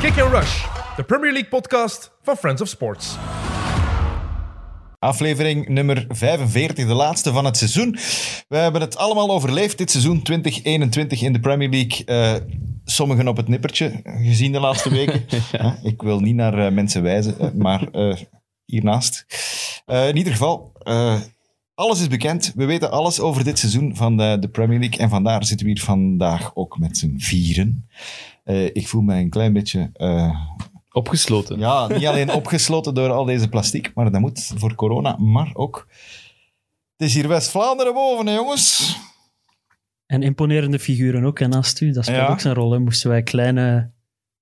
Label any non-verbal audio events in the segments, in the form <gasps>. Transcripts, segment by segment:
Kick and Rush, de Premier League podcast van Friends of Sports. Aflevering nummer 45, de laatste van het seizoen. We hebben het allemaal overleefd dit seizoen 2021 in de Premier League. Eh, sommigen op het nippertje, gezien de laatste weken. Eh, ik wil niet naar eh, mensen wijzen, eh, maar eh, hiernaast. Eh, in ieder geval, eh, alles is bekend. We weten alles over dit seizoen van de, de Premier League. En vandaar zitten we hier vandaag ook met z'n vieren. Eh, ik voel mij een klein beetje... eh, <laughs> Opgesloten. ja, niet alleen opgesloten door al deze plastic, maar dat moet voor corona, maar ook... Het is hier West-Vlaanderen boven, hè, jongens. En imponerende figuren ook. En naast u, dat speelt Ja. ook zijn rol. Hè. Moesten wij kleine,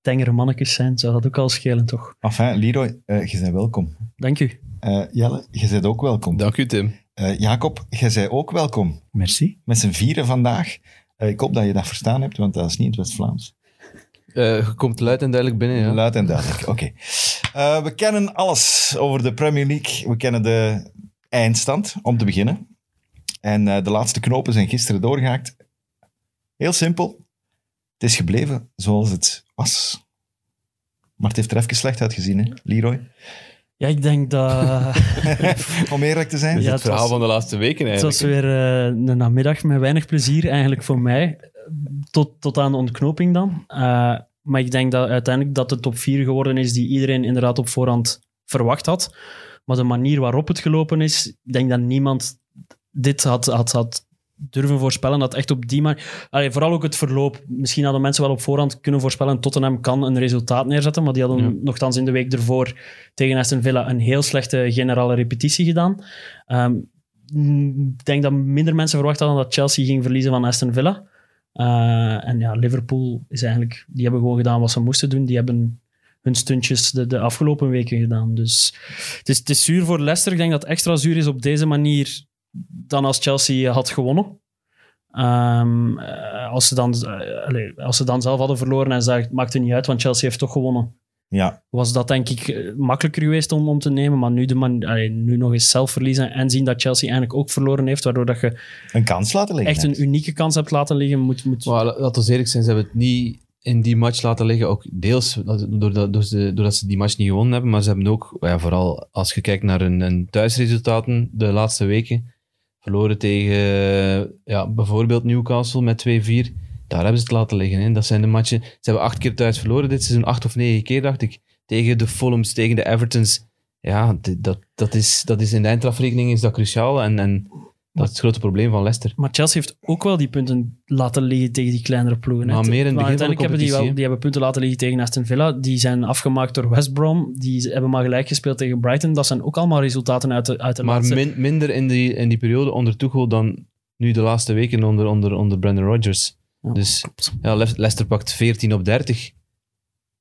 tengere mannetjes zijn, zou dat ook al schelen, toch? Enfin, Leroy, eh, je bent welkom. Dank u. Eh, Jelle, je bent ook welkom. Dank u, Tim. Eh, Jacob, jij bent ook welkom. Merci. Met z'n vieren vandaag. Eh, ik hoop dat je dat verstaan hebt, want dat is niet het West-Vlaams. Eh, je komt luid en duidelijk binnen, ja. Luid en duidelijk, <laughs> oké. Eh, we kennen alles over de Premier League. We kennen de eindstand, om te beginnen. En eh, de laatste knopen zijn gisteren doorgehaakt. Heel simpel. Het is gebleven zoals het was. Maar het heeft er even slecht uitgezien, hè, Leroy? Ja, ik denk dat... <laughs> om eerlijk te zijn. Dat is Ja, het het verhaal was- van de laatste weken Het eigenlijk. was weer eh, een namiddag met weinig plezier, eigenlijk voor mij. Tot, tot aan de ontknoping dan. Eh, maar ik denk dat uiteindelijk dat de top 4 geworden is die iedereen inderdaad op voorhand verwacht had. Maar de manier waarop het gelopen is, ik denk dat niemand dit had, had, had durven voorspellen. Dat echt op die manier... Allee, vooral ook het verloop. Misschien hadden mensen wel op voorhand kunnen voorspellen Tottenham kan een resultaat neerzetten, maar die hadden Ja. nogthans in de week ervoor tegen Aston Villa een heel slechte generale repetitie gedaan. Ehm, Mm, ik denk dat minder mensen verwacht hadden dat Chelsea ging verliezen van Aston Villa. Eh, en ja, Liverpool is eigenlijk... Die hebben gewoon gedaan wat ze moesten doen. Die hebben hun stuntjes de, de afgelopen weken gedaan. Dus het is, het is zuur voor Leicester. Ik denk dat het extra zuur is op deze manier dan als Chelsea had gewonnen. Ehm, eh, als, ze dan, eh, allee, als ze dan zelf hadden verloren en ze dachten, maakt het niet uit, want Chelsea heeft toch gewonnen Ja, was dat denk ik eh, makkelijker geweest om, om te nemen. Maar nu, de man, allee, nu nog eens zelf verliezen en zien dat Chelsea eigenlijk ook verloren heeft, waardoor dat je een kans laten liggen. echt een unieke kans hebt laten liggen, moet... moet Maar la- laten we eerlijk zijn, ze hebben het niet in die match laten liggen. Ook deels dat- doordat, door ze- doordat ze die match niet gewonnen hebben. Maar ze hebben ook, ja, vooral als je kijkt naar hun, hun thuisresultaten de laatste weken, verloren tegen ja, bijvoorbeeld Newcastle met 2-4. Daar hebben ze het laten liggen. Hè. Dat zijn de matchen. Ze hebben acht keer thuis verloren dit seizoen. Acht of negen keer, dacht ik. Tegen de Fulhams, tegen de Evertons. Ja, d- dat, dat, is, dat is in de eindafrekening is dat cruciaal. En, en dat is het grote probleem van Leicester. maar Chelsea heeft ook wel die punten laten liggen tegen die kleinere ploegen. hè. Maar meer in het begin van de uiteindelijk hebben die, competitie, wel, hè. die hebben punten laten liggen tegen Aston Villa. Die zijn afgemaakt door West Brom. Die hebben maar gelijk gespeeld tegen Brighton. Dat zijn ook allemaal resultaten uit de, uit de Maar laatste... min- minder in die, in die periode onder Tuchel dan nu de laatste weken onder, onder, onder Brendan Rodgers. Ja, dus klopt. ja, Le- Leicester pakt 14 op 30.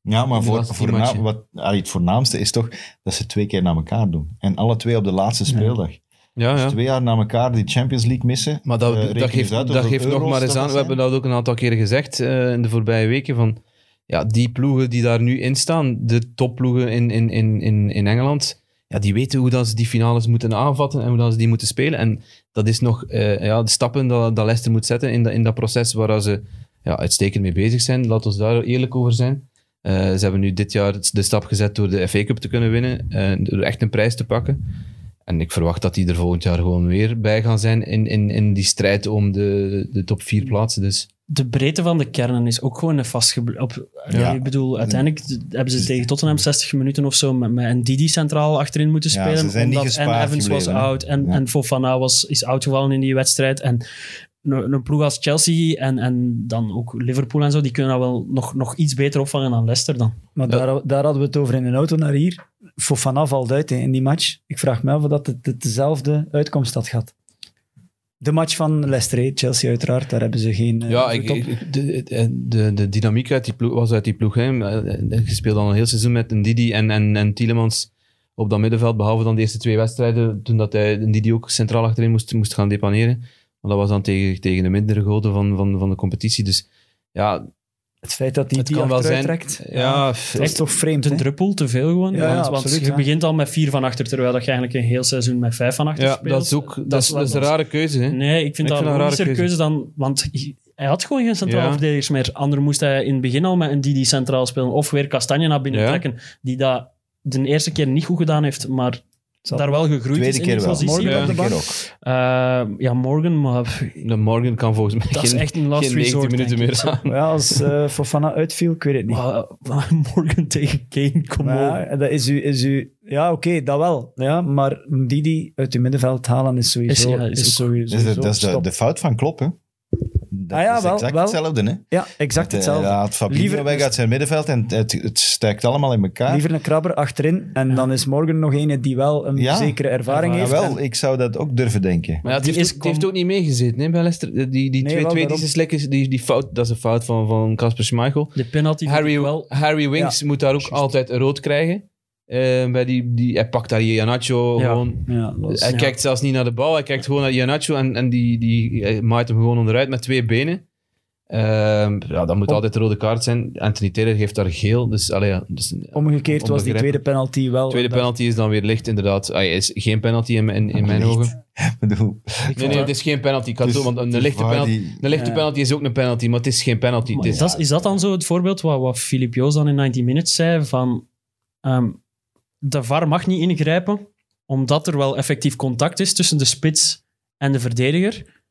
Ja, maar De voor, laatste voorna- matchen. wat, allee, het voornaamste is toch dat ze twee keer naar elkaar doen. En alle twee op de laatste speeldag. Ah, Ja, Dus twee jaar na elkaar die Champions League missen. Maar dat, Eh, reken dat eens geeft, uit dat hoeveel geeft nog euro's maar eens dat aan. zijn. We hebben dat ook een aantal keren gezegd eh, in de voorbije weken. Van, ja, die ploegen die daar nu in staan, de topploegen in, in, in, in, in Engeland, ja, die weten hoe dat ze die finales moeten aanvatten en hoe dat ze die moeten spelen. En dat is nog eh, ja, de stappen dat, dat Leicester moet zetten in, dat- in dat proces waar dat ze ja, uitstekend mee bezig zijn. Laten we daar eerlijk over zijn. Eh, ze hebben nu dit jaar de stap gezet door de FA Cup te kunnen winnen, eh, door echt een prijs te pakken. En ik verwacht dat die er volgend jaar gewoon weer bij gaan zijn in, in, in die strijd om de, de top vier plaatsen. Dus de breedte van de kernen is ook gewoon vastgebleven. Ja. Dus- Ik bedoel, uiteindelijk d- hebben ze tegen Tottenham 60 minuten of zo met, met een Didi centraal achterin moeten Ja, spelen. ze zijn niet omdat en gespaard Evans was gebleven, hè. oud en, Ja. en Fofana was, is uitgevallen in die wedstrijd. En een, een ploeg als Chelsea en, en dan ook Liverpool en zo, die kunnen dat wel nog, nog iets beter opvangen dan Leicester dan. Maar Ja. daar, daar hadden we het over in een auto naar hier. Fofana valt uit hè, in die match. Ik vraag me af of dat het, het dezelfde uitkomst had gehad. De match van Leicester, hè, Chelsea uiteraard, daar hebben ze geen eh, ja, ik, invloed op. ik- de, de, de dynamiek uit die ploeg, was uit die ploeg. Hè. eh, Je speelde al een heel seizoen met Ndidi en, en, en Tielemans op dat middenveld. Behalve dan de eerste twee wedstrijden, toen dat hij Ndidi ook centraal achterin moest, moest gaan depaneren. Maar dat was dan tegen, tegen de mindere goden van, van, van de competitie. Dus ja, Het feit dat hij het die kan wel achteruit zijn. trekt, Ja, dat is echt toch vreemd. De hè? druppel, te veel gewoon. Ja, ja, want want absoluut, je ja. begint al met vier van achter, terwijl dat je eigenlijk een heel seizoen met vijf van achter ja, speelt. dat is ook dat is, wel- dat is een rare keuze. Hè. Nee, ik vind Ik dat vind dat een een rare logischer keuze. keuze dan... Want Hij had gewoon geen centraal Ja. verdedigers meer. Ander moest hij in het begin al met een Didi centraal spelen. Of weer Kastanje naar binnen Ja. trekken. Die dat de eerste keer niet goed gedaan heeft, maar Zal- daar wel gegroeid Tweede is keer in die wel. positie. Morgen Ja. op de Tweede keer bank. ook. Eh, ja, Morgan, maar De Morgan kan volgens mij dat is geen, echt een last geen 90 resort. minuten denk meer ik. <laughs> aan. Maar ja, als eh, <laughs> Fofana uitviel, ik weet het niet. Maar, <laughs> maar Morgan tegen Kane, kom Maar op. ja, dat is u, is u, ja, oké, dat wel. Ja, maar Didi uit het middenveld halen is sowieso... Is- ja, is ook- sowieso Dat is, de, dat is de, stop. de fout van Klopp, hè. Dat Ah ja, is wel, exact wel. hetzelfde, hè. Ja, exact hetzelfde. Hij haalt Fabinho Liever- weg uit zijn middenveld en het, het stijgt allemaal in elkaar. Liever een krabber achterin en dan is morgen nog een die wel een Ja. zekere ervaring Ja, heeft. Maar wel, En- Ah, ik zou dat ook durven denken. <laughs> Maar ja, het, Die heeft, is ook- het kwam- heeft ook niet meegezeten hè, bij Leicester. Eh, Die, die Nee, 2-2 wel, die daarom. ze slikken, die, die fout, dat is een fout van, van Kasper Schmeichel. De penalty vond ik Harry, wel. Harry Winks moet daar ook Juist. altijd rood krijgen. Eh, bij die, die, hij pakt daar Janacho Ja. gewoon. ja, dat was- Hij Ja. kijkt zelfs niet naar de bal, hij kijkt gewoon naar Janacho en, en die, die hij maait hem gewoon onderuit met twee benen. Ehm, ja, dat moet Om- altijd een rode kaart zijn. Anthony Taylor geeft daar geel. Dus, allee, ja, dus, Omgekeerd was die onbegrijpelijk. tweede penalty wel. Oh, tweede Dat- penalty is dan weer licht, inderdaad. Ah, Hij is geen penalty in, mijn- in, in mijn Licht. ogen. Ik bedoel, Nee, nee, het is geen penalty. Ik had het dus- ook, want een dus lichte waar penalty. die- Een lichte Ja. penalty is ook een penalty, maar het is geen penalty. Het Maar is, dat is, is dat dan zo het voorbeeld wat, wat Filip Joos dan in 19 Minutes zei? Van, ehm, de VAR mag niet ingrijpen, omdat er wel effectief contact is tussen de spits en de verdediger.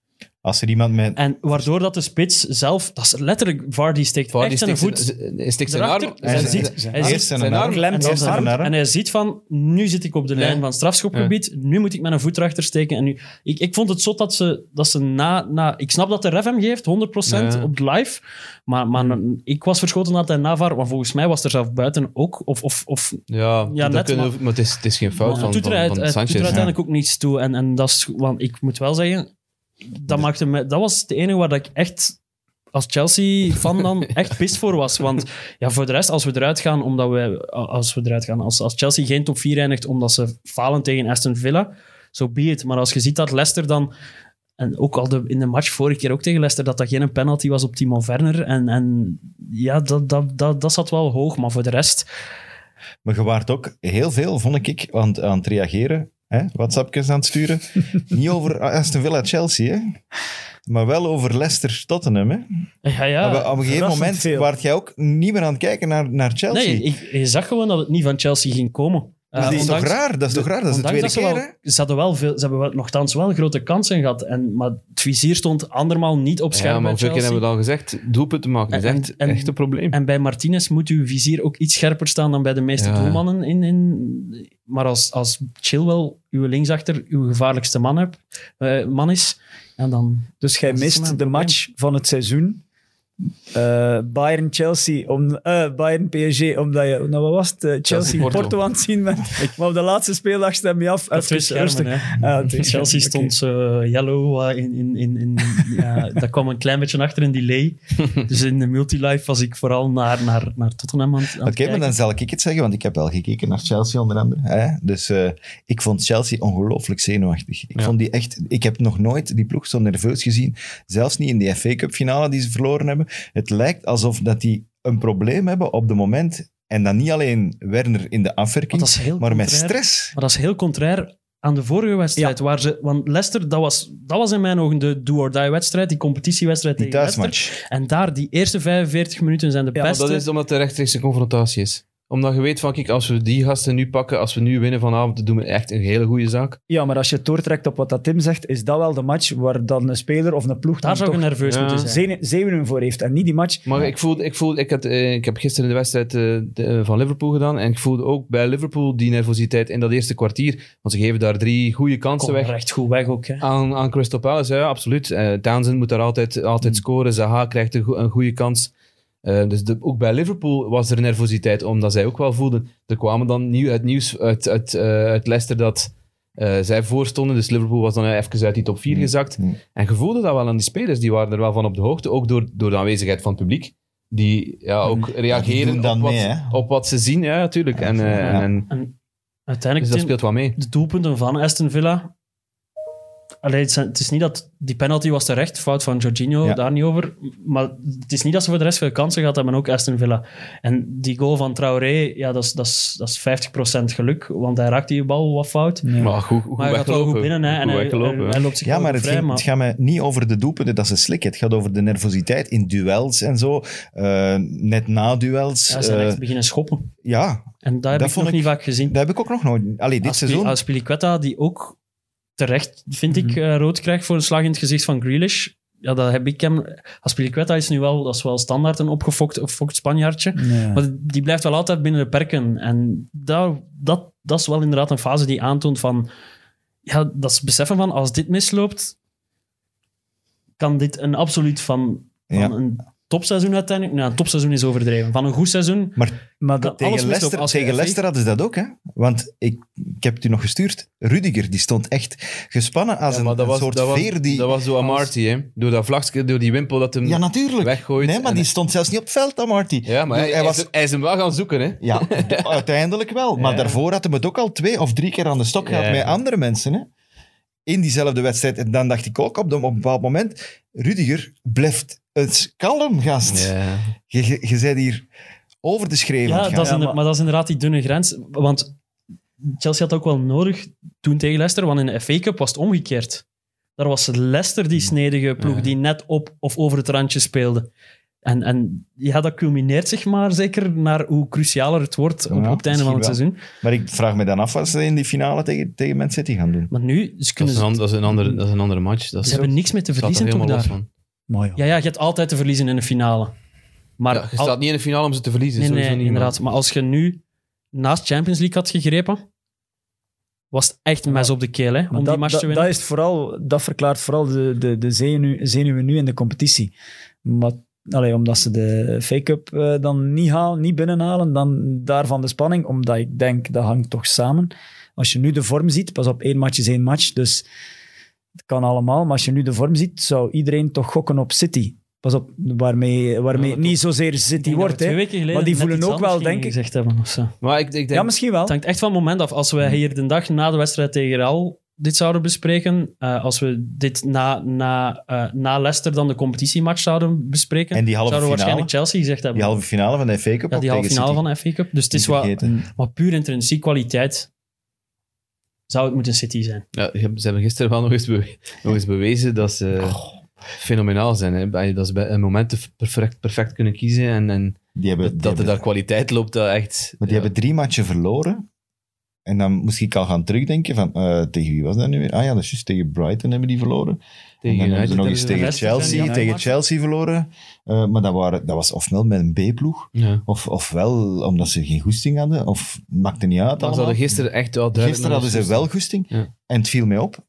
Als er iemand met... En waardoor dat de spits zelf... Dat is letterlijk... VAR die steekt Vardy echt zijn stikt voet zijn- stikt zijn erachter. arm. Hij zijn- ziet... Hij zijn arm. ziet Eerst zijn zijn arm. arm Klemt Eerst als zijn arm. arm. En hij ziet van, nu zit ik op de Ja. lijn van het strafschopgebied, nu moet ik mijn voet erachter steken. En nu, ik, ik vond het zot dat ze, dat ze na, na... Ik snap dat de ref hem geeft, 100% Ja. op live. Maar, maar ik was verschoten dat hij navar, want volgens mij was er zelf buiten ook... Of, of, of, Ja, Ja, dat net, kunnen we- maar- maar het is, het is geen fout maar van, het doet er uit- van, van het doet er Sanchez. uiteindelijk ook niets toe. En, en dat is... Want ik moet wel zeggen, dat, maakte me, dat was de enige waar dat ik echt... Als <laughs> Chelsea-fan dan echt pist voor was. Want ja, voor de rest, als we eruit gaan, omdat we, als we eruit gaan, als, als Chelsea geen top 4 eindigt omdat ze falen tegen Aston Villa, zo be it. Maar als je ziet dat Leicester dan, en ook al de, in de match vorige keer ook tegen Leicester, dat dat geen penalty was op Timo Werner. En, en ja, dat, dat, dat, dat zat wel hoog. Maar voor de rest, Maar je waart ook heel veel, vond ik, aan, aan het reageren. Hè? WhatsAppjes aan het sturen. Niet over Aston Villa-Chelsea, hè? Maar wel over Leicester-Tottenham, hè? ja, Maar ja. op een gegeven verrassend moment veel. waart jij ook niet meer aan het kijken naar, naar Chelsea. Nee, ik, je zag gewoon dat het niet van Chelsea ging komen. dat Eh, Dus is ondanks- toch raar? Dat is toch raar? Dat is de tweede Ondanks keer, dat hè? ze, wel, ze hadden wel veel, ze hebben wel, nogthans wel grote kansen gehad. En, maar het vizier stond andermaal niet op scherm Ja, maar bij hoeveel keer Chelsea. hebben we het al gezegd? Doelpunten maken dat is En- echt, en- echt een probleem. En bij Martinez moet uw vizier ook iets scherper staan dan bij de meeste Ja. doelmannen. In, in, maar als, als Chilwell, uw linksachter, uw gevaarlijkste man, hebt, eh, man is, en dan... Dus jij Dat is maar mist een de probleem. match van het seizoen. Eh, Bayern-Chelsea, om, eh, Bayern-PSG, omdat je, nou wat was het, Eh, Porto. Chelsea-Porto aan het <laughs> zien bent. Maar op de laatste speeldag stem je af. Twee Even schermen, rustig. Ah, hè. Ja, <laughs> twee Chelsea schermen, stond eh, yellow eh, in... in, in, in ja, daar kwam een klein beetje achter een <laughs> delay. Dus in de multilife was ik vooral naar, naar, naar Tottenham aan, het- aan Oké, het kijken. maar dan zal ik het zeggen, want ik heb wel gekeken naar Chelsea onder andere. Hè? Dus eh, ik vond Chelsea ongelooflijk zenuwachtig. Ik, Ja. vond die echt, ik heb nog nooit die ploeg zo nerveus gezien. Zelfs niet in de FA Cup finale die ze verloren hebben. Het lijkt alsof dat die een probleem hebben op het moment. En dan niet alleen Werner in de Want dat afwerking, is heel maar met contrair. stress. Maar dat is heel contrair aan de vorige wedstrijd. Waar ze, want Leicester, dat was, dat was in mijn ogen de do-or-die-wedstrijd. Die competitiewedstrijd Die tegen Leicester. thuismatch. En daar, die eerste 45 minuten zijn de Ja, maar Maar beste. dat is omdat er rechtstreeks een confrontatie is. Omdat je weet van, kijk, als we die gasten nu pakken, als we nu winnen vanavond, dan doen we echt een hele goede zaak. Ja, maar als je het doortrekt op wat dat Tim zegt, is dat wel de match waar dan een speler of een ploeg daar dan zou je toch nerveus Ja. moeten zijn. zene- zenuwen voor heeft. En niet die match. Maar ik voelde, ik, voelde, ik, had, eh, ik heb gisteren de wedstrijd eh, de- eh, van Liverpool gedaan en ik voelde ook bij Liverpool die nervositeit in dat eerste kwartier. Want ze geven daar drie goede kansen Kom weg. recht goed weg ook. Hè. Aan, aan Crystal Palace, ja, absoluut. Eh, Townsend moet daar altijd, altijd scoren. Zaha krijgt een, goe- een goede kans. Eh, dus de- ook bij Liverpool was er nervositeit, omdat zij ook wel voelden. Er kwamen dan nieuw, het nieuws uit, uit, eh, uit Leicester dat eh, zij voorstonden. Dus Liverpool was dan even uit die top 4 Mm. gezakt. Mm. En je voelde dat wel aan die spelers. Die waren er wel van op de hoogte, ook door, door de aanwezigheid van het publiek. Die ja, ook reageren doen dan op, wat, mee, ze- hè? op wat ze zien, ja, natuurlijk. en, eh, Ja. en, Uiteindelijk, dus dat Tim, speelt wel mee. de doelpunten van Aston Villa. Allee, het, zijn- het is niet dat die penalty was terecht, fout van Jorginho, Ja. daar niet over. Maar het is niet dat ze voor de rest veel kansen gehad hebben, ook Aston Villa. En die goal van Traoré, ja, dat is, dat is, dat is 50% geluk, want hij raakt die bal wat fout. Maar goed, goed Maar hij gaat wel weglopen. goed binnen hè, en hij, weglopen, hij- hè. hij loopt zich Ja, wel maar goed het, vrij, ging- maar- het gaat mij niet over de doelpunten, dat ze slikken. Het gaat over de nervositeit in duels en zo. Eh, net na duels. Ja, ze zijn eh, echt beginnen schoppen. ja, En dat heb dat ik vond nog ik- niet vaak gezien. dat heb ik ook nog nooit. Allee, dit als, Pi- seizoen. Mhm. als Piliquetta, die ook terecht, vind ik, eh, rood krijgt voor een slag in het gezicht van Grealish. Ja, dat heb ik hem... Als Piliquetta is nu wel, dat is wel standaard een opgefokt opgefokt Spanjaardje. Ja. Maar die blijft wel altijd binnen de perken. En dat, dat, dat is wel inderdaad een fase die aantoont van... Ja, dat is beseffen van, als dit misloopt, kan dit een absoluut van, van Ja. een topseizoen uiteindelijk... Nou, een topseizoen is overdreven. Van een goed seizoen... Maar Maar dat, kan alles tegen, mislopen Leicester, als je tegen FA Leicester hadden ze dat ook. Hè? Want ik, ik heb het u nog gestuurd. Rudiger die stond echt gespannen als Ja, een, maar dat een was, soort dat was, veer. Die, Dat was door Amarty, hè. Door dat vlagje, door die wimpel dat hem ja, natuurlijk. weggooit. nee, maar en- die stond zelfs niet op het veld, Amarty. Ja, maar hij, hij is, hij is hem wel gaan zoeken, hè. Ja, <laughs> uiteindelijk wel. Maar Ja. daarvoor had hij het ook al twee of drie keer aan de stok gehad Ja. met andere mensen. Hè? In diezelfde wedstrijd. En dan dacht ik ook op, de- op een bepaald moment: Rudiger blijft het kalm, gast. Ja. Je, je, je bent hier over de schreef. aan Ja, het gaan. dat is Ja, inder- maar- maar dat is inderdaad die dunne grens. Want Chelsea had ook wel nodig toen tegen Leicester, want in de FA Cup was het omgekeerd. Daar was Leicester die snedige ploeg Ja. die net op of over het randje speelde. En, en ja, dat culmineert zich maar zeker naar hoe crucialer het wordt op, Ja, op het einde van het misschien seizoen. Maar ik vraag me dan af wat ze in die finale tegen, tegen Man City gaan doen. Maar nu ze Dat, kunnen is ze, een, an- dat, is een andere, dat is een andere match. Dat ze is hebben niks meer te staat er verliezen toch helemaal daar. los van. mooi. Ja, ja, je hebt altijd te verliezen in de finale. Maar Ja, je al- staat niet in de finale om ze te verliezen. Nee, sowieso nee, niet, inderdaad. Maar als je nu naast Champions League had gegrepen, was het echt mes op de keel hè, Maar om dat, die match dat- te winnen. Dat, is het vooral, dat verklaart vooral de, de, de zenuw- zenuwen nu in de competitie. Maar, allee, omdat ze de fake-up eh, dan niet, haal, niet binnenhalen, dan daarvan de spanning. Omdat ik denk, dat hangt toch samen. Als je nu de vorm ziet, pas op één match is één match, dus het kan allemaal. Maar als je nu de vorm ziet, zou iedereen toch gokken op City. Pas op, waarmee, waarmee dat niet zozeer Ik City denk dat we wordt. twee hè. weken geleden Maar die net voelen iets ook wel, anders denk gingen ik. gezegd hebben of zo. Maar ik, ik denk... Ja, misschien wel. Het hangt echt van het moment af. Als we hier de dag na de wedstrijd tegen Real dit zouden bespreken, eh, als we dit na, na, eh, na Leicester dan de competitiematch zouden bespreken, En die halve zouden we finale? waarschijnlijk Chelsea gezegd hebben. Die halve finale van de FA Cup. ja, ook die halve tegen finale City. van de FA Cup. Dus het is Niet wat, vergeten. maar puur intrinsiek kwaliteit zou het moeten City zijn. Ja, je hebt- ze hebben gisteren wel nog eens, bewe- <laughs> nog eens bewezen dat ze Eh, Oh. fenomenaal zijn. Hè? Bij- Dat ze bij een moment perfect, perfect kunnen kiezen en, en Die hebben, die dat er hebben- daar kwaliteit loopt, dat echt... Maar die ja. hebben drie matchen verloren. En dan moest ik al gaan terugdenken van, eh, tegen wie was dat nu weer? Ah ja, dat is juist tegen Brighton hebben die verloren. Tegen en dan hebben United ze nog hebben eens ze tegen de Leicester zijn Chelsea, die tegen afgemaakt. Chelsea verloren. Eh, maar dat, waren, dat was ofwel met een B-ploeg, Ja. of, ofwel omdat ze geen goesting hadden, of maakte niet uit Maar ze allemaal. hadden gisteren echt wel duidelijk... Gisteren hadden ze wel goesting. Ja. En het viel mij op,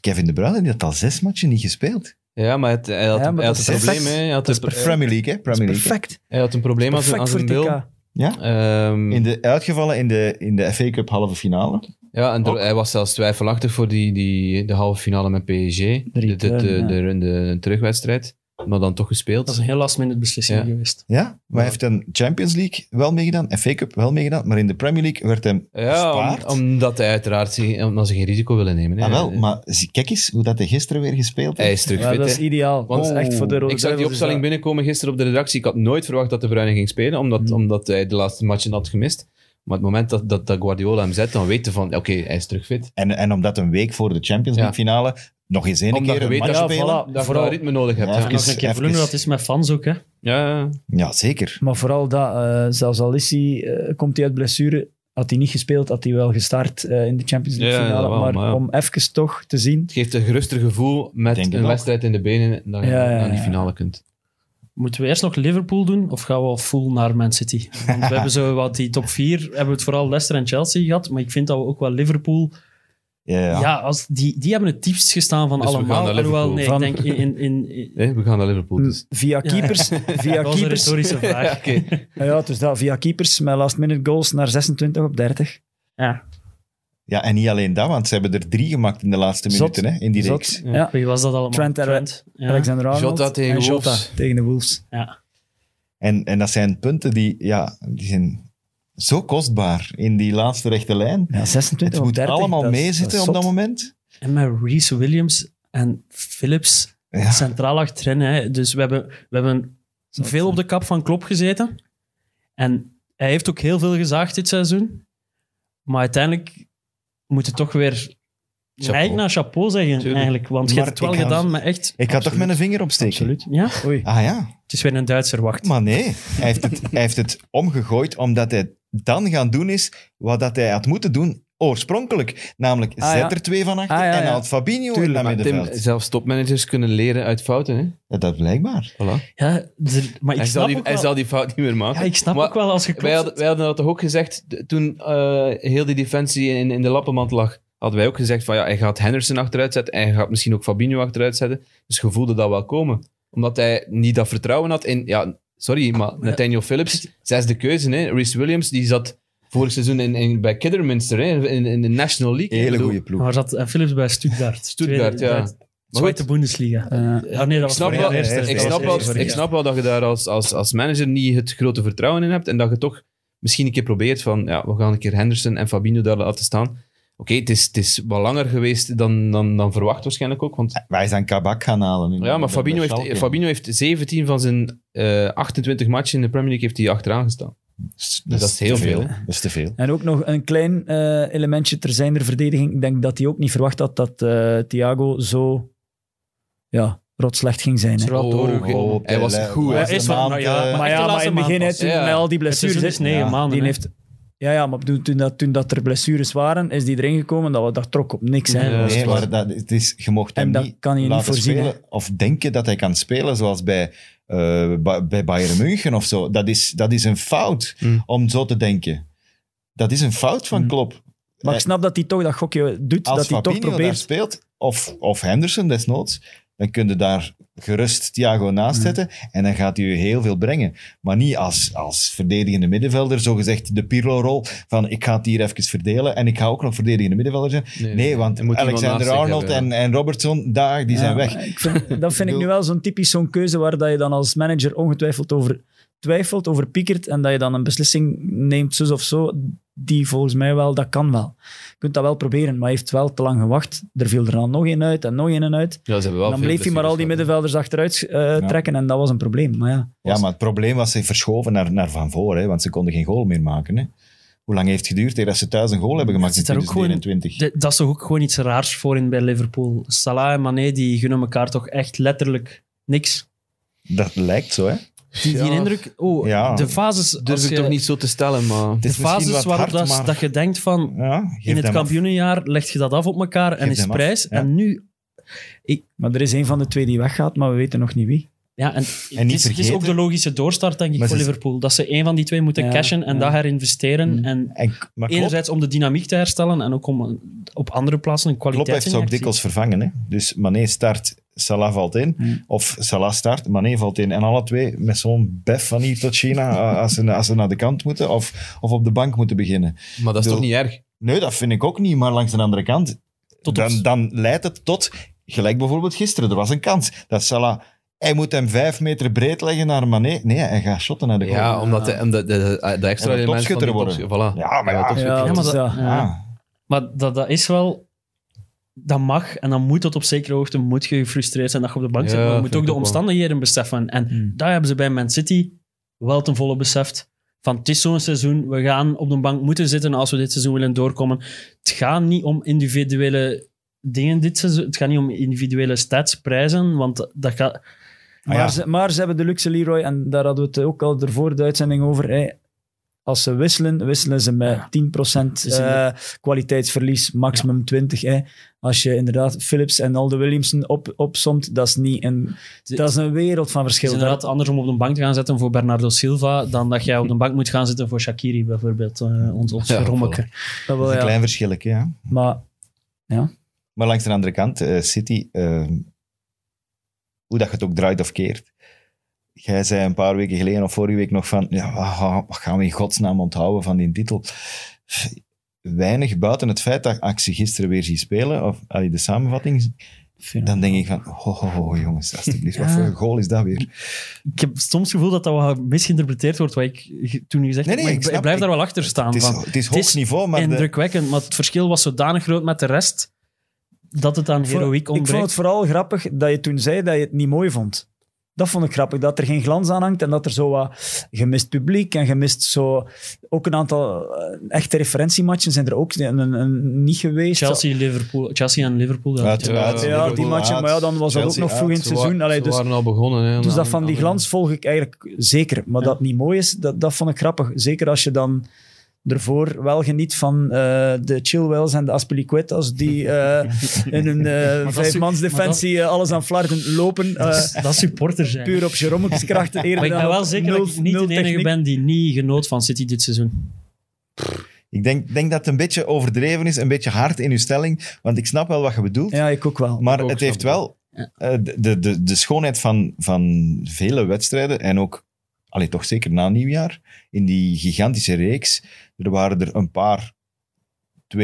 Kevin De Bruyne die had al zes matchen niet gespeeld. Ja, maar het, hij had, Ja, maar hij had dat een is- probleem. hè. Hij had, een, Dat is pro- Premier League, hè? Dat is Premier League. perfect. hij had een probleem als een, Perfect als voor een bil. TK. Ehm, In de, uitgevallen in de, in de FA Cup halve finale. ja, en er- Ook. hij was zelfs twijfelachtig voor die, die, de halve finale met PSG. De, de, de, return, de- de terugwedstrijd. Maar dan toch gespeeld. Dat is een heel last minute beslissing Ja. geweest. Ja, maar hij heeft een Champions League wel meegedaan, FA Cup wel meegedaan, maar in de Premier League werd hem Ja, gespaard. om- omdat hij uiteraard zich- omdat ze geen risico willen nemen. hè. Ah, wel, maar zie- kijk eens hoe dat hij gisteren weer gespeeld Hij heeft. is terug Ja, fit, dat hè. is ideaal. Want Oh. echt voor de Rode Ik zag die Duivels is opstelling dat- binnenkomen gisteren op de redactie. Ik had nooit verwacht dat de Bruinen ging spelen, omdat, Hmm. omdat hij de laatste matchen had gemist. Maar het moment dat, dat, dat Guardiola hem zet, dan weten van, oké, hij is terug fit. En, en omdat een week voor de Champions League finale nog eens één Omdat keer je een weet match dat je spelen. voilà. Dat je Vooral- wel ritme nodig hebt. Ja, Ja, En als we een keer even- voelen dat is met fans ook, hè. ja. Ja, zeker. Maar vooral dat, eh, zelfs al is hij, eh, komt hij uit blessure, had hij niet gespeeld, had hij wel gestart eh, in de Champions League Ja, finale. dat wel, maar, maar ja. om even toch te zien. het geeft een geruster gevoel met Denk het een ook. wedstrijd in de benen dat je Ja, ja, naar die ja. finale kunt. Moeten we eerst nog Liverpool doen of gaan we al full naar Man City? Want <laughs> we hebben zo wat die top 4, hebben we het vooral Leicester en Chelsea gehad, maar ik vind dat we ook wel Liverpool. Ja, ja. Ja, als, die, die hebben het diepst gestaan van Dus we gaan allemaal. naar Alhoewel, nee, Liverpool. ik denk in. in, in, <laughs> in- Hè, we gaan naar Liverpool <laughs> dus. Via <laughs> keepers. Via dat was een keepers. retorische <laughs> vraag. Oké. <laughs> Ja, dus dat, via keepers met last minute goals naar 26 op 30. Ja. Ja, en niet alleen dat, want ze hebben er drie gemaakt in de laatste Zot. minuten hè, in die Zot. reeks. Ja. Wie was dat allemaal? Trent en- ja. Alexander Arnold. Jota tegen en Wolves. Jota tegen de Wolves. Ja. En, en dat zijn punten die, ja, die zijn zo kostbaar in die laatste rechte lijn. Ja, 26 Het op moet 30. allemaal dat is- meezitten is op dat zot. moment. En met Reese Williams en Phillips Ja. centraal achterin. Hè. Dus we hebben, we hebben Zal veel op de kap van Klop gezeten. En hij heeft ook heel veel gezaagd dit seizoen. Maar uiteindelijk moet het toch weer Chapeau. eigenlijk naar chapeau zeggen. Tuurlijk. Eigenlijk, want je Maar hebt het wel ik ga- gedaan, maar echt... Ik ga toch met een vinger opsteken. Absoluut. Ja, Oei. Ah ja. het is weer een Duitser, wacht. Maar nee, hij heeft, het, hij heeft het omgegooid omdat hij dan gaan doen is wat dat hij had moeten doen oorspronkelijk. Namelijk, Ah, zet ja. er twee van achter Ah, ja, en ja. haalt Fabinho in naar maar Tim, middenveld. zelfs topmanagers kunnen leren uit fouten. Hè? Ja, dat blijkbaar. Voilà. Ja, de- maar ik Hij, zal snap, die, ook hij wel, zal die fout niet meer maken. ja, ik snap Maar ook wel als je Klopp Wij hadden, wij hadden dat toch ook gezegd d- toen eh, heel die defensie in, in de lappenmand lag. Hadden wij ook gezegd van ja, hij gaat Henderson achteruit zetten. En hij gaat misschien ook Fabinho achteruit zetten. Dus je voelde dat wel komen. Omdat hij niet dat vertrouwen had in, ja, sorry, maar Nathaniel Phillips, zesde keuze. Hè. Reece Williams, die zat vorig seizoen in, in, bij Kidderminster hè, in, in de National League. Ik Hele bedoel, goede ploeg. Ah. Maar zat en Philips bij Stuttgart. Stuttgart, Tweede- ja. Duits- Maar Zweite goed. Bundesliga. Eh, Ah, nee, dat was snap vorig wel- jaar eerste. ik Dat Ik was snap, eerste wel, vorig ik jaar. snap wel dat je daar als, als, als manager niet het grote vertrouwen in hebt en dat je toch misschien een keer probeert van, ja, we gaan een keer Henderson en Fabinho daar laten staan. Oké, het, is, het is wat langer geweest dan, dan, dan verwacht waarschijnlijk ook. Want, Wij zijn Kabak gaan halen. in- ja, maar bij- Fabinho bij heeft, Schalke. Fabinho heeft 17 van zijn eh, 28 matchen in de Premier League heeft hij achteraan gestaan. dat is heel te veel, hè. Dat is te veel. En ook nog een klein eh, elementje ter zijnder verdediging. Ik denk dat hij ook niet verwacht had dat eh, Thiago zo ja, rotslecht ging zijn. Hè. Terwijl door- Oh, Oh, hij was Pelle, goed, de hè. laatste Hij is wel- maand, nou ja, eh, maar echt Maar de ja, maar laatste in het maand begin, hè, was- toen Ja. met al die Het seizoen blessures... is hè. negen Ja, maanden. die hè. heeft, ja, ja, maar toen, toen, dat, toen dat er blessures waren, is die erin gekomen. Dat, dat trok op niks. Hè. Nee, Dat was Nee, waar. maar dat, het is, je mocht hem En dat niet kan je niet laten voorzien, spelen of denken dat hij kan spelen zoals bij, eh, ba- bij Bayern München of zo. Dat is, dat is een fout Mm. om zo te denken. Dat is een fout van Mm. Klopp. maar ik Eh, snap dat hij toch dat gokje doet. Als Dat hij toch Fabinho daar probeert... speelt, of, of Henderson desnoods, dan kun je daar gerust Thiago naast Mm. zetten en dan gaat hij je heel veel brengen. Maar niet als, als verdedigende middenvelder, zogezegd de Pirlo-rol, van ik ga het hier even verdelen en ik ga ook nog verdedigende middenvelder zijn. Nee, want er moet iemand naast zich Alexander-Arnold hebben, ja. en, en Robertson, daar, die Ja, zijn weg. maar ik vind- <laughs> dat vind ik nu bedoel- wel zo'n typisch zo'n keuze waar dat je dan als manager ongetwijfeld over twijfelt, over piekert en dat je dan een beslissing neemt, zus of zo, die volgens mij wel, dat kan wel. Je kunt dat wel proberen, maar hij heeft wel te lang gewacht. Er viel er dan nog één uit en nog één en uit. Ja, ze hebben wel dan veel bleef hij maar al die blessures middenvelders achteruit eh, trekken en dat was een probleem. Maar ja, Ja, maar het probleem was ze verschoven naar, naar van voor, hè, want ze konden geen goal meer maken. Hè. Hoe lang heeft het geduurd eer dat ze thuis een goal hebben gemaakt in Het zit daar ook gewoon- 2021? De- dat is toch ook gewoon iets raars voor in bij Liverpool. Salah en Mané die gunnen elkaar toch echt letterlijk niks. Dat lijkt zo, hè? Die, die Ja. indruk, oh, Ja. de fases, Durf als ik je- toch niet zo te stellen, maar... Het de is misschien fases wat waarop hard, dat, maar... dat je denkt van ja, geef in het hem af. kampioenenjaar leg je dat af op elkaar en Geef is hem af, prijs. ja. En nu, maar er is één van de twee die weggaat, maar we weten nog niet wie. ja, en het, is, het is vergeten- ook de logische doorstart denk ik Maar voor ze- Liverpool. Dat ze één van die twee moeten Ja, cashen en ja. dat herinvesteren. Mm. En En, maar Klopp, enerzijds om de dynamiek te herstellen en ook om een- op andere plaatsen een Klopp kwaliteit heeft ze ook dikwijls vervangen. Hè? Dus Mané start, Salah valt in. Mm. Hmm. Of Salah start, Mané valt in. En alle twee met zo'n bef van hier tot China <laughs> eh, als ze, als ze naar de kant moeten of, of op de bank moeten beginnen. Maar dat is Doe- toch niet erg? Nee, dat vind ik ook niet. Maar langs de andere kant, Tot dan, ons. dan leidt het tot, gelijk bijvoorbeeld gisteren, er was een kans dat Salah, hij moet hem vijf meter breed leggen naar Mané. Nee, hij gaat shotten naar de goal. Ja, omdat de, omdat de, de, de extra En een element van die topschutter worden. topschu- Voilà. Ja, maar ja. topschutter. Ja, Ja, maar dus dat, ja. ja. Ah, Maar dat, dat is wel... Dat mag en dan moet tot op zekere hoogte moet je gefrustreerd zijn dat je op de bank Ja, zit. Maar je vind moet ook ik de ook wel. omstandigheden beseffen. En Hmm. daar hebben ze bij Man City wel ten volle beseft. Van het is zo'n seizoen, we gaan op de bank moeten zitten als we dit seizoen willen doorkomen. Het gaat niet om individuele dingen dit seizoen. Het gaat niet om individuele stats, prijzen, want dat gaat... Ah, Maar, ja. ze, maar ze hebben de luxe Leroy, en daar hadden we het ook al ervoor de uitzending over. hè. Als ze wisselen, wisselen ze met 10% Dus in de- eh, kwaliteitsverlies, maximum 20%. Hè. Als je inderdaad Philips en al de Williamson op, opsomt, dat is, niet een, Ze- dat is een wereld van Het verschil. is inderdaad anders om op de bank te gaan zitten voor Bernardo Silva dan dat jij op de bank moet gaan zitten voor Shakiri bijvoorbeeld, eh, ons, ons Ja, rommeke. Dat Dat wel, is een ja. klein verschilletje, ja. Maar Maar langs de andere kant, eh, City, eh, hoe dat je het ook draait of keert. Jij zei een paar weken geleden of vorige week nog van, ja, wat ga- wat gaan we in godsnaam onthouden van die titel? Weinig buiten het feit dat ik ze gisteren weer zie spelen, of allee, de samenvatting, dan denk ik van, ho, ho, ho, jongens, alsjeblieft, wat Ja. voor een goal is dat weer? Ik heb soms het gevoel dat dat wat misinterpreteerd wordt, wat ik ge- toen gezegd Nee, nee, heb. maar ik ik, snap- blijf daar ik- wel achter staan. Het is, van, het is het hoog is niveau, maar de- indrukwekkend, maar het verschil was zodanig groot met de rest dat het aan Voor- heroïek Ik vond ontbreekt. het vooral grappig dat je toen zei dat je het niet mooi vond. Dat vond ik grappig, dat er geen glans aan hangt en dat er zo wat gemist publiek en gemist zo... Ook een aantal eh, echte referentiematchen zijn er ook een, een- een- niet geweest. Chelsea, Liverpool, Chelsea en Liverpool. dat- Uiteraard. Ja, Ja, die Liverpool matchen, uit, maar ja, dan was dat ook Chelsea nog vroeg in uit. het seizoen. Allee, Allee, dus, dus waren al begonnen. Hè, dus aan- dat van die aan- glans volg ik eigenlijk zeker. Maar Ja. dat niet mooi is, dat, dat vond ik grappig. Zeker als je dan ervoor wel geniet van eh, de Chilwells en de Aspilicuetas die eh, <laughs> in hun eh dat vijfmans is- maar defensie eh, alles aan flarden <laughs> lopen. dat, eh, is- dat is supporter zijn. puur op <laughs> Jeromekskrachten eerder maar ik dan ben wel op zeker nul- dat ik niet nul de enige techniek. ben die niet genoot van City dit seizoen. Ik denk, denk dat het een beetje overdreven is, een beetje hard in uw stelling, want ik snap wel wat je bedoelt. Ja, ik ook wel. Maar ook het snap heeft ik. wel eh, de, de, de schoonheid van, van vele wedstrijden en ook, allee, toch zeker na nieuwjaar, in die gigantische reeks, er waren er een paar 2-0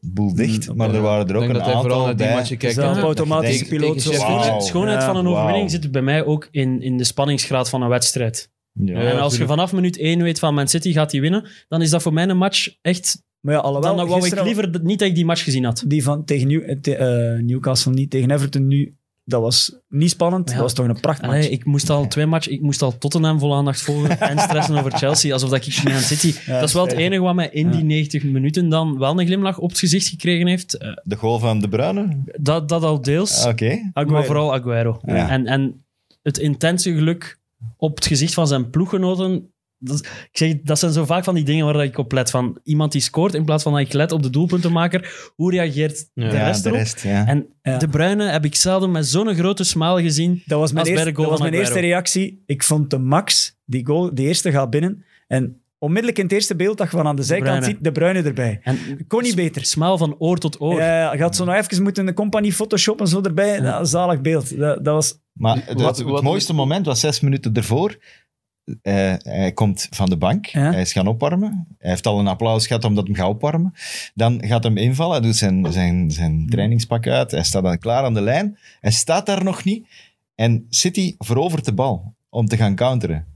boel dicht, Mm, maar er Ja, waren er ook ik denk een dat hij vooral aantal naar die bij. matchen kijkt. Zelf hè. automatische Tegen- piloot. tegen zo. Sheffield. Wauw. De schoonheid Ja. van een wauw. overwinning zit bij mij ook in, in de spanningsgraad van een wedstrijd. Ja. en als je tuurlijk. vanaf minuut 1 weet van Man City gaat die winnen, dan is dat voor mij een match echt... Maar ja, alhoewel, dan wou ik gisteren- liever dat- niet dat ik die match gezien had. Die van tegen New- eh, te- eh, Newcastle niet, tegen Everton nu, dat was niet spannend. Ja. Dat was toch een prachtmatch. Allee, Ah, ik moest al twee matchen, ik moest al Tottenham vol aandacht volgen en stressen over Chelsea, alsof dat ik Man City... Ja, dat is wel het zeker. enige wat mij in Ja. die 90 minuten dan wel een glimlach op het gezicht gekregen heeft. Eh, De goal van De Bruyne? Ah, dat, dat al deels, Oké. maar Aguero. vooral Aguero. Ja. En, en het intense geluk op het gezicht van zijn ploeggenoten... Dat, is- ik zeg, dat zijn zo vaak van die dingen waar dat ik op let. Van iemand die scoort, in plaats van dat ik let op de doelpuntenmaker, hoe reageert Ja. de Ja, rest de erop? rest, ja. En Ja. De Bruyne heb ik zelden met zo'n grote smile gezien. Dat was mijn, Als bij de eerste, goal dat was van mijn eerste Aguero. reactie. Ik vond de max, die goal, die eerste gaat binnen. En onmiddellijk in het eerste beeld dat je van aan de zijkant Bruyne. ziet, de bruine erbij. En Kon niet s- beter. Smile van oor tot oor. Ja, je had zo nog even moeten de compagnie photoshoppen zo erbij. Dat was een zalig beeld. Dat, dat was... Maar het- Wat- het, wat- mooiste moment was zes minuten ervoor. Eh, hij komt van de bank, Ja. hij is gaan opwarmen. Hij heeft al een applaus gehad omdat hij hem gaat opwarmen. Dan gaat hem invallen, hij doet zijn, zijn, zijn trainingspak uit. Hij staat dan klaar aan de lijn. Hij staat daar nog niet. En City verovert de bal om te gaan counteren.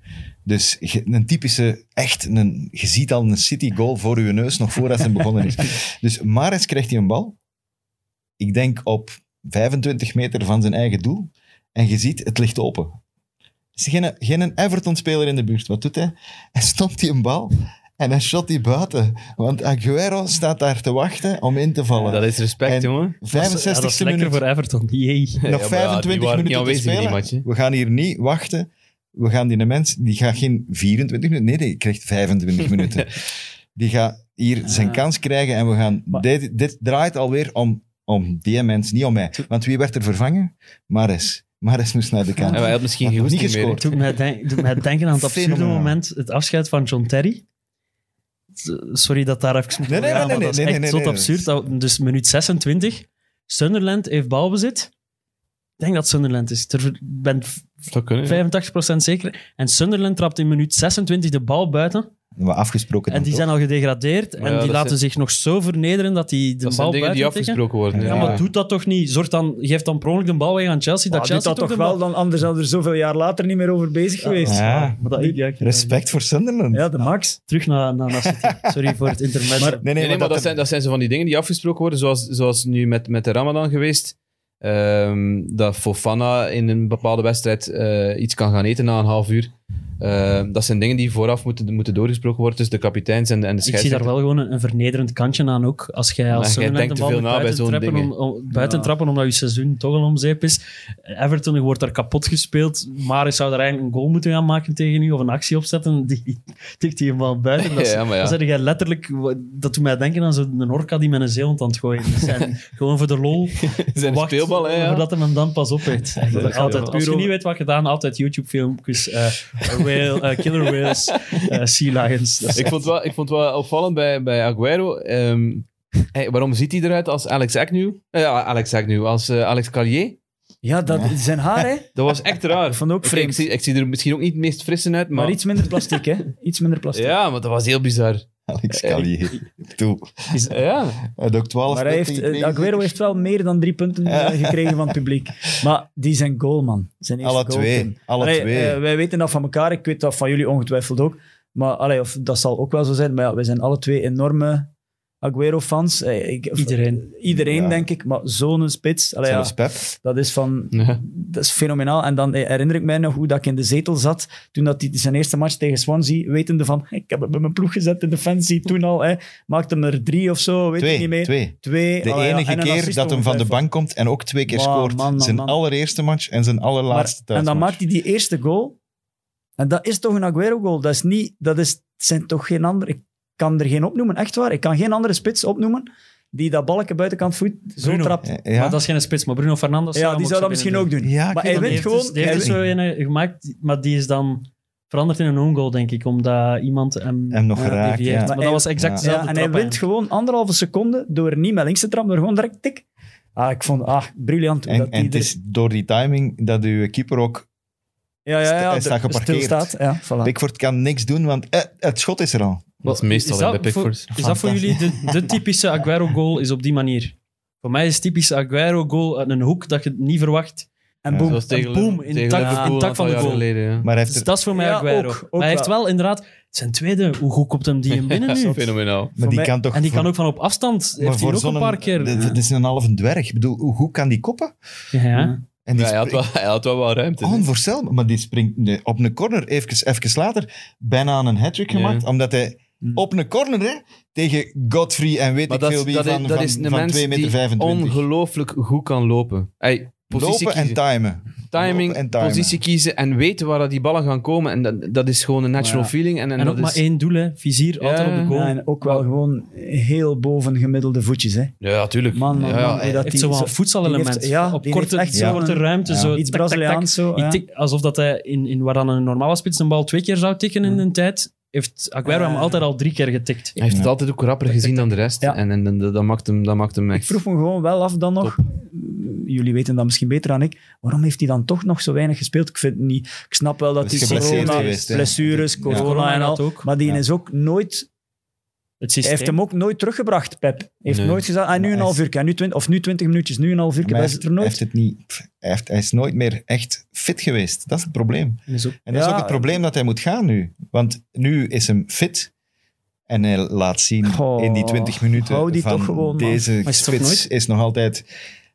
Dus ge- een typische, echt, een, je ziet al een City goal voor je neus nog voordat hij begonnen is. Dus Mares krijgt hij een bal. Ik denk op 25 meter van zijn eigen doel. En je ziet, het ligt open. Er is geen, geen Everton-speler in de buurt. Wat doet hij? Hij stopt die een bal en hij shot die buiten. Want Aguero staat daar te wachten om in te vallen. Dat is respect, En- jongen. Ja, dat 65 is e lekker minuut. voor Everton. Jee. Ja, maar Nog ja, 25 die waren niet minuten te aanwezig in die spelen. match, hè. We gaan hier niet wachten. We gaan die mens, die gaat geen 24 minuten, nee, die krijgt <laughs> 25 minuten. Die gaat hier zijn kans krijgen en we gaan. Ah. Maar- dit, dit draait alweer om, om die mens, niet om mij. Want wie werd er vervangen? Mares. Mares moest naar de kant. Ah, Ja, maar hij had misschien Had geen nog niet goesting meer. gescoord. hè. Doet mij, denk- doet mij denken <laughs> aan het absurde Fenomenaal. moment, het afscheid van John Terry. Z- Sorry dat daar even moet Nee, nee, over gaan, nee, maar nee, dat is nee, echt nee, nee, zot nee, absurd. Dat- Dus minuut 26, Sunderland heeft balbezit. Ik denk dat Sunderland is. Ik ben Dat kunnen, ja. 85% zeker. En Sunderland trapt in minuut 26 de bal buiten. We afgesproken. En dan die toch? zijn al gedegradeerd. Maar En ja, die dat laten zijn- zich nog zo vernederen dat die de Dat zijn bal dingen buiten die tikken. afgesproken worden. Ja, Ja, maar doet dat toch niet? Zorg dan, geef dan per ongeluk de bal weg aan Chelsea. Ah, dat doet Chelsea dat toch de bal- wel, dan, anders hadden we er zoveel jaar later niet meer over bezig geweest. Ja, Maar dat- ik- eh, ja, ik- Ah, respect voor Sunderland. Ja, de max. Terug naar, naar, naar City. Sorry voor het intermezzo. Maar- Nee, Nee, nee, maar dat, zijn, dat zijn zo van die dingen die afgesproken worden, zoals, zoals nu met, met de Ramadan geweest. Ehm, dat Fofana in een bepaalde wedstrijd eh, iets kan gaan eten na een half uur. Ehm, dat zijn dingen die vooraf moeten, moeten doorgesproken worden tussen de kapiteins en, en de ik zie daar scheidsrechter. wel gewoon een, een vernederend kantje aan ook. Als jij Maar als jij Sunderland denkt de te bal veel moet na bij buiten, zo'n trappen, om, dingen. om- buiten trappen omdat je seizoen toch al omzeep is. Everton je wordt daar kapot gespeeld. Maar zou daar eigenlijk een goal moeten gaan maken tegen u of een actie opzetten. Die <laughs> tikt die bal buiten. Dat, is- Ja, maar ja. dan zeg jij letterlijk... Dat doet mij denken aan zo'n orka die met een zeehond aan het gooien is. <laughs> En gewoon voor de lol. zijn wacht speelbal, hè, ja. Voordat hij hem dan pas op heeft. altijd, als je niet weet wat gedaan, altijd YouTube-filmpjes. eh, whale, eh, killer whales, eh, sea lions. Dat is- Ik vond wel, ik vond wel opvallend bij, bij Aguero. ehm, hey, waarom ziet hij eruit als Alex Agnew? Eh, Ja, Alex Agnew, als eh, Alex Carlier. Ja, dat, zijn haar, hè. Dat was echt raar. Ik vond het ook Ik- Ik, vreemd. zie, ik zie er misschien ook niet het meest frissen uit, maar... Maar iets minder plastiek, hè. Iets minder plastiek. ja, maar dat was heel bizar. Alex Calier. Toe. Ja. Hij had ook 12 Maar hij heeft, punten eh, gekregen, Aguero heeft wel meer dan drie punten eh, gekregen van het publiek. Maar die zijn goal, man. Zijn eerste Alle goal, twee. Tim. Alle Allee, twee. eh, wij weten dat van elkaar. Ik weet dat van jullie ongetwijfeld ook. Maar allee, of, dat zal ook wel zo zijn. Maar ja, wij zijn alle twee enorme Aguero-fans. Eh, ik- of- Iedereen. Iedereen, Ja. denk ik. Maar zo'n spits, allee, ja, Zelfs Pep. dat is van... Ja. Dat is fenomenaal. En dan eh, herinner ik mij nog hoe dat ik in de zetel zat toen dat hij zijn eerste match tegen Swansea, wetende van, ik heb hem in mijn ploeg gezet in defensie toen al. Hè, maakte hem er drie of zo, weet ik niet Twee, meer. twee. Twee, De ah, ja, enige en een keer assist dat hem van de ongetwijfeld. bank komt en ook twee keer Wow, scoort. man, man, zijn man. allereerste match en zijn allerlaatste Maar- En thuismatch. dan maakt hij die eerste goal. En dat is toch een Aguero-goal. Dat is niet... Dat is, zijn toch geen andere... Ik kan er geen opnoemen, echt waar. Ik kan geen andere spits opnoemen die dat balkje buitenkant voet zo Bruno. trapt. Eh, Ja, Maar ja. dat is geen spits, maar Bruno Fernandes... Ja, die zou dat misschien ook doen. Ja, ik weet maar hij dat wint niet. gewoon... Dus die heeft er hij zo een gemaakt, maar die is dan veranderd in een own goal, denk ik, omdat iemand hem, Hem nog eh, geraakt, devieert. ja. Maar Maar dat hij- was exact Ja. wint- dezelfde ja, en hij trap wint eigenlijk. gewoon anderhalve seconde door niet met links te trappen, maar gewoon direct tik. Ah, ik vond... Ah, briljant. hoe En, dat en die het is door die timing dat uw keeper ook... er- ja, ja, ja, hij staat er- geparkeerd. stilstaat. Ja, voilà. Pickford kan niks doen, want eh, het schot is er al. Dat is meestal in de voor- Pickford. is dat voor jullie de, de typische Aguero-goal is op die manier? Voor mij is typisch Aguero-goal uit een hoek dat je het niet verwacht. En Ja, boom. Zoals tegen en boom, Liverpool- in tegen tak- in Liverpool tak een van de aantal goal. jaar geleden, ja. Maar hij heeft Dus er- dat is voor mij Ja, Aguero. ook- ook maar hij heeft wel. wel inderdaad... Zijn tweede, hoe goed komt hem die hem <laughs> binnen nu? Fenomenaal. maar voor die mij- kan toch... En die voor- kan ook van op afstand. maar Heeft hij voor ook een zo'n- paar keer... d- d- Het is een half een dwerg. Ik bedoel, hoe goed kan die koppen? Ja, ja. En die Ja, hij, had springt- wel, hij had wel wat ruimte. dus- hè. Onvoorstelbaar. Maar die springt nu op een corner, even, even later, bijna aan een hat-trick Ja. gemaakt. Omdat hij Hmm. op een corner hè, tegen Godfrey en weet Maar ik dat, veel wie dat, van, is, dat van, is een van mens 2 meter die 25. ongelooflijk goed kan lopen. Hij positie Lopen en kiezen, timen. timing, lopen en timen. positie kiezen en weten waar dat die ballen gaan komen. En dat, dat is gewoon een natural Maar feeling. En, en, En, dat ook maar is- één doel, hè. Vizier, altijd op de Ja. goal. Ja, en ook wel gewoon heel boven gemiddelde voetjes. Hè. Ja, tuurlijk. Man, man, Ja, ja, man, hoe dat dat heeft zo wel zo- een voedselelement. die heeft- ja, op die heeft korte, echt zo zo'n- korte ruimte. ja. Zo, Iets tak, tak, tak. Braziliaans zo. Die ja. tik- alsof dat hij in, in waar dan een normale spits een bal twee keer zou tikken in een tijd, heeft Aguero hem Eh. altijd al drie keer getikt. Hij heeft het altijd ook rapper gezien dan de rest. Ja. En, en, en dat, dat maakt hem, dat maakt hem Ik echt... vroeg me gewoon wel af dan nog. Jullie weten dat misschien beter dan ik. Waarom heeft hij dan toch nog zo weinig gespeeld? Ik vind het niet. Ik snap wel dat Dat is hij geblesseerd corona, geweest, hè. blessures, Ja. corona en had al. ook. Maar die Ja. is ook nooit, Het hij heeft hem ook nooit teruggebracht, Pep. Heeft Nee. nooit gezegd, ah, nu Maar een hij half is- uur, en nu twint- of nu twintig minuutjes, nu een half uur, Maar dat is het er hij nooit. heeft het niet. pff, Hij, heeft, hij is nooit meer echt fit geweest. Dat is het probleem. En dat Ja, is ook het probleem dat hij moet gaan nu. Want nu is hem fit. En hij laat zien Goh, in die 20 minuten hou die van toch gewoon, man. deze Maar is het toch spits nooit? is nog altijd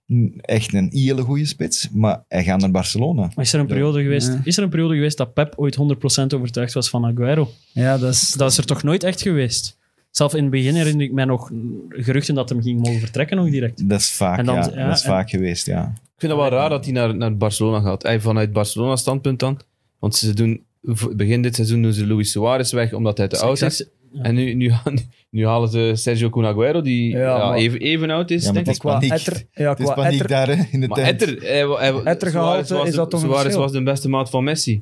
een- echt een hele goede spits. Maar hij gaat naar Barcelona. Maar is er, een periode geweest, Ja. is er een periode geweest dat Pep ooit 100% overtuigd was van Aguero? Ja, dat is... Dat is er toch nooit echt geweest? Zelf in het begin herinner ik mij nog mm, geruchten dat hem ging mogen vertrekken ook direct. Dat is vaak, En dan- ja, ja, dat is en- vaak geweest, ja. Ik vind het wel raar dat hij naar, naar Barcelona gaat. Hij, vanuit Barcelona standpunt dan. Want ze doen, v- begin dit seizoen doen ze Luis Suarez weg omdat hij te oud is. En nu, nu, <laughs> nu halen ze Sergio Kun Aguero, die Ja, ja, maar- even, even oud is. Ja, maar denk het ik. is paniek. Etter, ja, Het is qua paniek etter, daar hè, in de Maar tent. Etter, hij, hij, Etter Suarez gehalte, was is de- dat toch een Suarez verschil? was de beste maat van Messi.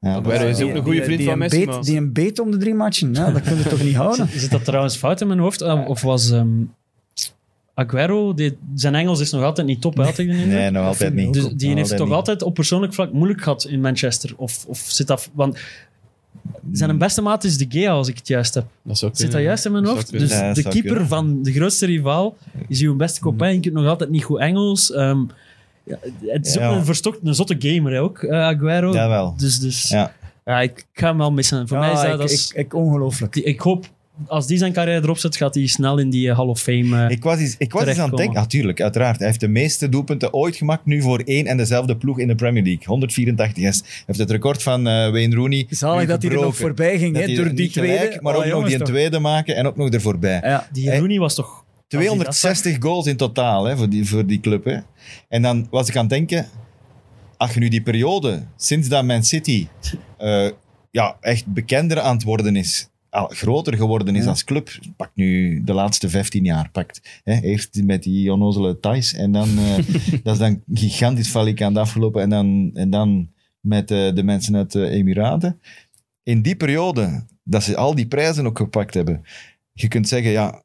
Ja, dat- Aguero is ook een goede die- vriend die van een Messi, beet- maar- Die een beet om de drie matchen, ja, dat kun je toch niet <laughs> houden? Zit dat trouwens fout in mijn hoofd? Eh, Of was ehm, Aguero, die- zijn Engels is nog altijd niet top, hè, had ik de indruk. Nee, nog altijd niet. Dus die Nog heeft het toch niet. altijd op persoonlijk vlak moeilijk gehad in Manchester? Of, of zit dat... Want zijn een beste maat is de Gea, als ik het juist heb. Dat zou Zit dat kunnen. juist in mijn Dat hoofd? zou kunnen. Ja, Dus dat de Hmm. zou keeper kunnen. Hmm. van de grootste rivaal is uw beste kopijn. Je kunt nog altijd niet goed Engels. Ehm, ja, het is Ja. ook een verstokt, een zotte gamer hè, ook, eh, Aguero. Jawel. Dus, dus ja. Ja. ik ga hem wel missen. Voor mij is Ja, dat... ik, dat is- ik, ik, ongelooflijk. die- ik hoop, als die zijn carrière erop zet, gaat hij snel in die eh, Hall of Fame. eh. Ik was eens, ik was eens aan het terechtkomen. denken, natuurlijk, uiteraard. Hij heeft de meeste doelpunten ooit gemaakt, nu voor één en dezelfde ploeg in de Premier League. 184. Hij heeft het record van eh, Wayne Rooney. nu Zalig dat hij er nog gebroken. voorbij ging, Dat hè, hij door niet die gelijk, tweede. maar Oh, ook nog jongens, die een toch. tweede maken en ook nog ervoor voorbij. Ja, die eh, Rooney was toch... als hij dat zag- 260 goals in totaal hè, voor, die, voor die club. Hè. En dan was ik aan het denken, als je nu die periode, sinds dat Man City eh, ja, echt bekender aan het worden is, al groter geworden is Ja. als club, pak nu de laatste 15 jaar, pakt. Hè. Eerst met die onnozele Thais en dan, eh, <laughs> dat is dan gigantisch falik aan het afgelopen en dan, en dan met eh, de mensen uit de Emiraten. In die periode, dat ze al die prijzen ook gepakt hebben, je kunt zeggen, ja,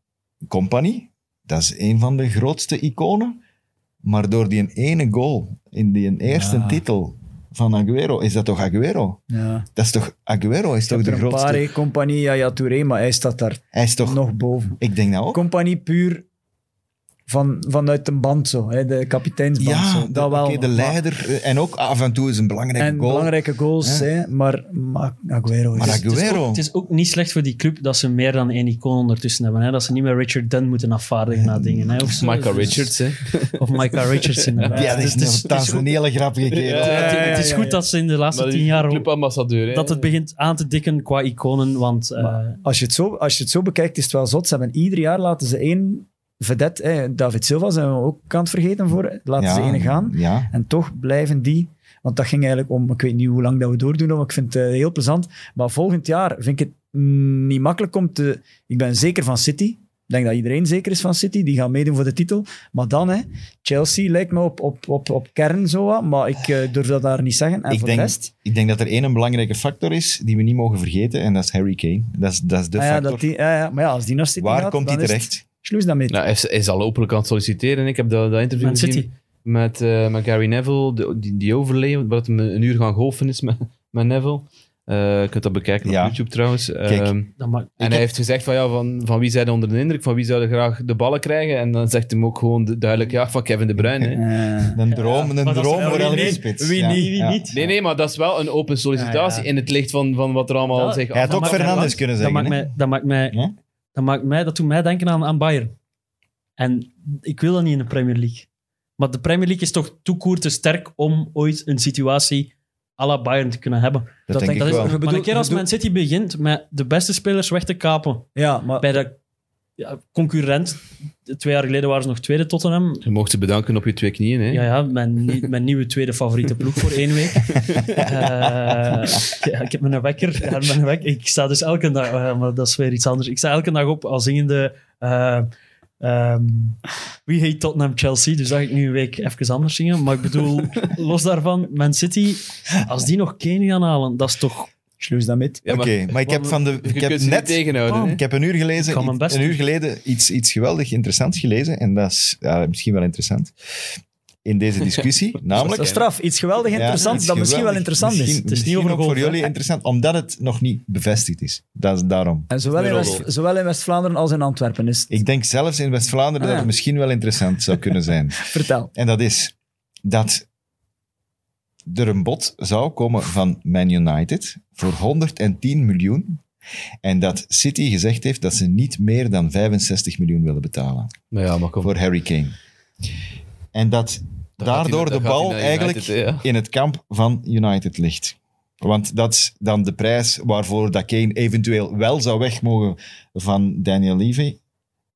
Company, dat is een van de grootste iconen. Maar door die ene goal in die eerste Ja. titel van Aguero, is dat toch Aguero? ja. Dat is toch, Aguero is Ik heb toch de er een grootste? paar, hè, Compagnie, Yaya Touré, maar hij staat daar Hij is toch, nog boven. ik denk nou ook. Compagnie puur van, vanuit de band zo, hè, de kapiteinsband. zo. Ja, Dat de, wel, oké, de maar- leider. eh, En ook af en toe is een belangrijke En goal. belangrijke goals, Ja. hè, maar, maar Aguero is... Maar Maar, Het is, Aguero. ook, het is ook niet slecht voor die club dat ze meer dan één icoon ondertussen hebben. Hè? Dat ze niet meer Richard Dunn moeten afvaardigen na dingen. Hè? Of zo. Michael Dus- Richards, hè. Of Michael Richards, inderdaad. ja, dat is, Dus het een, het dat is goed- een hele grappige kerel. Ja. het- het is ja, goed ja. dat ze in de laatste Maar die tien jaar Clubambassadeur, hè. dat het begint aan te dikken qua iconen, want eh, als, je het zo, als je het zo bekijkt, is het wel zot. Ze hebben ieder jaar laten ze één vedette, hè, David Silva zijn we ook aan het vergeten voor, laten ze ene gaan. Ja. En toch blijven die... Want dat ging eigenlijk om... Ik weet niet hoe lang dat we doordoen, maar ik vind het eh, heel plezant. Maar volgend jaar vind ik het mm, niet makkelijk om te... Ik ben zeker van City. Ik denk dat iedereen zeker is van City. Die gaan meedoen voor de titel. Maar dan, hè, Chelsea lijkt me op, op, op, op kern zo wat. Maar ik eh, durf dat daar niet zeggen. En Ik voor denk- de rest... Ik denk dat er één een belangrijke factor is die we niet mogen vergeten. En dat is Harry Kane. Dat is, dat is de Ah ja, factor. dat die, ja, ja, maar ja, als die naar City Waar gaat, komt dan hij is het terecht? Sluis daarmee. Nou, hij is- hij is al openlijk aan het solliciteren. Ik heb dat, dat interview Man gezien City. met, eh, met Gary Neville, de- die, die overleven, wat hem een uur gaan golfen is met, met Neville. Eh, je kunt dat bekijken Ja. op YouTube trouwens. Kijk, Ehm, dat maakt... en hij heb- heeft gezegd van, ja, van, van wie zijn onder de indruk, van wie zouden graag de ballen krijgen. En dan zegt hem ook gewoon du- duidelijk, ja, van Kevin De Bruyne. hè. Eh, Een droom, een Maar dat is droom wel voor wie elke niet, spits. Wie Ja, niet, wie ja. niet. Nee, nee, maar dat is wel een open sollicitatie Ah, Ja, ja. in het licht van, van wat er allemaal Dat- zich Hij had Dat ook maakt mij Fernandes lang. kunnen Dat zeggen. maakt hè. mij... Dat, maakt mij, Ja? dat, maakt mij, dat doet mij denken aan, aan Bayern. En ik wil dat niet in de Premier League. Maar de Premier League is toch toekoer te sterk om ooit een situatie à la Bayern te kunnen hebben. Dat denk ik dat is, wel. Je maar bedoelt- een keer als je Man City begint met de beste spelers weg te kapen ja, maar... bij de ja, concurrent. Twee jaar geleden waren ze nog tweede Tottenham. Je mocht ze bedanken op je twee knieën. Hè? Ja, ja mijn, nie- mijn nieuwe tweede favoriete ploeg voor één <laughs> week. Eh, ja, ik heb mijn wekker, ja, mijn wekker. Ik sta dus elke dag, eh, maar dat is weer iets anders. Ik sta elke dag op als zingende eh, ehm, We Hate Tottenham Chelsea. Dus dat ga ik nu een week even anders zingen. Maar ik bedoel, los daarvan, Man City, als die nog Kane gaan halen, dat is Oh, toch... Sluis daarmee. Ja, Oké, maar maar ik heb, van de, Je ik heb kunt ze niet net tegenhouden. hè. Ik heb een uur, Ik kan gelezen, mijn best een uur doen. geleden iets, iets geweldig interessants gelezen. En dat is ja, misschien wel interessant. In deze discussie. namelijk, <laughs> Dat is straf. Iets geweldig Ja, interessants iets dat misschien wel geweldig. interessant Misschien- is. Het is niet misschien over ook golf, voor hè? jullie interessant, omdat het nog niet bevestigd is. Dat is daarom. En zowel in, West, zowel in West-Vlaanderen als in Antwerpen Dus is het. Ik denk zelfs in West-Vlaanderen Ah, dat ja. het misschien wel interessant zou kunnen zijn. Vertel. En dat is dat er een bod zou komen van Man United voor 110 miljoen. En dat City gezegd heeft dat ze niet meer dan 65 miljoen willen betalen. Maar ja, maar kom. voor Harry Kane. En dat Dan gaat hij daardoor naar- de dan gaat bal hij naar eigenlijk United, hè, ja. in het kamp van United ligt. Want dat is dan de prijs waarvoor dat Kane eventueel wel zou weg mogen van Daniel Levy.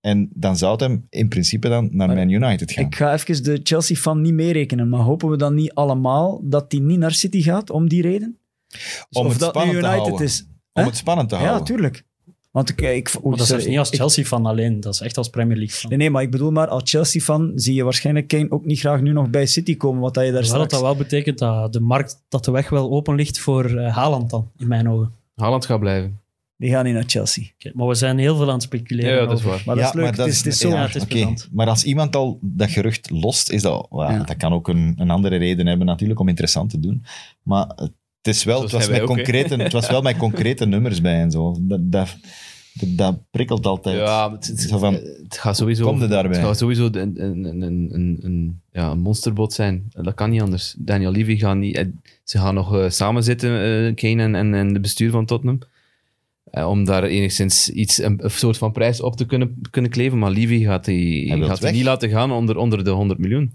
En dan zou het hem in principe dan naar Maar Man United gaan. Ik ga even de Chelsea-fan niet meerekenen, maar hopen we dan niet allemaal dat die niet naar City gaat om die reden? Dus Om of het dat nu spannend te United houden. is. Om hè? het spannend te Ja, houden. tuurlijk. Want ik, ik, Maar dat is sorry, toch niet als ik- Chelsea-fan alleen, dat is echt als Premier League-fan. Nee, nee, maar ik bedoel maar, als Chelsea-fan zie je waarschijnlijk Kane ook niet graag nu nog bij City komen, wat dat je daar Terwijl dat, straks... Dus dat wel betekent dat de markt, dat de weg wel open ligt voor eh, Haaland dan, in mijn ogen. Haaland gaat blijven. Die gaan niet naar Chelsea. Oké, maar we zijn heel veel aan het Ja, speculeren. ja, dat is over. waar. Maar dat is Ja, leuk, het is, het is zo. ja. het is oké. plezant. Maar als iemand al dat gerucht lost, is dat, wel, Ja. dat kan ook een, een andere reden hebben natuurlijk om interessant te doen. Maar het, is wel, Zo het, zijn was wij met ook, hè. concrete, het was wel met <laughs> concrete nummers bij en zo. Dat, dat, dat, dat prikkelt altijd. Ja, maar het, het- Zo van, het gaat sowieso, kom er daarbij. het gaat sowieso een, een, een, een, een, een- ja, een monsterbot zijn. Dat kan niet anders. Daniel Levy gaat niet... eh, Ze gaan nog eh, samen zitten, eh, Kane en, en, en de bestuur van Tottenham. eh, om daar enigszins iets, een, een soort van prijs op te kunnen, kunnen kleven. Maar Levy gaat die, Hij wil gaat die weg. niet laten gaan onder, onder de 100 miljoen.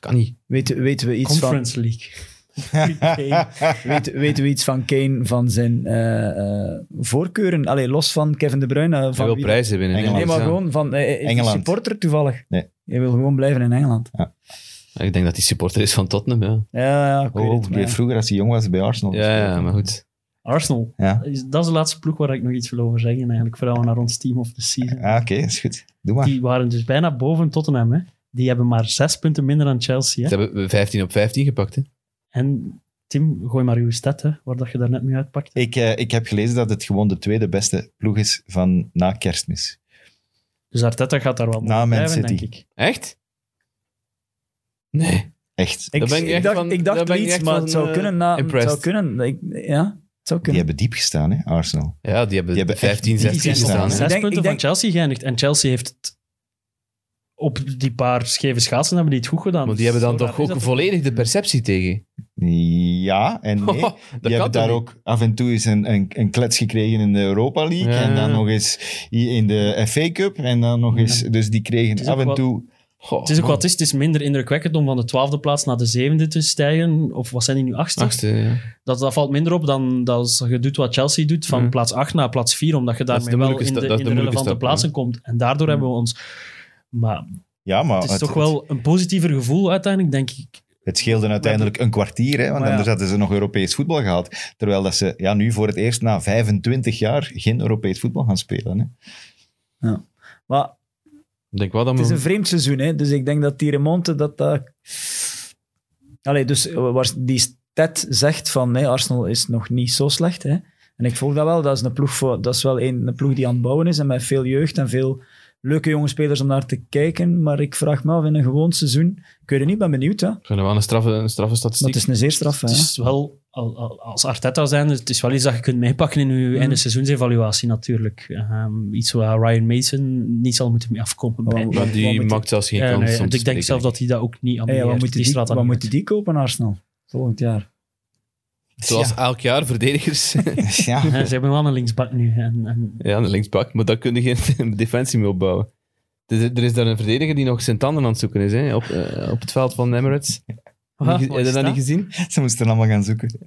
Kan niet. Weten, weten we iets van... Conference League. <laughs> Kane. Weet, weten we iets van Kane, van zijn eh, eh, voorkeuren? Allee, los van Kevin De Bruyne. eh, Van Hij wil wie- prijzen winnen. Engeland. Nee, maar Ja. gewoon van eh, eh, is hij Engeland. supporter toevallig. Nee. Je wil gewoon blijven in Engeland. Ik denk dat hij supporter is van Tottenham, ja. Ja, ja, ik weet Oh, het, maar die heeft vroeger als hij jong was bij Arsenal. Ja, ja, gespeeld. maar goed. Arsenal. Ja. Is- Dat is de laatste ploeg waar ik nog iets wil over zeggen, eigenlijk, voordat we naar ons team of the season. Ah, oké, is goed. Doe maar. Die waren dus bijna boven Tottenham. Hè. Die hebben maar zes punten minder dan Chelsea. Ze Hè. hebben 15 op 15 gepakt, hè. En Tim, gooi maar uw stat, hè, waar dat je daar net mee uitpakt. Ik, eh, ik heb gelezen dat het gewoon de tweede beste ploeg is van na kerstmis. Dus Arteta gaat daar wel Na Nou, Man mee blijven, City. denk ik. Echt? Nee. Echt. Ik, Daar ben ik ik echt dacht, van- ik dacht daar ben ik Leeds, echt maar van, het zou eh, kunnen. Na, het impressed. zou kunnen. Ik- ja, het Die zou kunnen. hebben diep gestaan, hè, Arsenal. Ja, die hebben, Die hebben echt 15, niet 16 Die Precies zijn op staan, gestaan. gedaan, zes Ik denk- punten van ik denk- Chelsea geëindigd. En Chelsea heeft het op die paar scheve schaatsen hebben die het goed gedaan. Want die hebben dan Zo toch raar is ook dat volledig de perceptie tegen. Ja en <laughs> nee. <laughs> Dat Die kan hebben daar toch ook af en toe eens een, een, een klets gekregen in de Europa League. Ja, En dan ja. nog eens hier in de FA Cup. En dan nog eens... Dus die kregen is af ook en wel- toe... niet? Goh, Het is ook man. wat het is. Het is minder indrukwekkend om van de twaalfde plaats naar de zevende te stijgen. Of wat zijn die nu, achtste? Achtste, ja. Dat, dat valt minder op dan dat als je doet wat Chelsea doet, van Ja. plaats 8 naar plaats 4, omdat je Mhm. Dat is daarmee de wel moeilijke in de, stap, dat is in de de moeilijke relevante stap, Mhm. Oh, ja. plaatsen komt. En daardoor hebben we ons... Maar Ja, maar het is toch wel een positiever gevoel uiteindelijk, denk ik. het scheelde uiteindelijk een kwartier. Hè, want Maar ja. anders hadden ze nog Europees voetbal gehad. Terwijl dat ze ja, nu voor het eerst na 25 jaar geen Europees voetbal gaan spelen. Hè. Maar Ik denk wel dat Het is een we... vreemd seizoen, hè? dus ik denk dat die remonte dat dat... Allee, dus eh, waar die stat zegt van nee, Arsenal is nog niet zo slecht. Hè? En ik volg dat wel, dat is, een ploeg voor, dat is wel een, een ploeg die aan het bouwen is en met veel jeugd en veel leuke jonge spelers om naar te kijken. Maar ik vraag me af, in een gewoon seizoen, ik weet het niet, ben benieuwd. Hè? Ik vind het wel een straffe, een straffe Dat statistiek. is een zeer straf. Hè? Het is wel, al- al- als Arteta zijn, het is wel iets dat je kunt meepakken in je Mhm. einde seizoensevaluatie natuurlijk. Ehm, iets waar Ryan Mason niet zal moeten mee afkomen. bij. Oh, Maar Wat moet die die- maakt zelfs geen Ja, kans nee, om want te ik denk spreken. zelf dat hij dat ook niet Hey, ambieert. wat moeten die die, straat dan wat niet moeten die kopen, Arsenal? Volgend jaar. Zoals Ja. elk jaar, verdedigers. <laughs> Ja. uit. Ja, Ze hebben wel een linksbak nu. En, en ja, een linksbak. Maar daar kun je geen <laughs> defensie mee opbouwen. Er is- er is daar een verdediger die nog zijn tanden aan het zoeken is, hè, op, eh, op het veld van Emirates. Niet Wat? ge- Wat Heb je is dat dat? niet gezien? Ze moesten allemaal gaan zoeken.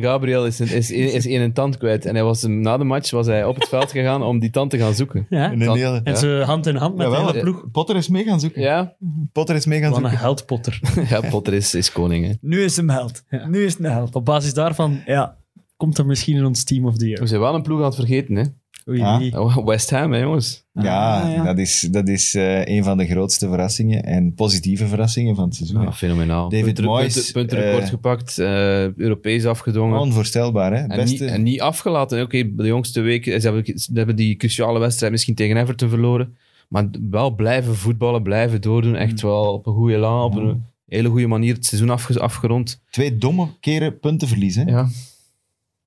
Gabriel is, een- is, is een, een tand kwijt. En hij was, hem- na de match was hij op het veld gegaan om die tand te gaan zoeken. ja, En een Dat- hele- en ze hand in hand met Jawel, de hele eh, ploeg. Potter is mee gaan zoeken. Ja, Potter is mee gaan Wat een zoeken. heldpotter. <laughs> ja Potter is, is koning. Hè. Nu is hem held. Ja. Nu is het een held. Op basis daarvan Ja, komt er misschien in ons team of the We year. zijn wel een ploeg aan het vergeten. Hè. Oei, Ja. oei. West Ham, hè, jongens. Ja, Ah, ja. dat is, dat is eh, een van de grootste verrassingen en positieve verrassingen van het seizoen. Ja, fenomenaal. David Punten- Moyes, punten- Puntenrecord eh, gepakt, eh, Europees afgedwongen. Onvoorstelbaar, hè? En, niet, Beste... en niet afgelaten. Oké, de jongste week eh, ze hebben, ze hebben die cruciale wedstrijd misschien tegen Everton verloren. Maar wel blijven voetballen, blijven doordoen. Echt wel op een goede la, op een hele goede manier het seizoen afge- afgerond. Twee domme keren punten verliezen. hè. Ja,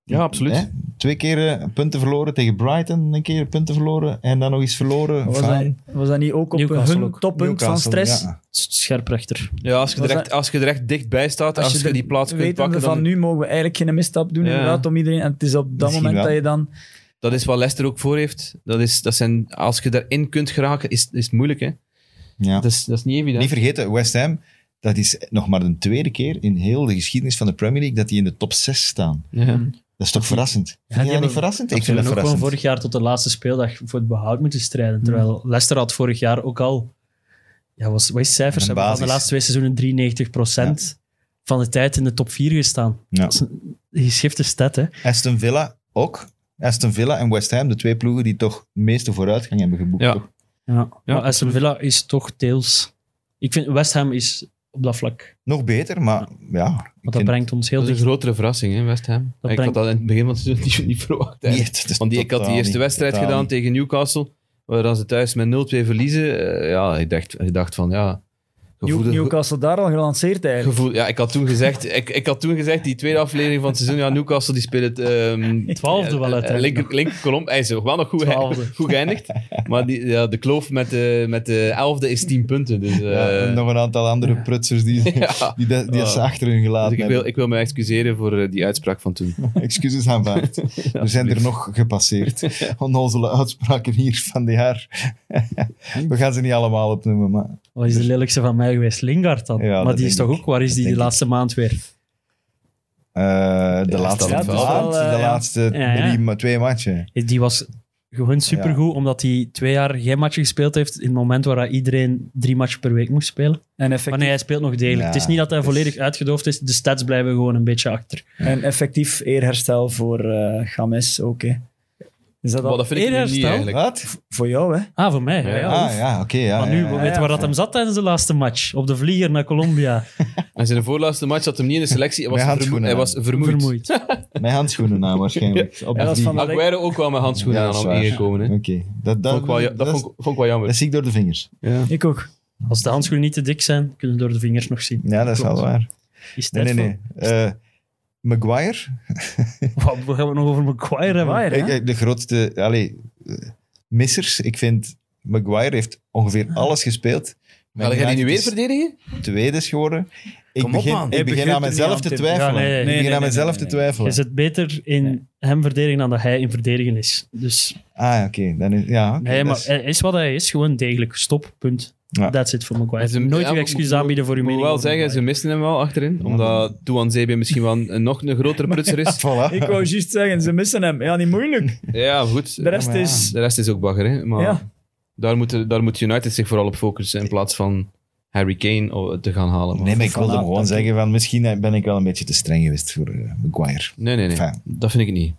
ja absoluut. Hè? Twee keren punten verloren tegen Brighton, een keer punten verloren en dan nog eens verloren. was van- dat, was dat niet ook op eh, Newcastle hun ook. toppunt van Newcastle, stress? ja. Scherprechter. Ja, als je, Was er echt, dat- als je er echt dichtbij staat, als, je, er die plaats kunt wetende pakken, dan, van nu mogen we eigenlijk geen misstap doen Ja. inderdaad om iedereen. En het is op dat Misschien moment wel. dat je dan... dat is wat Leicester ook voor heeft. Dat is, dat zijn, als je daarin kunt geraken, is, is het moeilijk. Hè? Ja. Dat, is, dat is niet evident. Niet vergeten, West Ham, dat is nog maar de tweede keer in heel de geschiedenis van de Premier League dat die in de top 6 staan. ja. Dat is toch verrassend? Vind je die dat niet hebben- verrassend? Ik Ik vind dat ook gewoon verrassend. vorig jaar tot de laatste speeldag voor het behoud moeten Hmm. strijden. Terwijl Leicester had vorig jaar ook al... Ja, was, wat is het cijfers? Een Ze hebben van de basis. laatste twee seizoenen 93 van de tijd in de top 4 gestaan. Ja. Dat is een geschifte stat, hè. Aston Villa ook. Aston Villa en West Ham, de twee ploegen die toch de meeste vooruitgang hebben geboekt. Ja. toch? Ja. Ja, maar Aston Villa is toch deels... Ik vind West Ham is op dat vlak. Nog beter, maar ja. ik Want dat vind- brengt ons heel Dat is een dicht. grotere verrassing, hè, West Ham. ik brengt- had dat in het begin van het seizoen <laughs> niet, niet verwacht. eigenlijk. Nee, het is Want die, ik had totaal die eerste niet, wedstrijd totaal gedaan niet. tegen Newcastle, waar ze thuis met 0-2 verliezen. Eh, ja, ik dacht, ik dacht van, ja... New- gevoelde- Newcastle daar al gelanceerd eigenlijk. gevoel, ja, ik had toen gezegd, ik, ik had toen gezegd, die tweede aflevering van het seizoen, ja, Newcastle die speelt ehm Twaalfde wel eh, eh, uiteindelijk Linker, linker kolom, hij is er wel nog goed, Twaalfde. <laughs> goed geëindigd. Maar die, ja, de kloof met de, met de elfde is 10 punten. Dus, eh, Ja, en nog een aantal andere prutsers <laughs> die, <laughs> ja. die, dat- die Ja. ze achter hun Dus gelaten ik, wil, hebben. ik wil me excuseren voor eh, die uitspraak van toen. Excuses <laughs> aanvaard. We zijn er nog gepasseerd. Onnozele uitspraken hier van dit jaar. We gaan ze niet allemaal opnoemen, maar Wat is de lelijkste van mij geweest? Lingard dan. Dus- Ja, maar dat die is denk toch ik. ook... Waar is Dat die de denk ik. laatste maand weer? eh, de Ja, laatste, dat is de wel, laatste- eh, de ja. laatste Ja, ja. drie, ma- twee matchen. Eh, Die was gewoon supergoed, omdat hij twee jaar geen match gespeeld heeft in het moment waar iedereen drie matchen per week moest spelen. En Maar effectief, nee, hij speelt nog degelijk. Ja, dus- het is niet dat hij het is- volledig uitgedoofd is. De stats blijven gewoon een beetje achter. en effectief eerherstel voor eh Games ook. Hè. Is dat Maar al dat vind ik nu Eerherstel? niet eigenlijk. Wat? voor jou, hè? Ah, voor mij. Ja, Ja. ja, Ah oef. ja, oké. ja, maar nu, ja, ja, weet ja. waar dat hem zat tijdens de laatste match? Op de vlieger naar Colombia. En zijn voorlaatste match had hem niet in de selectie. Hij was, Met vermoe- handschoenen hij aan. was vermoeid. <laughs> Vermoeid. Mijn handschoenen aan waarschijnlijk. Op Ja, dat is die- van de- Aguero ook wel met handschoenen Ja, aan dat is om waar. ingekomen. Hè. Oké, dat, dat, Vond ik wel, ja- dat, is- vond, ik- vond ik wel jammer. dat zie ik door de vingers. ja. Ik ook. Als de handschoenen niet te dik zijn, kunnen we door de vingers nog zien. Ja, dat is Klopt. wel waar. Is Nee, tijd nee, nee. Eh, Maguire, voor- Wat, Eh, we gaan we nog over Maguire hebben. Maguire, hè? Ik- ik- de grootste allee, eh, missers. Ik vind Maguire heeft ongeveer Ah. alles gespeeld. Ga jij die nu Maguire weer is dus- verdedigen? tweede is geworden. Ik Kom op, begin, man. ik Hij begin begint aan er mezelf niet te aan te- twijfelen. Ja, nee, ik nee, begin nee, aan nee, mezelf nee, te nee. Je twijfelen. zit beter in hem verdedigen dan dat hij in verdedigen is. Dus Ah, oké. Dan is, ja, oké, nee, dat maar eh, is- hij is wat hij is. Gewoon degelijk. Stop. Punt. Ja. That's it voor Hij Maguire. is een- Nooit ja, uw maar excuus moet- aanbieden voor uw Ik moet mening. wel over zeggen, ze Maguire. missen hem wel achterin. Omdat Douan Zeebe misschien wel een, nog een <laughs> grotere prutser is. <laughs> Voilà. Ik wou juist zeggen, ze missen hem. Ja, niet moeilijk. Ja, goed. De rest maar ja. is... De rest is ook bagger, hè. Maar Ja. daar, moet, daar moet United zich vooral op focussen in plaats van Harry Kane oh, te gaan halen. Nee, maar ik wilde Voilà, hem gewoon dank zeggen van misschien ben ik wel een beetje te streng geweest voor eh, Maguire. nee, nee, nee. Enfin. Dat vind ik niet.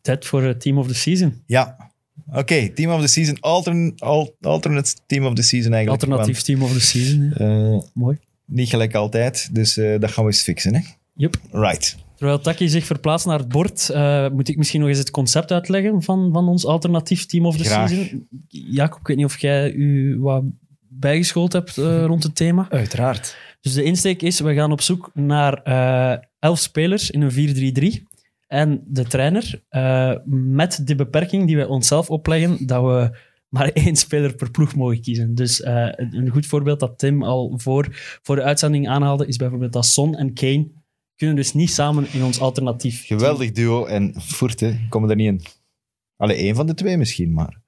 Tijd voor het team of the season. Ja. Oké, team of the season. Altern, al- alternate team of the season eigenlijk. Alternatief team of the season. ja. Want, eh, Mooi. Niet gelijk altijd, dus eh, dat gaan we eens fixen, hè? Yep. Right. Terwijl Taki zich verplaatst naar het bord, eh, moet ik misschien nog eens het concept uitleggen van, van ons alternatief team of the Graag. season. Jacob, ik weet niet of jij u wat bijgeschoold hebt eh, rond het thema. Uiteraard. Dus de insteek is, we gaan op zoek naar eh elf spelers in een 4-3-3 en de trainer. eh, met de beperking die wij onszelf opleggen, dat we maar <laughs> één speler per ploeg mogen kiezen. Dus eh, een een goed voorbeeld dat Tim al voor, voor de uitzending aanhaalde, is bijvoorbeeld dat Son en Kane kunnen dus niet samen in ons alternatief. Geweldig duo en Voerte komen er niet in. Allee, één van de twee misschien, maar.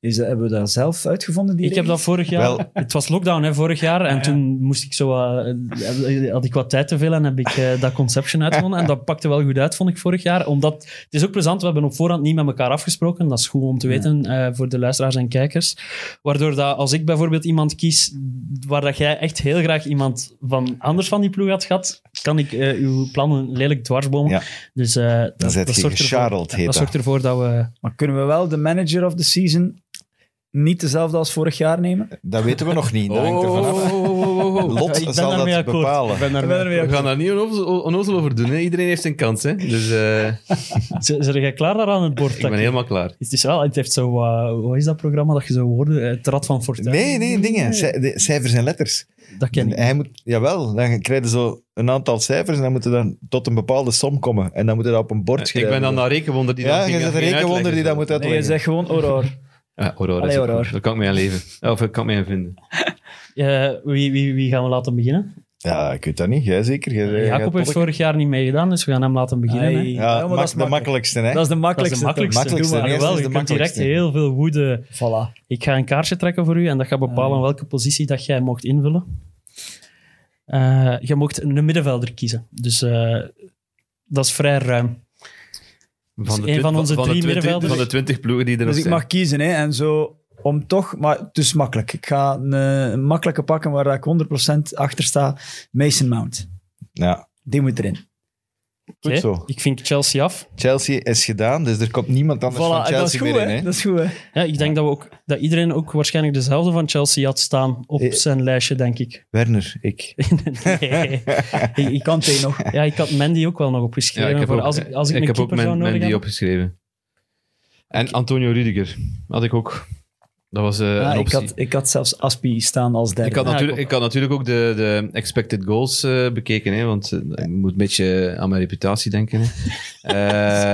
Is dat, hebben we dat zelf uitgevonden? Die Ik heb regel? dat vorig jaar... Wel. Het was lockdown hè, vorig jaar en ja. toen moest ik zo, wat- eh, had ik wat tijd te veel en heb ik eh, dat Conception uitgevonden. En dat pakte wel goed uit, vond ik vorig jaar. Omdat, het is ook plezant, we hebben op voorhand niet met elkaar afgesproken. Dat is goed om te weten eh, voor de luisteraars en kijkers. Waardoor dat als ik bijvoorbeeld iemand kies waar dat jij echt heel graag iemand van anders van die ploeg had gehad, kan ik eh, uw plannen lelijk dwarsbomen. Ja. Dus eh, Dan dat, zit dat je zorgt ervoor, gecharreld, heet dat dat. zorgt ervoor dat we... Maar kunnen we wel de manager of the season niet dezelfde als vorig jaar nemen? Dat weten we nog niet. Dat hangt Oh. ervan af. <laughs> Lot ik ben zal daarmee dat akkoord. bepalen. Ik ben daarmee We gaan daar niet onnozel onnozel over doen. Hè. Iedereen heeft zijn kans. Hè. Dus eh, Z- Zijn jij klaar daar aan het bord? ik ben Taki? helemaal klaar. Het is wel, het heeft zo, eh, hoe is dat programma dat je zo woorden, eh, het rad van Fortuin. Nee, nee, dingen. Ci- de- cijfers en letters. Dat ken ik. Hij moet, jawel, dan krijg je zo een aantal cijfers en dan moeten dan tot een bepaalde som komen. En dan moeten dat op een bord Ik schrijven. ben dan naar rekenwonder die Ja, dat je ging- bent een ging rekenwonder die dat uitleggen. moet Nee, je uitleggen. zegt gewoon <laughs> Aurore. Ja, Aurora. is Allee, ook goed. Aurora. Daar kan ik mee aan leven. Of ik kan ik mee aan vinden. Eh, wie, wie, wie gaan we laten beginnen? Ja, ik weet dat niet. Jij zeker. Jij, jij gaat Jacob heeft pokken. vorig jaar niet meegedaan, dus we gaan hem laten beginnen. hè. Eh, Ai. Ja, Ja, maar mak- dat is de makkelijk. makkelijkste, hè? Dat is de Dat is makkelijkste. de makkelijkste. makkelijkste, Doe maar. de eerste Jawel, is je de kunt direct makkelijkste. heel veel woede. Voilà. Ik ga een kaartje trekken voor u en dat gaat bepalen Ai. welke positie dat jij mocht invullen. Eh, je mocht een middenvelder kiezen. Dus eh, dat is vrij ruim. Dus een twin- van onze de drie twintig- middenvelders. Van de twintig ploegen die er nog Dus ik zijn. mag kiezen, hè. En zo, om toch... Maar het is makkelijk. Ik ga een, eh, een makkelijke pakken waar ik 100% achter sta. Mason Mount. Ja, Die moet erin. goed Oké, zo. Ik vind Chelsea af. Chelsea is gedaan, dus er komt niemand anders van Voilà, Chelsea dat is goed, meer in. Hè? hè. Dat is goed, hè. Ja, ik denk dat, we ook, dat iedereen ook waarschijnlijk dezelfde van Chelsea had staan op Eh. zijn lijstje, denk ik. <laughs> Werner, ik. nee. Ik- ik- Kante <laughs> nog. Ja, ik had Mandy ook wel nog Ja, opgeschreven. ik heb eh, voor ook, als ik, als ik, ik een heb ook keeper zou Men- nodig Mendy hebben. opgeschreven. En Antonio Rudiger had ik ook. Dat was eh, Ja, Ah, een ik, optie. had, ik had zelfs Aspi staan als derde. Ik had, Ja, natuurlijk, ik ik had natuurlijk ook de, de expected goals eh, bekeken, hè, want eh, ik moet een beetje aan mijn reputatie denken. <laughs> Hè.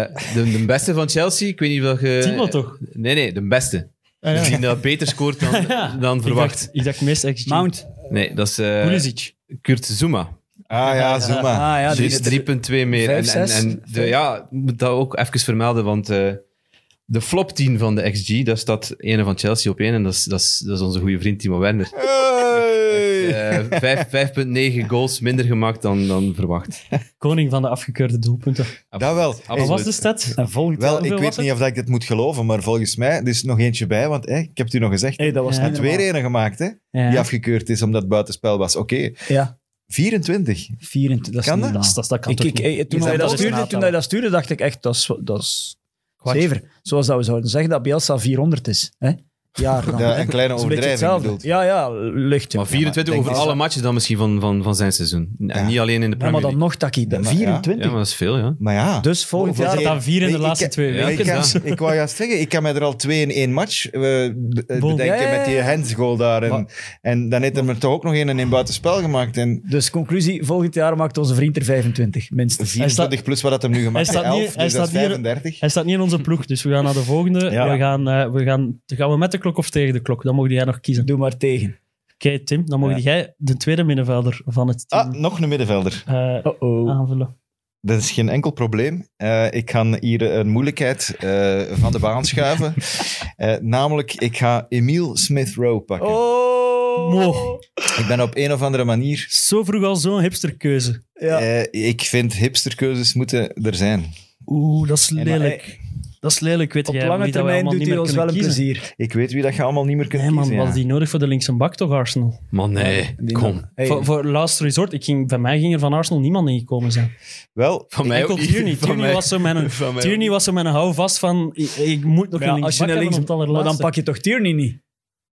Eh, de, de beste van Chelsea, ik weet niet of je... Timo toch? Ah, Nee, nee, de beste. ja. Die dat beter scoort dan, <laughs> Ja. dan Ik verwacht. dacht, ik dacht mis XG. Mount. Nee, dat is eh, Pulisic. Kurt Zuma. Ah ja, Ah, Zuma. ja, Die die is 3,2 meer. Vijf, en en, zes, en de, ja, ik moet dat ook even vermelden, want eh, de flop 10 van de XG, daar staat ene van Chelsea op één en dat is, dat is, dat is onze goede vriend Timo Werner. Hey! Eh, vijf- 5,9 goals minder gemaakt dan, dan verwacht. Koning van de afgekeurde doelpunten. Dat wel. Wat was de Absoluut. stat? En volgend Wel, Hoeveel ik was weet het? niet of dat ik dit moet geloven, maar volgens mij, er is nog eentje bij, want hè, ik heb het u nog gezegd. Hey, dat was Ja. niet Het weer normaal. ene gemaakt, hè? Ja. Die afgekeurd is omdat het buitenspel was. Oké, Ja, 24. 24. Dat is Kan niet dat? Dat, normaal. dat, dat kan Ik, toch ik, niet? eh, toen, Is hij dat dat stuurde, bovenaan toen hij dat stuurde, dacht ik echt, dat is, dat is Kwartje. zever. Zoals dat we zouden zeggen dat Bielsa 400 is. Hè? Jaar dan, Ja, hè. een <laughs> kleine Dat is beetje overdrijving hetzelfde. bedoeld. Ja, ja, lucht. Maar 24 denk over dat- alle matches dan misschien van, van, van zijn seizoen. En Ja. niet alleen in de Ja, maar Premier dan League. nog takkie. Ja, maar- 24. Ja, maar dat is veel, ja. Maar ja. Dus volgend Hoeveel jaar... zit dan vier in de laatste twee dus- ik- weken? Ik, kan- Ja. ik wou juist zeggen, ik kan mij er al twee in één match eh, be- eh, Bon. bedenken Ja, ja, ja. met die handsgoal daar. En, en dan heeft hij er toch ook nog één en één buitenspel gemaakt. En Dus conclusie, volgend jaar maakt onze vriend er 25, minstens. 24 plus wat dat hem nu gemaakt Hij heeft, staat 11, hier- hij dus dat is staat hier- 35. <laughs> Hij staat niet in onze ploeg, dus we gaan naar de volgende. Ja. We gaan, eh, we gaan, dan gaan we met de de klok of tegen de klok? Dan mocht jij nog kiezen. Dus Doe maar tegen. Oké, Tim, dan mocht Ja. jij de tweede middenvelder van het team Ah, nog een middenvelder. Ah. eh, Oh-oh. aanvullen. Dat is geen enkel probleem. Eh, ik ga hier een moeilijkheid eh, van de baan <laughs> schuiven. Eh, namelijk, ik ga Emile Smith Rowe pakken. Oh. Mo. Ik ben op een of andere manier. Zo vroeg al zo'n hipsterkeuze. Ja. eh, ik vind hipsterkeuzes moeten er zijn. Oeh, dat is maar lelijk. dat is lelijk, weet Op jij. lange wie dat we termijn allemaal doet niet hij meer ons wel kunnen een kiezen. plezier. Ik weet wie dat je allemaal niet meer kunt Nee man, kiezen, wat ja. is die nodig voor de linkse bak toch, Arsenal? Maar nee, Die Eh, kom. man. Hey, Voor, voor last resort, ik ging, bij mij ging er van Arsenal niemand ingekomen zijn. Wel, Van mij Enkel ook. Tierney. Van Tierney mij- was zo <laughs> mijn, van mij Tierney was zo mijn houvast van, ik, ik moet nog maar ja, een als je linksbak een hebben links... op het Maar dan allerlaatste. pak je toch Tierney niet?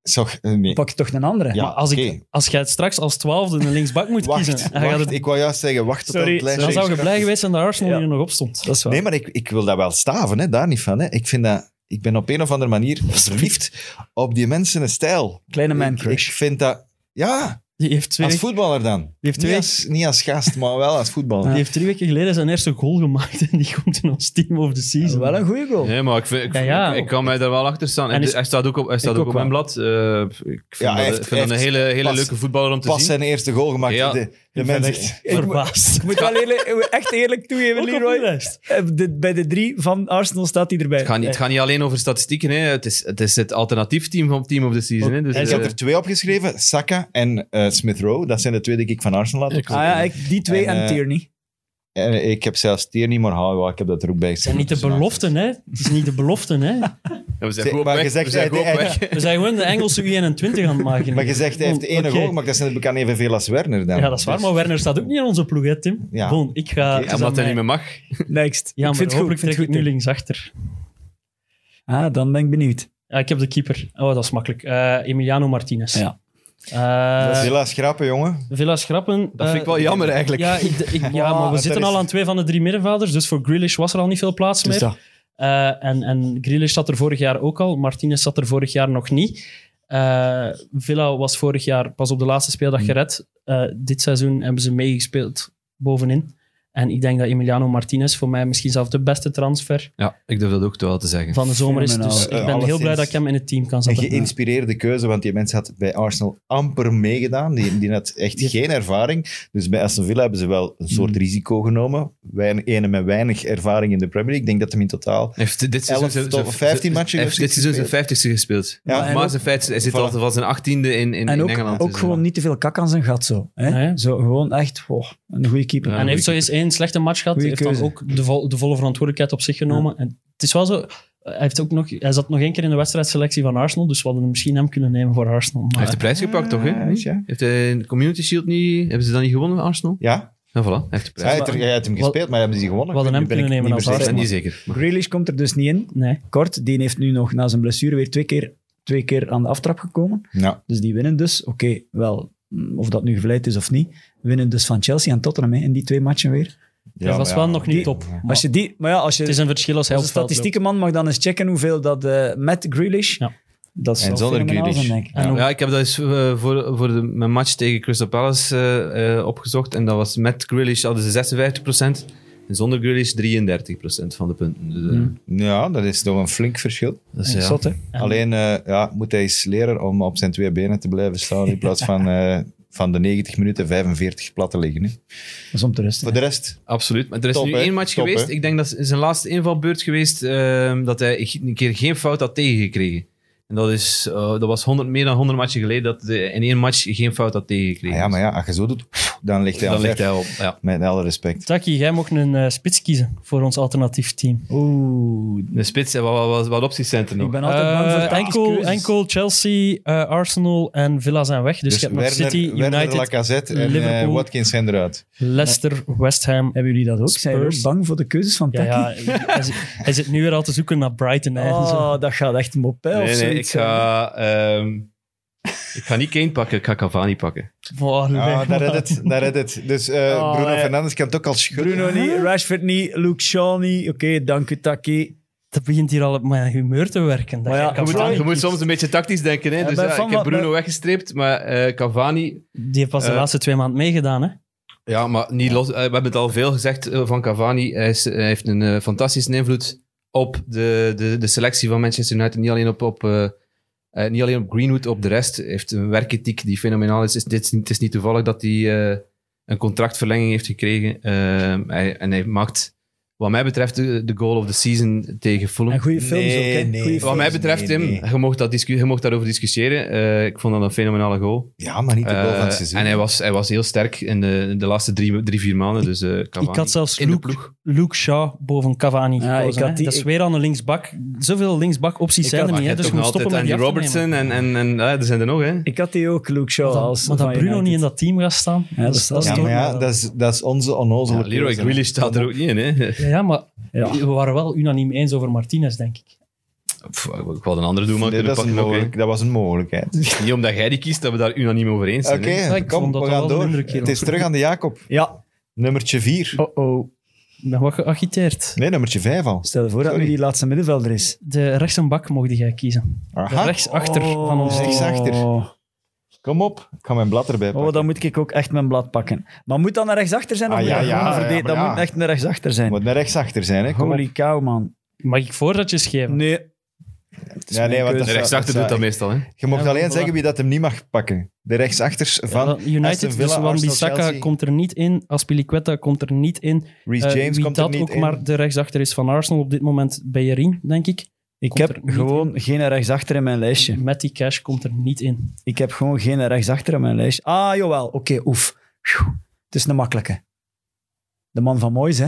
zog, eh, nee. Pak je toch een andere? Ja, maar als, ik, oké. als jij het straks als twaalfde een linksbak moet kiezen, Wacht, dan, gaat wacht, het, ik wou juist zeggen, wacht tot Sorry, het lijstje dan zou je is. blij geweest zijn dat Arsenal Ja. hier nog op stond. Dat is waar. Nee, maar ik, ik wil dat wel staven, hè, daar niet van. Hè. Ik, vind dat, ik ben op een of andere manier verliefd op die mensen een stijl. Kleine man Ik, ik crush. vind dat... Ja, Die heeft twee, als voetballer dan. heeft niet, twee- als, niet als gast, maar wel als voetballer. die heeft drie weken geleden zijn eerste goal gemaakt en die komt in ons team over de Dat is season. wel een goede goal. Nee, maar ik, vind, ik, Ja, ja. ik kan mij daar wel achter staan. En Hij- is- hij staat ook op, hij staat Ik ook ook op mijn wel. blad. Eh, ik vind Ja, hij dat, heeft- hij ik vind dat een heeft hele, hele pas- leuke voetballer om te Pas zien. zijn eerste goal gemaakt. Ja. De, de Ik ben mensen... echt Ik- verbaasd. Ik moet wel eerlijk, echt eerlijk toegeven, Ook op die Leroy. lijst. Eh, de- bij de drie van Arsenal staat hij erbij. Het gaat, niet, het gaat niet alleen over statistieken. Hè. Het, is, het is het alternatief team van Team of the Season. Hè. Dus, Ik heb eh, er twee opgeschreven, Saka en eh, Smith Rowe. Dat zijn de twee die ik van Arsenal had. Ah ja, ik, die twee en, En, eh, Tierney. <laughs> En eh, ik heb zelfs Tierney, maar Howard, ik heb dat er ook bij Het zijn geschreven. niet de beloften, hè. Het is niet de beloften, <laughs> hè. ja, we zijn Zeg, goed op maar weg. je zegt, we zijn goed op hij- weg. We zijn gewoon de Engelse U21 aan het maken. Maar je zegt, hij heeft de ene Oh, Oké. goal gemaakt. Dat zijn er bekend evenveel als Werner dan. Ja, dat is waar, maar Werner staat ook niet in onze ploeg, hè, Tim. Ja. Bon, ik ga... Ja, Omdat hij niet meer mag. Next. Ja, maar ik vind het goed. Ik hopelijk vind trek het ik goed. nu Tim. linksachter. Ah, dan ben ik benieuwd. Ja, ik heb de keeper. Oh, dat is makkelijk. Eh, Emiliano Martinez. Ja. Eh, Dat is helaas grappen, jongen. Villa Schrappen. Dat vind ik Eh, wel jammer eigenlijk. Ja, ik, ik- ja Maar maar we dat zitten is- al aan twee van de drie middenvelders, dus voor Grealish was er al niet veel plaats meer. Dus dat. Eh, en, en Grealish zat er vorig jaar ook al. Martinez zat er vorig jaar nog niet. Eh, Villa was vorig jaar pas op de laatste speeldag gered. Eh, dit seizoen hebben ze meegespeeld bovenin. En ik denk dat Emiliano Martinez voor mij misschien zelf de beste transfer Ja, ik durf dat ook wel te zeggen. van de zomer is. Fenomenaal. Dus ik Eh, ben heel alleszins. blij dat ik hem in het team kan Een zetten. geïnspireerde keuze, want die mens had bij Arsenal amper meegedaan. Die, die had echt geen ervaring. Dus bij Aston Villa hebben ze wel een soort Hmm. risico genomen. Weinig, ene met weinig ervaring in de Premier League. Ik denk dat hem in totaal... heeft dit seizoen Elf zijn- tot zijn- 15 zijn- matchen heeft of dit zoiets seizoen zijn 50ste gespeeld. Ja, Ja, en maar ook- zijn 50ste, hij zit Voilà. al van zijn 18e in, in, En in ook, Engeland. ook dus, gewoon ja. niet te veel kak aan zijn gat zo. Hè? Ah, Ja. Zo gewoon echt wow, een goede keeper. Ja. En hij heeft zo eens één slechte match gehad. Hij Goeie heeft dan keuze. ook de, vol- de volle verantwoordelijkheid op zich genomen. En het is wel zo... Hij, heeft ook nog, hij zat nog één keer in de wedstrijdselectie van Arsenal, dus we hadden hem misschien hem kunnen nemen voor Arsenal. Hij Maar heeft de prijs gepakt, toch? Hè? Ah, ja. Heeft hij een Community Shield niet... Hebben ze dat niet gewonnen, Arsenal? Ja, Ja, voilà. Hij heeft de hij prijs. had, er- hij had hem gespeeld, maar hebben ze die gewonnen? We hadden Nu hem ben ik kunnen niet nemen meer als Ik zeker. ben niet zeker. maar- Grealish komt er dus niet in. nee. Kort, die heeft nu nog na zijn blessure weer twee keer, twee keer aan de aftrap gekomen. Ja. Dus die winnen dus, oké, wel, mm, of dat nu gevleid is of niet, winnen dus van Chelsea en Tottenham hè, in die twee matchen weer. Ja, dat maar was ja. wel nog niet top. Als je die, maar ja, als je Het is een verschil als hij als op een het veld loopt. statistieke man mag dan eens checken hoeveel dat eh, met Grealish, Ja. dat zou En zonder fenomenaal Grealish. zijn, denk ik. En ook- Ja, ik heb dat eens eh, voor, voor de, mijn match tegen Crystal Palace eh, eh, opgezocht. En dat was met Grealish hadden ze 56%. En zonder Grealish 33% van de punten. Dus, eh, Hmm. Ja, dat is toch een flink verschil. dat is, ja. Zot, hè? En- Alleen eh, ja, moet hij eens leren om op zijn twee benen te blijven staan in plaats van, eh, van de 90 minuten 45 plat te <laughs> liggen. hè. Dat is om te rusten. Voor de rest, Absoluut. Maar er is Top, nu hè? één match Top, geweest. hè? Ik denk dat het zijn laatste invalbeurt geweest eh, dat hij ge- een keer geen fout had tegengekregen. En dat, is, eh, dat was 100, meer dan 100 matchen geleden dat hij in één match geen fout had ah, tegengekregen. Dus ja, maar ja, als je zo doet, dan ligt hij dan aan ligt ver. hij op. Ja. Met alle respect. Taki, jij mocht een eh, spits kiezen voor ons alternatief team. Oeh, De spits en wat, wat, wat, wat opties <laughs> zijn er nog. ik ben altijd bang voor Eh, tactische enkel, keuzes. enkel Chelsea, eh, Arsenal en Villa zijn weg. Dus, Dus je hebt nog Werner, City, Werner, United, Lacazette en eh, Liverpool. Watkins zijn eruit. Leicester, West Ham. Hebben jullie dat ook? Zijn jullie Spurs. bang voor de keuzes van Ja, Taki? ja, hij, zit, hij zit nu weer al te zoeken naar Brighton. hè, en zo. Oh, dat gaat echt mop, hè, of nee, nee, ik zoiets, hè. ga, ehm, ik ga niet Kane pakken, ik ga Cavani pakken. Oh, Ah, nee, daar man. redt het. Daar redt het. Dus eh, Oh, Bruno eh. Fernandes kan het ook al schudden. Bruno niet, Rashford niet, Luke Shaw niet. Oké, dank u, Taki. Dat begint hier al op mijn humeur te werken. Dat Maar ja, jij Je je Cavani moet, je moet kiest. soms een beetje tactisch denken. Hè? Ja, Dus bij ja, Van ik heb wat- Bruno bij- weggestreept, maar eh, Cavani... Die heeft pas de Eh, laatste twee maanden meegedaan, hè? Ja, maar niet los, eh, we hebben het al veel gezegd eh, van Cavani. Hij, is- hij heeft een eh, fantastische invloed op de, de, de selectie van Manchester United. Niet alleen op, op eh, Eh, niet alleen op Greenwood, op de rest. heeft een werkethiek die fenomenaal is. is dit, is niet- het is niet toevallig dat hij eh, een contractverlenging heeft gekregen. Ehm, hij, en hij maakt, wat mij betreft, de, de goal of the season tegen Fulham. En goede films Nee, ook, hè. nee. Goeie Wat mij films. betreft, Nee, Tim, nee. Je, mocht dat discu- je mocht daarover discussiëren. Eh, ik vond dat een fenomenale goal. Ja, maar niet de goal van het Eh, seizoen. en hij was, hij was heel sterk in de, de laatste drie, drie, vier maanden. Dus, eh, Cavani. Ik had zelfs in de Luke, ploeg. Luke Shaw boven Cavani Ja, gekozen. ik had hè. die- dat is ik- weer aan de linksbak. Zoveel linksbak-opties Ik zijn had- er Maar niet. je Hè? hebt Dus je ook moet nog stoppen altijd met Andy die af te Robertson nemen. en, en, en ah, er zijn er nog, hè. Ik had die ook, Luke Shaw. als Maar dat van Bruno United. niet in dat team gaat staan. Ja, dat is- dat is ja, toch- maar ja, dat is, dat is onze onnozele... Ja, Leroy keuze. Grealish staat er ook niet in, hè. Ja, ja, maar Ja. we waren wel unaniem eens over Martinez, denk ik. Pff, ik had een andere doelman Nee, kunnen dat, is een pakken. ook, hè. mogelijk- dat was een mogelijkheid. <laughs> Niet omdat jij die kiest, dat we daar unaniem over eens Oké, zijn. hè. ik kom, vond dat we wel gaan een door. indruk hier Het is ook. terug aan de Jacob. Ja. Nummertje Oh. 4. Oh-oh. Ik ben wat geagiteerd. Nee, nummertje 5 al. Stel je voor dat Sorry. nu die laatste middenvelder is. De rechtsenbak mocht jij kiezen. De Aha, rechtsachter van ons team. rechtsachter. Oh. kom op. Ik ga mijn blad erbij pakken. Oh, dan moet ik ook echt mijn blad pakken. Maar moet dat een rechtsachter zijn? Of Ah, moet ja, dat ja, gewoon een ja, verde- maar dat ja. moet echt een rechtsachter zijn. Moet naar rechtsachter zijn, hè. Kom op. Holy cow, man. Mag ik voorzetjes geven? Nee. is Ja, nee, mijn want keuze. dat De zou- rechtsachter zou- doet dat meestal, hè. Je mocht Ja, alleen voilà. zeggen wie dat hem niet mag pakken. De rechtsachters van Ja, Aston United, Villa, dus Arsenal, Wan-Bissaka Chelsea. komt er niet in. Aspilicueta komt er niet in. Reece Eh, James wie komt dat er niet ook in. maar de rechtsachter is van Arsenal op dit moment, Bellerin, denk ik. Ik Komt heb er niet gewoon geen rechtsachter in mijn lijstje. Met die cash komt er niet in. Ik heb gewoon geen rechtsachter in mijn lijstje. Ah, jawel. Oké, oef. Phew. Het is een makkelijke. De man van Moois, hè?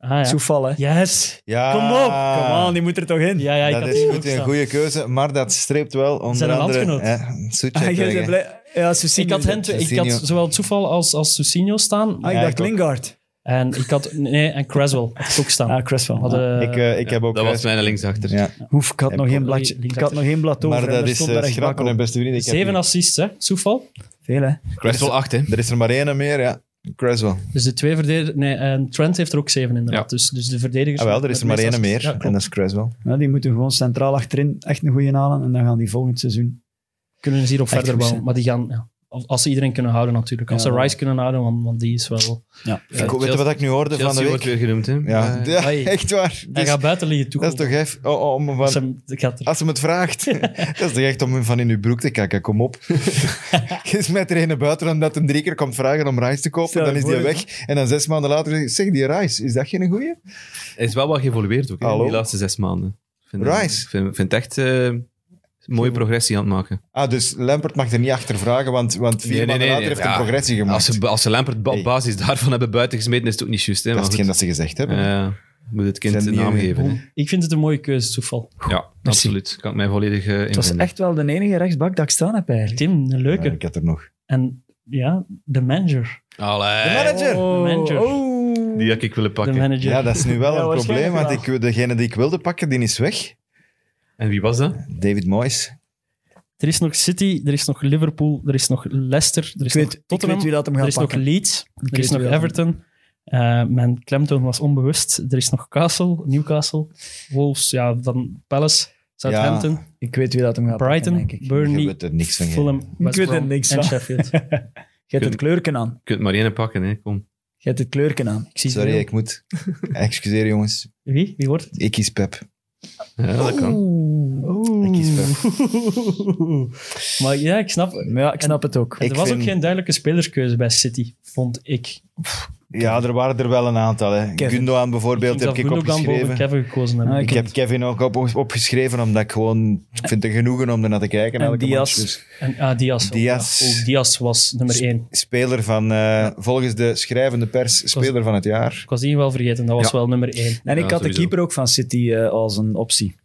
Ah ja. Soefal, hè? Yes! Ja. Kom op! Kom aan, die moet er toch in? Ja, ja, ik dat had is die ook goed, een staan. goede keuze, maar dat streept wel onder Zijn een andere... landgenoot. Ja, <laughs> Ah, Suchek jij bent weg, hè. blij- ja, Susinho Ik had, is hen, het. twee- ik Susinho. had zowel Toeval als, als Susinho staan. Ah, ik Ja, dacht ik ook. Lingard. En ik had... Nee, en Creswell had ik ook staan. Ah, Creswell. We hadden- Ik, eh, ik heb ook... Dat was eh, mijn linksachter. ja. Hoef, ik had nog geen bladje. Links- Ik had nog geen blad over. Maar en dat daar is stond eh, daar echt schrap bak mijn op. beste vriend. Ik heb Zeven hier- assists, hè? Soefal. Veel, hè? Cresswell 8, hè. Er is er maar één meer, ja. Creswell. Dus de twee verdedigers... Nee, en Trent heeft er ook zeven inderdaad. Dus, dus de verdedigers... Ah, wel, er is er maar één meer. Ja, en klopt. dat is Creswell. Ja, die moeten gewoon centraal achterin echt een goede halen. En dan gaan die volgend seizoen. Kunnen ze hierop Echt verder goed, bouwen. hè. Maar die gaan... ja, als- Als ze iedereen kunnen houden natuurlijk. Als Ja. ze Rice kunnen houden, want, want die is wel... Ja. Ik- weet je wat ik nu hoorde van de Chelsea wordt week? weer genoemd, hè. Ja, Eh, ja, Hey. <laughs> echt waar. Hij Dus, gaat buiten liggen toe. dat is toch echt... Oh, oh, om van, Ik had Ah. er... als ze me het <laughs> vraagt. dat is toch echt om van in uw broek te kakken. Kom op. je smijt er een buiten omdat hij drie keer komt vragen om Rice te kopen. Stel je Dan is die voor, weg. En dan zes maanden later zeg ik, zeg die Rice, is dat geen goeie? Hij is wel wat geëvolueerd ook, hè, Hallo? die laatste zes maanden. Ik Vind, Rice. Ik vind, vind echt eh, mooie progressie aan het maken. Ah, dus Lampert mag er niet achter vragen, want, want vier Nee, nee, maanden nee, later nee. heeft hij Ja, progressie gemaakt. Als ze, als ze Lampert ba- Hey. basis daarvan hebben buitengesmeten, is het ook niet juist, hè. dat maar is hetgeen goed. dat ze gezegd hebben. Eh, moet het kind Zijn een die- naam geven, hè. Ik vind het een mooie keuze, Soefal. Ja, absoluut. Kan ik mij volledig eh Het was invinden. echt wel de enige rechtsbak dat ik staan heb eigenlijk. Tim, een Ja, leuke. ik had er nog. En ja, de manager. Allee. De manager! De manager. Die had ik willen De pakken. manager. Ja, dat is nu wel Oh, Ja, een probleem, waarschijnlijk want wel. ik, degene die ik wilde pakken, die is weg. En wie was dat? David Moyes. Er is nog City, er is nog Liverpool, er is nog Leicester, er Ik is nog weet, ik weet Tottenham, wie dat hem er gaat is pakken. nog Leeds, er weet is nog wie dat- Everton. Eh, mijn klemtoon was onbewust. Er is nog Castle, Newcastle, Wolves, ja, dan Palace, Southampton, ik weet wie dat hem gaat Brighton, pakken, denk ik. Je Burnley, weet er niks van. hè. Fulham, West weet er Brom niks en van. <laughs> Sheffield. Je hebt het kleurken aan. Je kunt maar één pakken, hè. Kom. Je hebt het kleurken aan. Ik zie Sorry, veel. ik <laughs> moet. Excuseer jongens. Wie? Wie wordt het? Ik kies Pep. Ja, dat kan. Ik Hmm. kies Pep. maar ja, ik snap. Er Maar ja, ik snap het ook. Ik was vind- ook geen duidelijke spelerskeuze bij City, vond ik. Ja, er waren er wel een aantal. Hè. Kevin. Gundogan bijvoorbeeld ik heb vind ik dat Gundogan boven opgeschreven. Kevin gekozen hebben. Ah, Ik heb Kevin ook op, opgeschreven, omdat ik gewoon... Ik vind het genoegen om ernaar te kijken. En elke match. Diaz. Dus En ah, Diaz. Diaz. Ja, oh, Diaz was nummer één. speler van... eh, volgens de schrijvende pers, speler van het jaar. Ik was die wel vergeten, dat was Ja. wel nummer één. En ik Ja, had de sowieso. keeper ook van City eh, als een optie.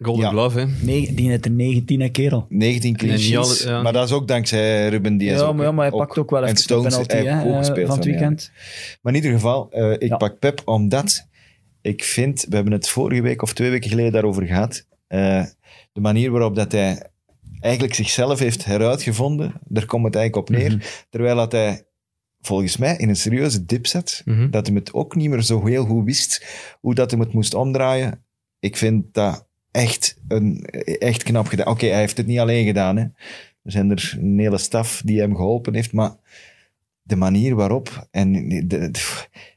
Golden Ja. Glove, hè. Nee, die net de 19e kerel. 19 clean En niet sheets. alle- ja. Maar dat is ook dankzij Ruben Diaz. ja, ook, maar, ja, maar hij ook. pakt ook wel En even de Stones penalty heeft hè, ook eh, gespeeld van het van, ja. weekend. Maar in ieder geval, eh, ik Ja. pak Pep omdat ik vind... We hebben het vorige week of twee weken geleden daarover gehad. eh, de manier waarop dat hij eigenlijk zichzelf heeft heruitgevonden. Daar komt het eigenlijk op neer. Terwijl dat hij volgens mij in een serieuze dip zat. Mhm. Dat hij het ook niet meer zo heel goed wist hoe dat hij het moest omdraaien. Ik vind dat echt, een, echt knap gedaan. Oké, hij heeft het niet alleen gedaan. Hè. Er zijn er een hele staf die hem geholpen heeft, maar de manier waarop. En de- de-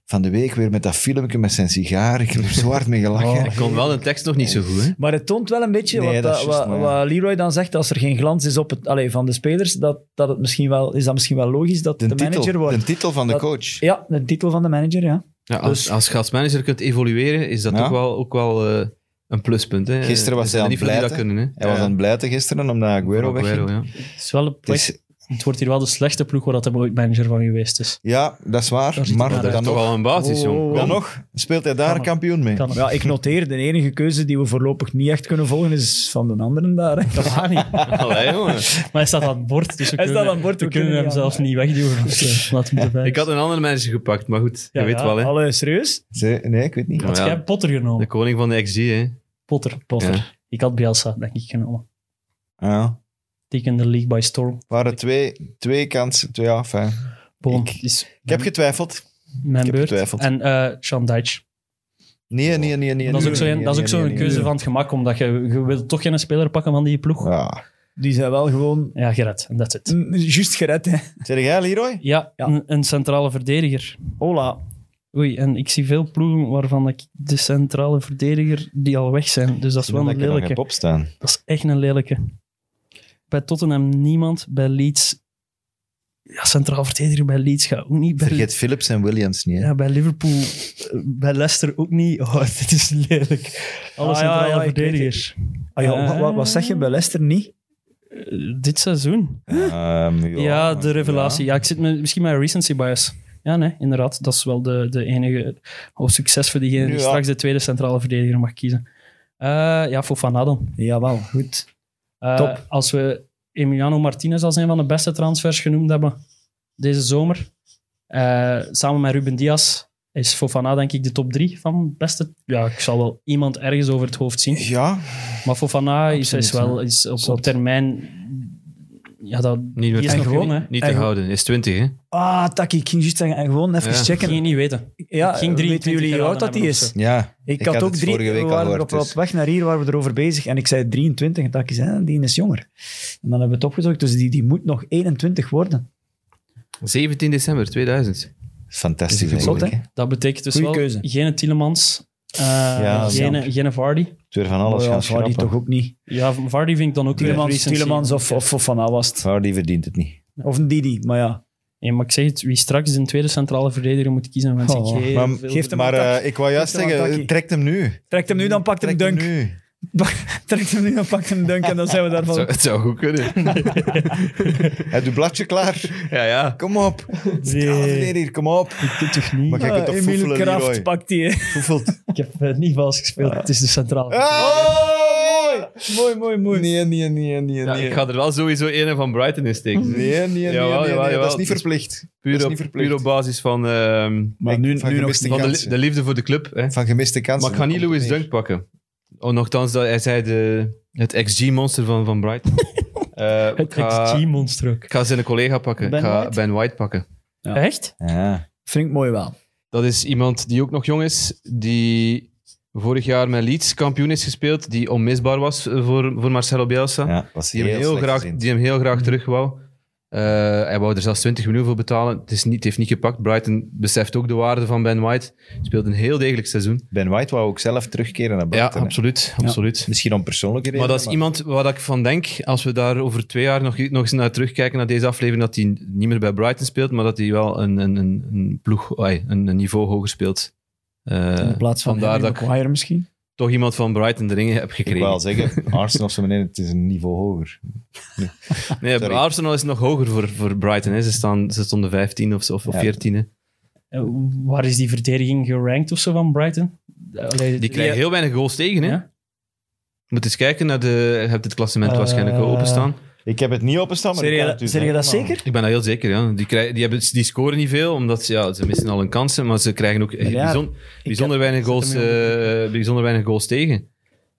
van de week weer met dat filmpje met zijn sigaar. Ik heb er zo hard mee gelachen. Ik kon wel de tekst nog niet zo goed, hè? Maar het toont wel een beetje Nee, wat, dat is dat- juist, wat, maar ja. wat Leroy dan zegt, als er geen glans is op het, allee, van de spelers, dat, dat het misschien wel, is dat misschien wel logisch dat de, de, manager titel, wordt. de titel van de Dat- coach. Ja, de titel van de manager, ja. Ja, als, Dus- als je als manager kunt evolueren, is dat Ja. ook wel, ook wel eh, een pluspunt. Hè. Gisteren was Er zijn hij niet aan veel die het dat kunnen. Hè. Hij was aan het blijten gisteren omdat Aguero weg Aguero, ging. ja. Het, is wel een Het plek, is- het wordt hier wel de slechte ploeg waar dat hij ooit manager van geweest is. Ja, dat is waar. Daar zit hij Maar maar dan Dat is toch nog, wel een basis, Oh, jong. oh, oh. dan nog speelt hij daar Kan- kampioen mee. Kan Maar Ja, ik noteer, de enige keuze die we voorlopig niet echt kunnen volgen is van de anderen daar. Hè. Dat gaat <laughs> niet. Maar Allee, jongen. hij staat aan het bord, dus we Hij kunnen, staat aan het bord, we we kunnen kunnen hem niet aan- zelfs niet wegduwen. Dus, <laughs> eh, laat hem erbij. Ik had een andere manager gepakt, maar goed, je Ja, weet ja, wel, hè. Allee, serieus? Ze- Nee, ik weet niet. Had Ja. jij Potter genomen? De koning van de XG, hè. Potter, Potter. Ja. Ik had Bielsa, denk ik, genomen. Ja. Taken the league by storm. Het waren twee, twee kansen. Twee, ja, fijn. Boom. Ik- is Ik heb getwijfeld. mijn ik heb beurt. getwijfeld. En eh Sean Dyche. Nee, nee, nee. nee dat is ook zo'n nee, dat is ook nee, zo'n nee, nee, keuze nee. van het gemak, omdat je, je wilt toch geen speler pakken van die ploeg. Ja, Ja. Die zijn wel gewoon Gerrit, en that's it. mm, juist gered, hè. Zeg jij, Leroy? Ja, Ja. Een, een centrale verdediger. Hola. Oei, en ik zie veel ploegen waarvan ik de centrale verdediger die al weg zijn. Dus dat is wel Dat een ik er nog heb lelijke. opstaan. Dat is echt een lelijke. Bij Tottenham niemand, bij Leeds... Ja, centraal verdediger bij Leeds gaat ook niet. Bij, Vergeet Philips en Williams niet. hè. ja, bij Liverpool, eh, bij Leicester ook niet. Oh, <laughs> dit is lelijk. Alle Ah, ja, centrale ja, ik weet verdedigers. Ah, ja, wa- wa- wat zeg je bij Leicester niet? Eh, dit seizoen? Ehm, Ja, de revelatie. Ja. ik zit met, misschien met recency bias. Ja, nee, inderdaad. Dat is wel de, de enige oh, succes voor diegene die Ja. straks de tweede centrale verdediger mag kiezen. Eh, ja, Fofana dan. Jawel, goed. Eh, Top. Als we Emiliano Martinez als een van de beste transfers genoemd hebben deze zomer, eh, samen met Ruben Diaz, is Fofana denk ik de top drie van beste. Ja, ik zal wel iemand ergens over het hoofd zien. Ja, Maar Fofana is, Absoluut, is wel ja. is op, op Zot. termijn... Ja, dat, Niet die meer is te, nog gewoon, hè. niet te Eigen- houden. Is 20, hè. Ah, Taki, ik ging juist zeggen, en gewoon even Ja. Kun je checken. niet weten. Ja, ik ging drie- weten jullie hoe oud dat die hebben of is? zo. ja. Ik, Ik had, had ook het drie, vorige week we al waren gehoord, op, dus. op weg naar hier, waren we erover bezig. En ik zei 23, en Taki zei, die is jonger. En dan hebben we het opgezocht, dus die, die moet nog 21 worden. 17 december 2000. Fantastisch Is het zot, eigenlijk. hè. Dat betekent dus Goeie wel keuze. geen Tielemans, eh dat is geen, jammer. geen Vardy. Het weer van alles Oh ja, gaan Vardy schrappen. toch ook niet. Ja, Vardy vind ik dan ook weer Tielemans, recensie. Tielemans of, of Fofana was het. Vardy verdient het niet. Of een Didi, maar ja. Ja, maar ik zeg het, wie straks de tweede centrale verdediger moet kiezen, wens ik Oh. heel Maar- veel- Geef hem maar een tak. eh, ik wou juist Geef hem een zeggen, takkie. trekt hem nu. Trekt hem nu, dan pakt hem Trekt hem Dunk. nu. <laughs> Trekt hem nu, dan pakt hem Dunk. En dan zijn we daarvan... Zou- het zou goed kunnen. Hij doet bladje <laughs> klaar. ja, ja. Kom op. Nee. hier, kom op. Ik doe toch niet? Maar jij kunt toch Ah, Emile foefelen, Kraft Leroy. pakt die. hè. Foefelt. Ik heb eh, niet vals gespeeld, Ah. het is de centrale. Oh, mooi. Mooi, mooi, mooi. Nee, nee, nee, nee, Ja, nee. ik ga er wel sowieso een van Brighton in Nee, steken. nee, nee, Jawel, nee, jawel, nee, dat jawel. is niet verplicht. Dat Puur is op, niet verplicht. puur op basis van, ehm, Maar nu, van, nu nog gemiste van de, li- kansen. de liefde voor de club. Hè. van gemiste kansen. Maar ik ga niet Komt Louis neer. Dunk pakken. Oh, nochtans, dat, hij zei de, het XG-monster van, van Brighton. Eh, ik, Het ga, XG-monster ook. ik ga zijn collega pakken. Ben ik ga White? Ben White pakken. Ja. Echt? Ja. <laughs> Vind ik mooi wel. Dat is iemand die ook nog jong is, die vorig jaar met Leeds kampioen is gespeeld, die onmisbaar was eh, voor, voor Marcelo Bielsa. ja, was die, heel, hem heel slecht graag, gezien. die hem heel graag terug wou. Eh, hij wou er zelfs 20 miljoen voor betalen. Het, is niet, het heeft niet gepakt. Brighton beseft ook de waarde van Ben White. Speelt een heel degelijk seizoen. Ben White wou ook zelf terugkeren naar Ja, buiten. hè. absoluut. absoluut. Misschien om persoonlijke redenen. Maar dat is iemand waar ik van denk, als we daar over twee jaar nog, nog eens naar terugkijken, naar deze aflevering, dat hij niet meer bij Brighton speelt, maar dat hij wel een, een, een, een ploeg, ai, een, een niveau hoger speelt. Eh, In plaats van vandaar Harry dat ik Maguire misschien. toch iemand van Brighton de ringen heb Ik wou al gekregen. zeggen, Arsenal of zo meneer, het is een niveau hoger. Nee, Sorry. Arsenal is nog hoger voor, voor Brighton. Hè. Ze, staan, ze stonden 15 of, zo, of Ja. 14. Eh, Waar is die verdediging gerankt of zo van Brighton? Eh, Allee, Die krijgen heel weinig goals tegen. Hè. Ja. Moet eens kijken naar de. Je hebt het klassement waarschijnlijk wel Eh, openstaan. Ik heb het niet openstaan, maar Zeg ik je kan dat- het u zeg je dat zeggen, zeker? Ik ben daar heel zeker. Ja. Die, krij- die, hebben, die scoren niet veel, omdat ze- ja, ze missen al hun kansen. Maar ze krijgen ook eh, ja, bijzon- bijzonder, weinig goals, hem in eh, bijzonder weinig goals tegen.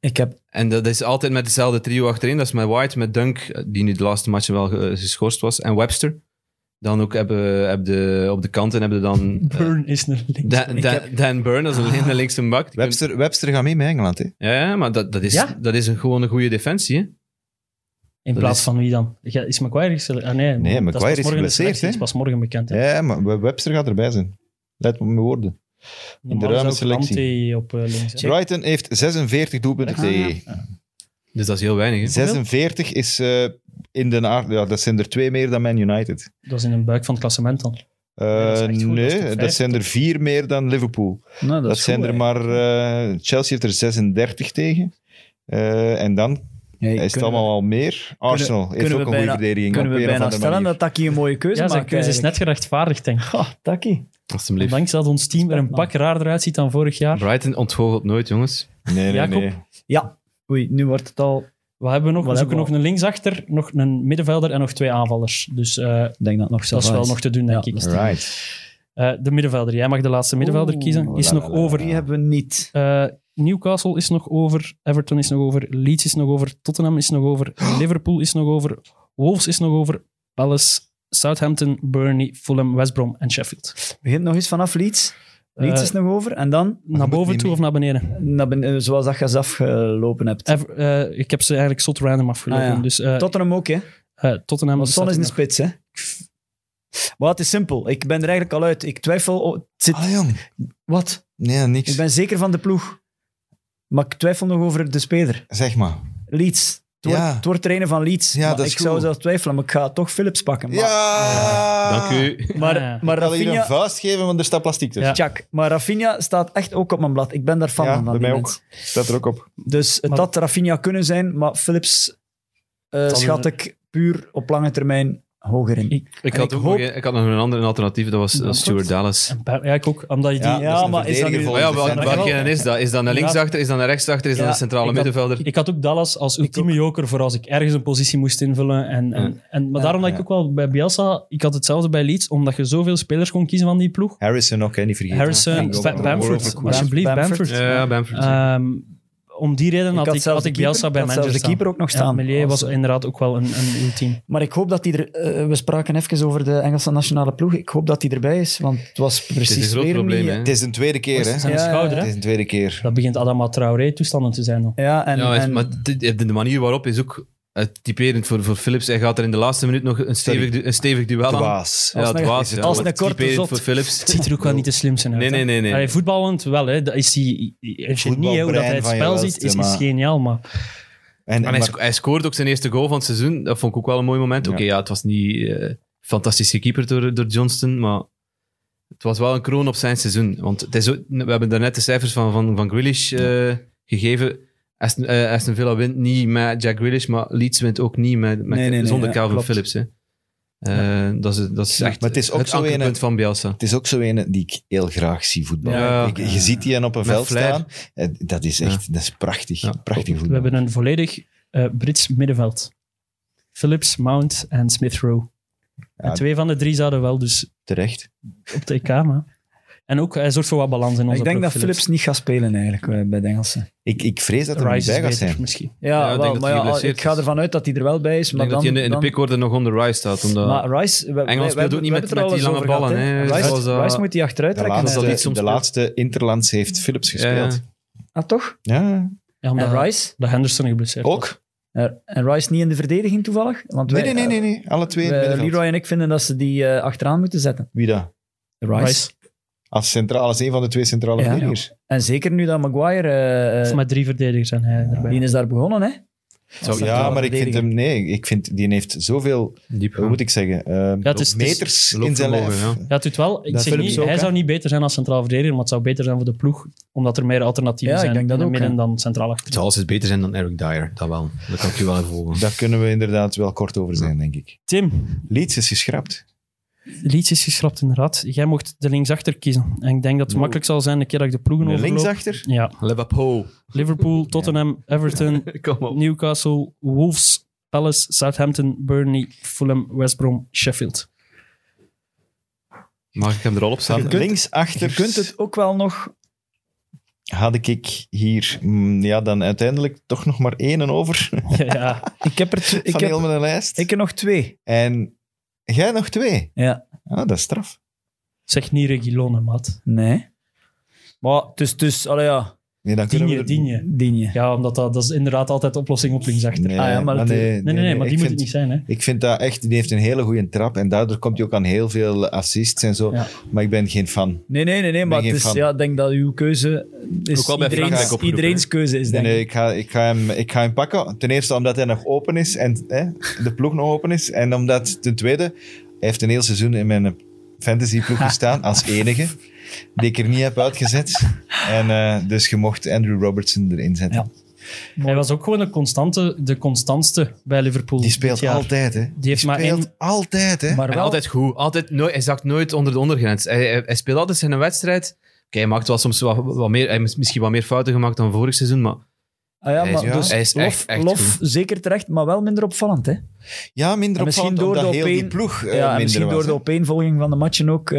Ik heb... En dat is altijd met hetzelfde trio achterin. Dat is met White, met Dunk, eh, die nu de laatste match wel eh, geschorst was, en Webster. Dan ook hebben, hebben de, op de kanten hebben de <laughs> dan... eh, Burn Ah. is naar links. Dan, Dan, Dan Burn, dat is een links- een linkse bak. Die Webster, Webster gaat mee met Engeland, hè? kunt- Ja, maar dat, dat, is, Ja? dat is een, gewoon een goede defensie. Hè? In Dat plaats is- van wie dan? Ja, Is Maguire geselecteerd? Ah, nee, Nee, dat Maguire pas is morgen de geblesseerd, selectie, hè? is pas morgen bekend. hè. Ja, maar We- Webster gaat erbij zijn. Let op mijn woorden. Normaal de ruime is ook Kante selectie. op eh, links. hè. Brighton heeft 46 doelpunten Ah, tegen. Dus dat is heel weinig. Hè? 46 is eh, in de aard. Ja, dat zijn er twee meer dan Man United. Dat is in een buik van het klassement dan. Eh, dat is echt goed, dat is nee, de dat, vijfde. zijn er vier meer dan Liverpool. Dat, Nou, dat is zijn goed, er hè. maar. eh, Chelsea heeft er 36 tegen. Eh, en dan Ja, je is het kunnen- allemaal al meer. Arsenal heeft kunnen ook een we goede bijna- verdediging. Kunnen op we een of bijna andere stellen manier. dat Taki een mooie keuze Ja, maakt. zijn keuze is net gerechtvaardigd, denk ik. Ha, Taki. Alsjeblieft. Ondanks dat ons team er een pak raarder uitziet dan vorig jaar. Brighton ontgoochelt nooit, jongens. Nee, nee, Jacob? nee. Ja. Oei, nu wordt het al... Wat hebben we nog? Wat we zoeken hebben we nog een linksachter, nog een middenvelder en nog twee aanvallers. Dus eh, Ik denk dat het nog zo dat is ver wel nog te doen, denk Ja, ik. dat Right. Eh, de middenvelder. Jij mag de laatste middenvelder Oeh, kiezen. Is la, nog la, la, la. over. Die hebben we niet. Eh, Newcastle is nog over. Everton is nog over. Leeds is nog over. Tottenham is nog <gasps> over. Liverpool is nog over. Wolves is nog over. Palace, Southampton, Burnley, Fulham, West Brom en Sheffield. Begint nog eens vanaf Leeds. Leeds Eh, is nog over. En dan, Naar boven niet toe mee. of naar beneden? naar beneden, zoals dat je eens afgelopen hebt. Ever- eh, ik heb ze eigenlijk zot random afgelopen. Ah, ja. Dus eh, Tottenham ook, hè. eh, Tottenham Want Son staat is er een nog. spits, hè. Maar het is simpel. Ik ben er eigenlijk al uit. Ik twijfel... oh, het zit... Ah, jong. Wat? Nee, niks. Ik ben zeker van de ploeg. Maar ik twijfel nog over de speler. Zeg maar. Leeds. Het wordt, Ja. het wordt er een van Leeds. Ja, Maar dat is ik zou goed. zelf twijfelen, maar ik ga toch Philips pakken. Maar, ja! Dank u. maar, Ah. maar Ik wil hier een Rafinha... vuist geven, want er staat dus plastic tussen. Ja. Tjak, maar Rafinha staat echt ook op mijn blad. Ik ben daar fan Ja, van. bij die mij ook. mens. Staat er ook op. Dus het Maar- had Rafinha kunnen zijn, maar Philips eh, Zal schat er- ik puur op lange termijn hoger Ik- in. Ik En had, ik ook nog hoop- een- ik had nog een ander alternatief, dat was eh, Bamford? Stuart Dallas. en Bar- ja, ik ook. Omdat je die... Ja, maar is dat nu- Oh Maar ja, wel- Ja, welke wel. ene is dat? Is dat naar Ja. linksachter, is dat naar rechtsachter, is dat Ja, een centrale ik had- middenvelder? Ik had ook Dallas als ultieme joker voor als ik ergens een positie moest invullen. En, en, en, maar Ja, daarom dat ja. ik ook wel bij Bielsa... Ik had hetzelfde bij Leeds, omdat je zoveel spelers kon kiezen van die ploeg. Harrison ook, hè, niet vergeten. Harrison, Ja, Ba- Bamford, Bamford. alsjeblieft, Bamford. Bamford. ja, Bamford. Ehm, om die reden had, ik, zelfs had de ik keeper- Bielsa bij ik had zelfs Manchester de keeper ook nog staan. Melier was Als- inderdaad ook wel een, een ultiem. Maar ik hoop dat hij er... eh, we spraken even over de Engelse nationale ploeg. Ik hoop dat hij erbij is, want het was precies het is een groot weer probleem, niet- hè. Het is een tweede keer, hè? Zijn Ja, ja, schouder, ja. Het hè? is een tweede keer. Dat begint Adama Traoré toestanden te zijn. Dan. Ja, en, ja, en- maar dit- de, manier waarop is ook eh, typerend voor, voor Philips. Hij gaat er in de laatste minuut nog een stevig, du- een stevig duel aan. Dwaas. Ja, Als een- dwaas. ja, als maar een korte typerend zot. voor Philips. Het ziet er ook wel niet de slimste uit. Nee, hè. nee, nee, nee. Allee, voetballend wel, hè. Dat is die, een genie, hè, hoe dat hij Voetbalbrein het van je spel welste, ziet, is, is maar- geniaal. Maar En, En hij, maar- sco- hij scoort ook zijn eerste goal van het seizoen. Dat vond ik ook wel een mooi moment. Oké, ja, het was niet eh, fantastisch gekeeperd door, door Johnston, maar het was wel een kroon op zijn seizoen. Want het is ook- we hebben daarnet de cijfers van, van, van Grealish eh, gegeven. Aston, eh, Aston Villa wint niet met Jack Grealish, maar Leeds wint ook niet met, met, Nee, nee, nee, zonder ja, Calvin klopt. Phillips. Hè. Eh, dat, is, dat is Ja, echt maar het is ook zo ankerpunt een- van Bielsa. het is ook zo een die ik heel graag zie voetballen. Ja. Ik- je ziet die hen op een Met veld flair. staan. Eh, Dat is echt dat is prachtig. Ja. Prachtig we voetbal. hebben een volledig eh, Brits middenveld. Phillips, Mount en Smith Rowe. Ja. En twee van de drie zouden wel dus Terecht. op de <laughs> EK, maar... En ook, hij zorgt voor wat balans in onze ik denk ploeg, dat Phillips niet gaat spelen eigenlijk eh, bij de Engelsen. Ik, ik vrees dat er niet Rice bij is gaat beter, zijn. misschien. Ja, ik denk wel, dat maar hij ja, geblesseerd ik ga is. ervan uit dat hij er wel bij is. Ik Maar denk dat hij in dan, de, in de dan- pickorde nog onder Rice staat. Omdat, Maar Rice... we- Engeland we- speelt we- ook niet we met- hebben het er met die al lange eens over ballen, gehad, hè. Rice, Zoals, eh, Rice moet die achteruit De trekken. laatste, hè. dat hij soms de speelt. laatste Interlands heeft Philips Ja, ja. gespeeld. Ah, toch? Ja. Ja, omdat En Rice? de Henderson geblesseerd was. Ook? Ja, En Rice niet in de verdediging toevallig? Want Nee, wij- nee, nee, nee, nee. Alle twee in het Eh, wij- middenveld. Leroy en ik vinden dat ze die eh, achteraan moeten zetten. Wie dat? Rice. Rice. Als, centraal, als een van de twee centrale Ja. verdedigers. En zeker nu dat Maguire... eh, eh, Of met drie verdedigers zijn hij erbij. die is daar begonnen, hè? Zou- Ja, maar ik vind hem... Nee, ik vind... Die heeft zoveel... diep Hoe moet ik zeggen? eh, het is- het is- meters in zijn loopvermogen, lijf. ja. Ja, het doet wel. Ik Dat zeg Philips niet, ook, hij hè? zou niet beter zijn als centraal verdediger, maar het zou beter zijn voor de ploeg, omdat er meer alternatieven Ja, ik zijn denk dat in het ook, midden hè. dan centraal Het achter. zal altijd beter zijn dan Eric Dyer, dat wel. Dat kan ik je wel even volgen. Daar kunnen we inderdaad wel kort over zijn, denk ik. Tim, Leeds is geschrapt. Leeds is geschrapt inderad. Jij mocht de linksachter kiezen. En ik denk dat het Wow. makkelijk zal zijn de keer dat ik de ploegen Een overloop. linksachter. Ja. Liverpool. <laughs> Liverpool, Tottenham, Everton, <laughs> Kom op. Newcastle, Wolves, Palace, Southampton, Burnley, Fulham, West Brom, <laughs> Sheffield. Mag ik hem er al op Dan staan? linksachter Je kunt het ook wel nog... had ik hier mm, ja, dan uiteindelijk toch nog maar één over Ja, ja. Ik heb er, tw- ik van heel heb, mijn lijst. ik heb nog twee. En jij nog twee. Ja. Ah, dat is straf. Zeg niet Reguilon, hè, maat. Nee. Maar het is... Dus, allee, ja. Nee, dan kunnen we Digne, er- Digne. Digne. Ja, omdat dat, dat is inderdaad altijd de oplossing op linksachter. Nee, Ah ja, maar maar dat- nee, nee, nee, nee, maar ik die moet het vind- niet zijn, hè. Ik vind dat echt, die heeft een hele goede trap en daardoor komt hij ook aan heel veel assists en zo. Ja. Maar ik ben geen fan. Nee, nee, nee, nee maar geen het is, fan. ja, ik denk dat uw keuze is Ook wel bij iedereen's, Frankrijk opgeroepen, iedereen's keuze is, Nee, denk nee, ik. ik, ga, ik, ga hem, ik ga hem pakken. Ten eerste omdat hij nog open is en hè, de ploeg nog open is. En omdat, ten tweede, hij heeft een heel seizoen in mijn <laughs> fantasyploeg gestaan als enige. Die ik er niet heb uitgezet. En eh, dus je mocht Andrew Robertson erin zetten. Ja. Hij was ook gewoon de, constante, de constantste bij Liverpool. Die speelt dit jaar. altijd, hè. Die, heeft maar speelt één- altijd, hè. Maar En wel, altijd goed. Altijd nooit, hij zakt nooit onder de ondergrens. Hij, hij, hij speelt altijd zijn wedstrijd. Oké, hij maakt wel soms wat, wat meer, hij heeft misschien wat meer fouten gemaakt dan vorig seizoen, maar ah, ja, hij maar is- dus hij is lof, echt- echt lof zeker terecht, maar wel minder opvallend. Hè? Ja, minder En misschien opvallend, door omdat de heel die opeen- ploeg eh, ja, en minder misschien was, door hè. de opeenvolging van de matchen ook. eh,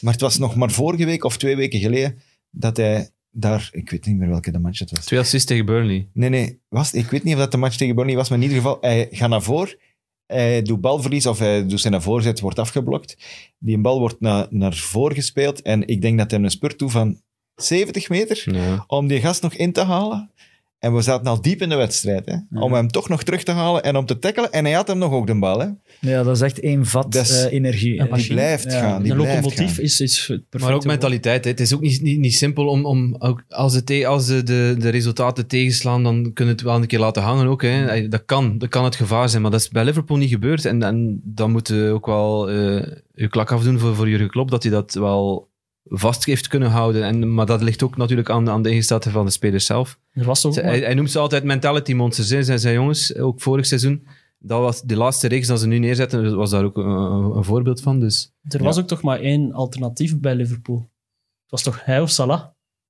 Maar het was nog maar vorige week of twee weken geleden dat hij daar... Ik weet niet meer welke de match het was. twee assists tegen Burnley. Nee, nee. Was, ik weet niet of dat de match tegen Burnley was, maar in ieder geval, hij gaat naar voren. Hij doet balverlies of hij doet zijn voorzet, wordt afgeblokt. Die bal wordt naar, naar voren gespeeld en ik denk dat hij een spurt toe van 70 meter Ja. om die gast nog in te halen. En we zaten al diep in de wedstrijd, hè? om hem toch nog terug te halen en om te tackelen. En hij had hem nog ook de bal. Hè? ja, dat is echt één vat Dat is- eh, energie. een hè. Die machine. blijft Ja. gaan. Die de blijft locomotief gaan. is, is het perfecte Maar ook woord. mentaliteit. Hè. Het is ook niet, niet, niet simpel om, om ook als, de, te- als de, de, de resultaten tegenslaan, dan kunnen we het wel een keer laten hangen. Ook, hè. Dat, kan, dat kan het gevaar zijn, maar dat is bij Liverpool niet gebeurd. En, en dan moet je ook wel eh je klak afdoen voor, voor Jurgen Klopp, dat hij dat wel vast heeft kunnen houden. En, maar dat ligt ook natuurlijk aan, aan de ingesteldheid van de spelers zelf. Er was toch ook Ze- hij, maar- hij noemt ze altijd mentality monsters. Hè. Zijn, zijn jongens, ook vorig seizoen, dat was de laatste reeks dat ze nu neerzetten, was daar ook een, een- een voorbeeld van. Dus er was ook toch maar één alternatief bij Liverpool. Het was toch hij of Salah?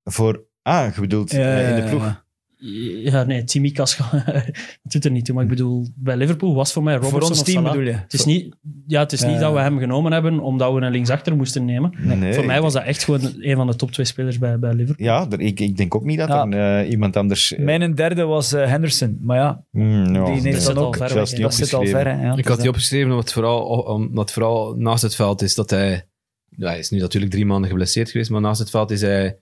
Voor, ah, je bedoelt Ja, eh, in de ploeg. ja, Ja, nee, Timmy Kascha. <laughs> dat doet er niet toe. Maar ik bedoel, bij Liverpool was voor mij ja. Robertson Voor ons of team Salah. bedoel je? Het is niet, ja, het is niet Ja. dat we hem genomen hebben omdat we een linksachter moesten nemen. Nee. voor mij was dat echt gewoon een van de top twee spelers bij, bij Liverpool. Ja, er- ik, ik denk ook niet dat Ja. er eh, iemand anders... eh, Mijn derde was eh, Henderson, maar ja, mm, ja. die dat neemt zit dan al ook. ver zelfs weg, niet Dat zit al ver. opgeschreven. Hè, ja. ik had die opgeschreven omdat het, vooral, omdat het vooral naast het veld is dat hij... ja, Hij is nu natuurlijk drie maanden geblesseerd geweest, maar naast het veld is hij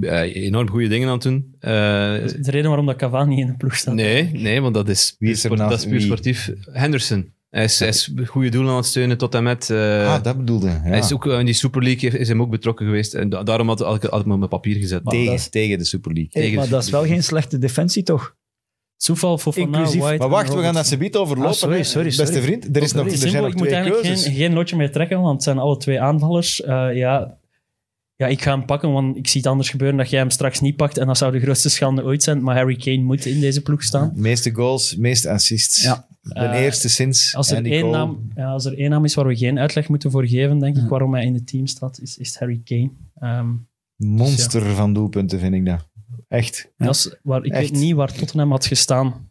eh, enorm goede dingen aan het doen. Eh, De reden waarom dat Cavani in de ploeg staat. Nee, nee, want dat is, Wie is er sport- naast dat is puur wie? sportief. Henderson. Hij is, hij is goede doelen aan het steunen tot en met. eh, ah, dat bedoelde ja. Hij is ook eh, in die Super League heeft- is hem ook betrokken geweest. En da- daarom had, had ik had ik hem op mijn papier gezet. Maar tegen, dat is- tegen de Super League. Hey, tegen maar de dat is wel Super geen slechte defensie, toch? Toeval voor Van Inclusief. White. Maar en wacht, we gaan Robertson. dat subiet overlopen. Ah, sorry, hè. sorry, Beste sorry. vriend, er, is nog, er Het is zijn simpel, nog ik moet twee eigenlijk keuzes. geen, geen lotje meer trekken, want het zijn alle twee aanvallers. Eh, ja, ja, ik ga hem pakken, want ik zie het anders gebeuren dat jij hem straks niet pakt. En dat zou de grootste schande ooit zijn. Maar Harry Kane moet in deze ploeg staan. Meeste goals, meeste assists. Ja. De Eh, eerste sinds Als er, Andy één Cole. naam, ja, als er één naam is waar we geen uitleg moeten voor geven, denk ik, waarom hij in het team staat, is, is het Harry Kane. Ehm, Monster van doelpunten, vind ik dat. Echt. dat is waar, ik Echt. weet niet waar Tottenham had gestaan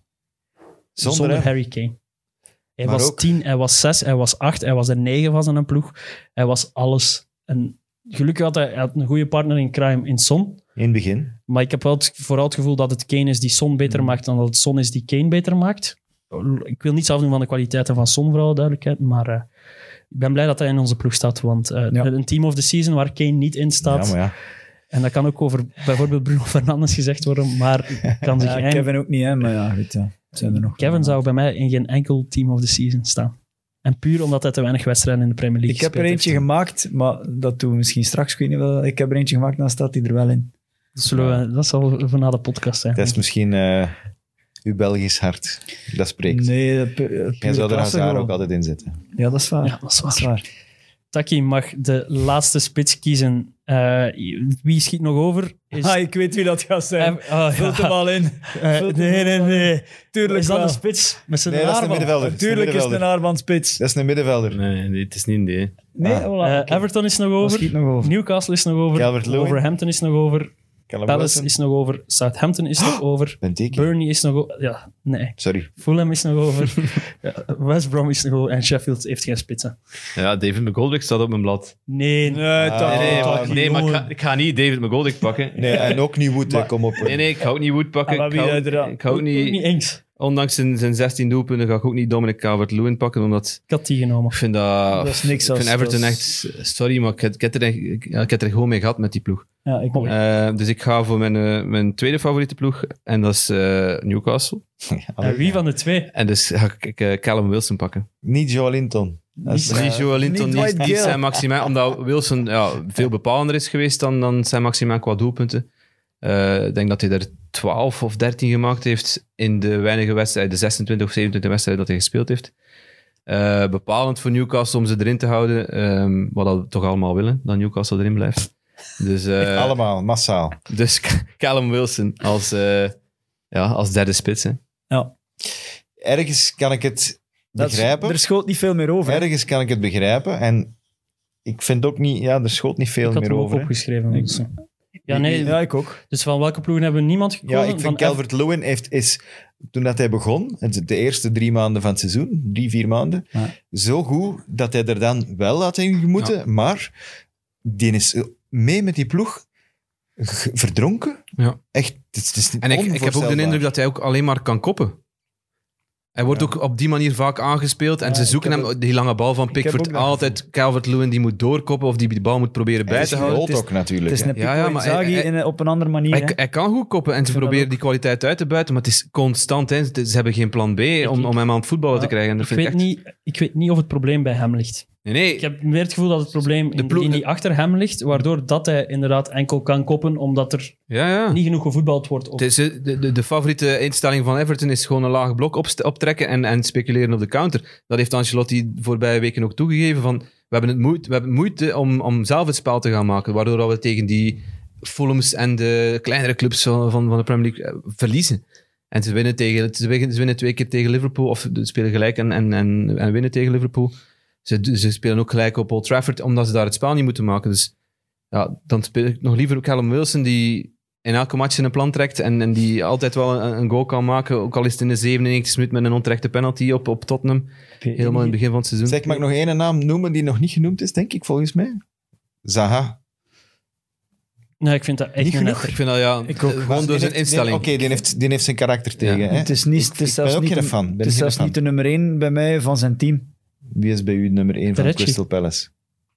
zonder, Zonder, hè. Harry Kane. Hij Maar was ook- tien, hij was zes, hij was acht, hij was er negen van zijn ploeg. Hij was alles. En gelukkig had hij, hij had een goede partner in crime in Son. In het begin. Maar ik heb wel het, vooral het gevoel dat het Kane is die Son beter Hmm. maakt dan dat het Son is die Kane beter maakt. Ik wil niets afdoen van de kwaliteiten van Son, vooral duidelijkheid. Maar eh, ik ben blij dat hij in onze ploeg staat. Want eh, Ja. een team of the season waar Kane niet in staat. Ja, maar ja. En dat kan ook over bijvoorbeeld Bruno <laughs> Fernandes gezegd worden. Maar kan zich Ja, eind- Kevin, Kevin ook niet, hè, maar ja, goed. Ja. Het Zijn er nog zou bij mij in geen enkel team of the season staan. En puur omdat hij te weinig wedstrijden in de Premier League Ik heb er gespeeld eentje heeft. gemaakt, maar dat doen we misschien straks. Ik weet niet wel. Ik heb er eentje gemaakt, dan staat hij er wel in. Dat zullen we- Dat zal voor na de podcast zijn. Dat is misschien eh, uw Belgisch hart. Dat spreekt. Nee, dat pu- eh, pure Jij zou er klasse Hazard ook gewoon. altijd in zitten. Ja, dat is waar. Ja, dat is Dat is waar. waar. Taki mag de laatste spits kiezen. Eh, wie schiet nog over? Is... <laughs> Ah, ik weet wie dat gaat Eh, zijn. oh, ja. Vult <laughs> hem al in. Eh, Vult hem nee, nee, al in. nee. Tuurlijk Is dat wel. een spits? Met zijn Nee, dat is de haarband. middenvelder. Dat is de Tuurlijk is het een middenvelder. aardbandspits. Dat is een middenvelder. Nee, nee, het is niet een idee. Nee, Ah. voilà, Eh, oké. Everton is nog Dat over. schiet nog over. Newcastle is nog over. Calvert-Lewin. Wolverhampton is nog over. Callum Palace Wilson. is nog over. Southampton is nog over. Benteke. Burnley is nog over. Ja, nee. Sorry. Fulham is nog over. Ja, West Brom is nog over. En Sheffield heeft geen spitsen. Ja, David McGoldrick staat op mijn blad. Nee, Nee, Ah, Eh, toch. nee, nee, nee, toch. maar- nee, maar ik ga, ik ga niet David McGoldrick pakken. Nee, en ook niet Wood, hè. kom op. Nee, nee, ik ga ook niet Wood pakken. Ah, maar Ik wie ga, uit er ook- dan? ik ga ook niet niet, eens. ondanks zijn, zijn 16 doelpunten, ga ik ook niet Dominic Calvert-Lewin pakken, omdat Ik had die genomen. ik vind dat... Dat is niks Ik als- vind Everton dat echt... is- Sorry, maar ik, heb- ik, heb er, echt- ik, ja, ik heb er gewoon mee gehad met die ploeg. Ja, ik ook. Eh, dus ik ga voor mijn, eh, mijn tweede favoriete ploeg. En dat is eh, Newcastle. En Eh, wie van de twee? En dus ga ik eh, Callum Wilson pakken. Niet Joe Linton. Dat is, Niet eh, Joe Linton, niet niet, Dwight niet Gale. Saint Maximin. Omdat Wilson ja, veel bepalender is geweest dan, dan Saint Maximin qua doelpunten. Eh, ik denk dat hij er 12 of 13 gemaakt heeft in de weinige wedstrijden, de 26 of 27 wedstrijden dat hij gespeeld heeft. Eh, bepalend voor Newcastle om ze erin te houden. ehm, wat dat we toch allemaal willen, dat Newcastle erin blijft. Dus, eh, allemaal, massaal. dus Callum Wilson als, eh, ja, als derde spits. Hè. Ergens kan ik het Dat is- begrijpen. Er schoot niet veel meer over. hè. Ergens kan ik het begrijpen. En ik vind ook niet... Ja, er schoot niet veel Ik had meer hem ook over. hè. opgeschreven. maar dus- Ja, nee. Ja, ik ook. Dus van welke ploegen hebben we niemand Ja, gekozen? ik van vind Calvert-Lewin heeft, is, toen dat hij begon, het- de eerste drie maanden van het seizoen, drie, vier maanden, Ja. zo goed dat hij er dan wel had in moeten, maar die is eh, mee met die ploeg g- verdronken. Ja. Echt, het is, het is niet En ik, ik heb ook de onvoorstelbaar. indruk dat hij ook alleen maar kan koppen. Hij wordt ook op die manier vaak aangespeeld. En Ja, ze ik zoeken heb hem, die lange bal van ik heb ook Pickford, dat altijd Calvert-Lewin die moet doorkoppen of die die bal moet proberen Hij bij is te houden. groot Het is- ook natuurlijk. Het is hè. een Pico Ja, ja, maar Inzaghi hij- in een- op een andere manier. Hij, hè. hij kan goed koppen en ze vind dat proberen ook. die kwaliteit uit te buiten, maar het is constant. Hè. Ze ze hebben geen plan B om, om hem aan het voetballen te Ja, krijgen. En ik, dat vind ik weet echt- niet, ik weet niet of het probleem bij hem ligt. Nee, nee. Ik heb meer het gevoel dat het probleem De in ploeg- linie achter hem ligt, waardoor dat hij inderdaad enkel kan koppen, omdat er ja, ja. niet genoeg gevoetbald wordt. Ook. Het is, eh, de, de, de favoriete instelling van Everton is gewoon een laag blok opst- optrekken en, en speculeren op de counter. Dat heeft Ancelotti de voorbije weken ook toegegeven. Van, we, hebben het moeite, we hebben moeite om, om zelf het spel te gaan maken, waardoor we tegen die Fulhams en de kleinere clubs van, van, van de Premier League eh, verliezen. En ze winnen, tegen, ze, winnen, ze winnen twee keer tegen Liverpool, of ze spelen gelijk en, en, en, en winnen tegen Liverpool. Ze, ze spelen ook gelijk op Old Trafford, omdat ze daar het spel niet moeten maken. Dus ja, dan speel ik nog liever Callum Wilson, die in elke match in een plan trekt en, en die altijd wel een, een goal kan maken, ook al is het in de 97 minuut met een onterechte penalty op, op Tottenham, helemaal in het begin van het seizoen. Zeg, mag ik nog één naam noemen die nog niet genoemd is, denk ik, volgens mij? Zaha. Nee, ik vind dat echt Niet een genoeg. netter. Ik vind dat ja, Ik ook. gewoon door zijn instelling. Oké, die, heeft, die heeft zijn karakter tegen. Hè? Het is, niet, het is Ik ben zelfs, ook niet, geen de- fan. Ben het is geen zelfs fan. niet de nummer 1 bij mij van zijn team. Wie is bij u nummer 1 van Teretje. Crystal Palace?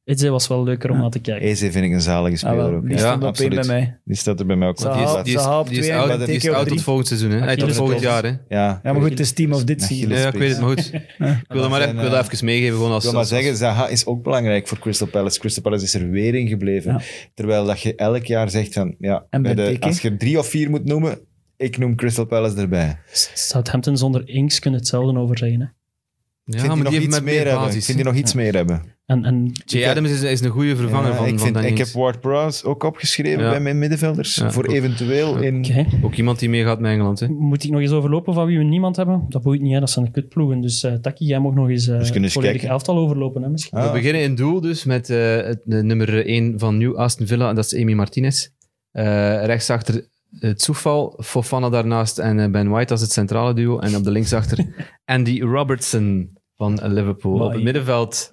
Itze was wel leuker om Ja. naar te kijken. Eze vind ik een zalige Ah, speler wel, ook. die ja, stond op één bij mij. Die staat er bij mij ook Zaha. op. Die is, Op- die is, Zaha op die is twee en oud, Benteke die is op oud drie. dus tot volgend seizoen. Hè. Hij tot Achilles volgend Achilles. jaar. Hè. Ja, Ja, maar goed, het is team of dit. zie je. Achilles. Ja, ik weet het, maar goed. Ja. Ik wil dat maar even, ik wil dat even meegeven. Gewoon als, eh, Ik wil maar als- zeggen, Zaha is ook belangrijk voor Crystal Palace. Crystal Palace is er weer in gebleven. Ja. Terwijl dat je elk jaar zegt van, ja, En bij de- Benteke? als je er drie of vier moet noemen, ik noem Crystal Palace erbij. S- Southampton zonder Inks kunnen hetzelfde over zeggen. hè. Ik vind ja, die maar nog die iets heeft meer meer hebben. Ik basis. vind die nog iets meer hebben. En, en Jay Adams is, is een goede vervanger Ja, van, ik, van vind, Danny ik heb Ings. Ward-Prowse ook opgeschreven Ja. bij mijn middenvelders. Ja, voor ook. eventueel in... oké. Ook iemand die meegaat met Engeland. Hè. moet ik nog eens overlopen van wie we niemand hebben? Dat boeit niet, hè? dat zijn de kutploegen. Dus eh Taki, jij mag nog eens eh Dus kunnen eens volledig kijken. elftal overlopen. Hè, misschien. Ah. We beginnen in doel dus met eh, het, de nummer 1 van New Aston Villa, en dat is Amy Martinez. Eh, rechtsachter eh Tsufal, Fofana daarnaast en eh, Ben White als het centrale duo. En op de linksachter Andy Robertson van Liverpool. Maar- Op het middenveld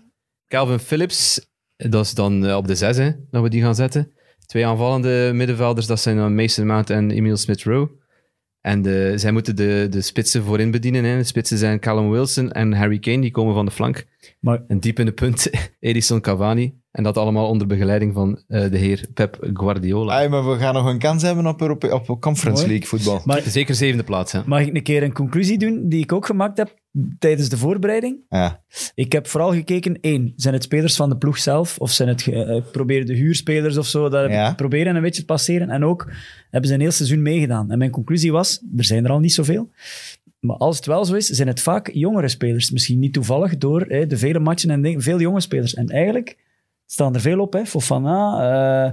Calvin Phillips, eh, dat is dan eh, op de 6 hè, dat we die gaan zetten. Twee aanvallende middenvelders, dat zijn dan Mason Mount en Emile Smith-Rowe. En de, zij moeten de, de spitsen voorin bedienen. Hè. De spitsen zijn Callum Wilson en Harry Kane, die komen van de flank. Maar- En diep in de punt <laughs> Edison Cavani. En dat allemaal onder begeleiding van eh, de heer Pep Guardiola. Ah, maar we gaan nog een kans hebben op, Europe- op Conference Mooi. League voetbal. Maar Zeker zevende plaats, hè. mag ik een keer een conclusie doen die ik ook gemaakt heb tijdens de voorbereiding? Ja. Ik heb vooral gekeken, één, zijn het spelers van de ploeg zelf? Of zijn het ge- eh, proberen de huurspelers of zo? Dat Ja. proberen een beetje te passeren. En ook, hebben ze een heel seizoen meegedaan. En mijn conclusie was, er zijn er al niet zoveel. Maar als het wel zo is, zijn het vaak jongere spelers. Misschien niet toevallig door hè, de vele matchen en dingen, veel jonge spelers. En eigenlijk staan er veel op. Hè. Fofana,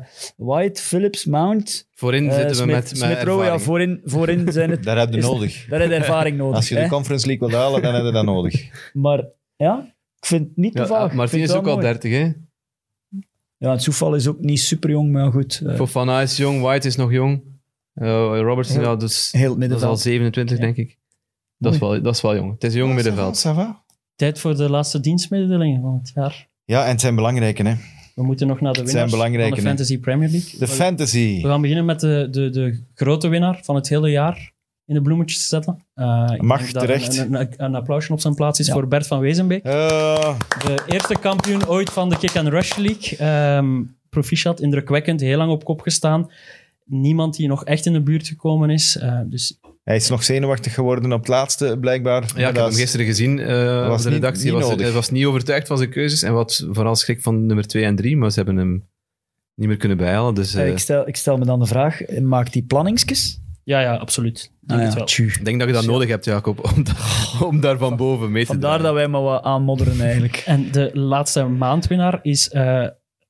eh, White, Phillips, Mount, Voorin eh, zitten we Smith, met, met Smith Rowe. Ja, ervaring. voorin, voorin zijn het... <laughs> Daar heb je is- nodig. Daar heb je ervaring <laughs> nodig. Als je hè. de Conference League wilt halen, dan heb je dat nodig. Maar ja, ik vind het niet Ja, toevallig. ah, Martin Ik vind is het ook wel al mooi. 30, hè. Ja, het Soefal is ook niet super jong, maar goed. eh, Fofana is jong, White is nog jong. Eh, Robertson, Heel- ja, dus, dat heel het is al middenveld. 27, Ja. denk ik. Dat is, wel, dat is wel jong. Het is een jong middenveld. Ça va? Tijd voor de laatste dienstmededelingen van het jaar. Ja, en het zijn belangrijke, hè. We moeten nog naar de Het winnaars zijn belangrijke, van de hè. Fantasy Premier League. De fantasy. We gaan beginnen met de, de, de grote winnaar van het hele jaar in de bloemetjes te zetten. Eh, ik Mag denk dat terecht. Een, een, een applausje op zijn plaats is Ja. voor Bert van Wezenbeek. Eh, De eerste kampioen ooit van de Kick and Rush League. Ehm, proficiat, indrukwekkend, heel lang op kop gestaan. Niemand die nog echt in de buurt gekomen is. Eh, dus Hij is nog zenuwachtig geworden op het laatste, blijkbaar. Ja, ik heb hem Helaas. gisteren gezien eh was op de niet- redactie. niet was, nodig. hij was niet overtuigd van zijn keuzes en wat vooral schrik van nummer 2 en 3, maar ze hebben hem niet meer kunnen bijhalen. Dus eh, ik, stel, ik stel me dan de vraag, eh, maakt die planningskes? ja, ja, absoluut. Denk Ah het ja, wel. tju. ik denk dat je Dus dat nodig hebt, Jacob, om, da- <laughs> om daar van boven mee te Vandaar dat draaien. wij maar wat aanmodderen eigenlijk. En de laatste maandwinnaar is eh,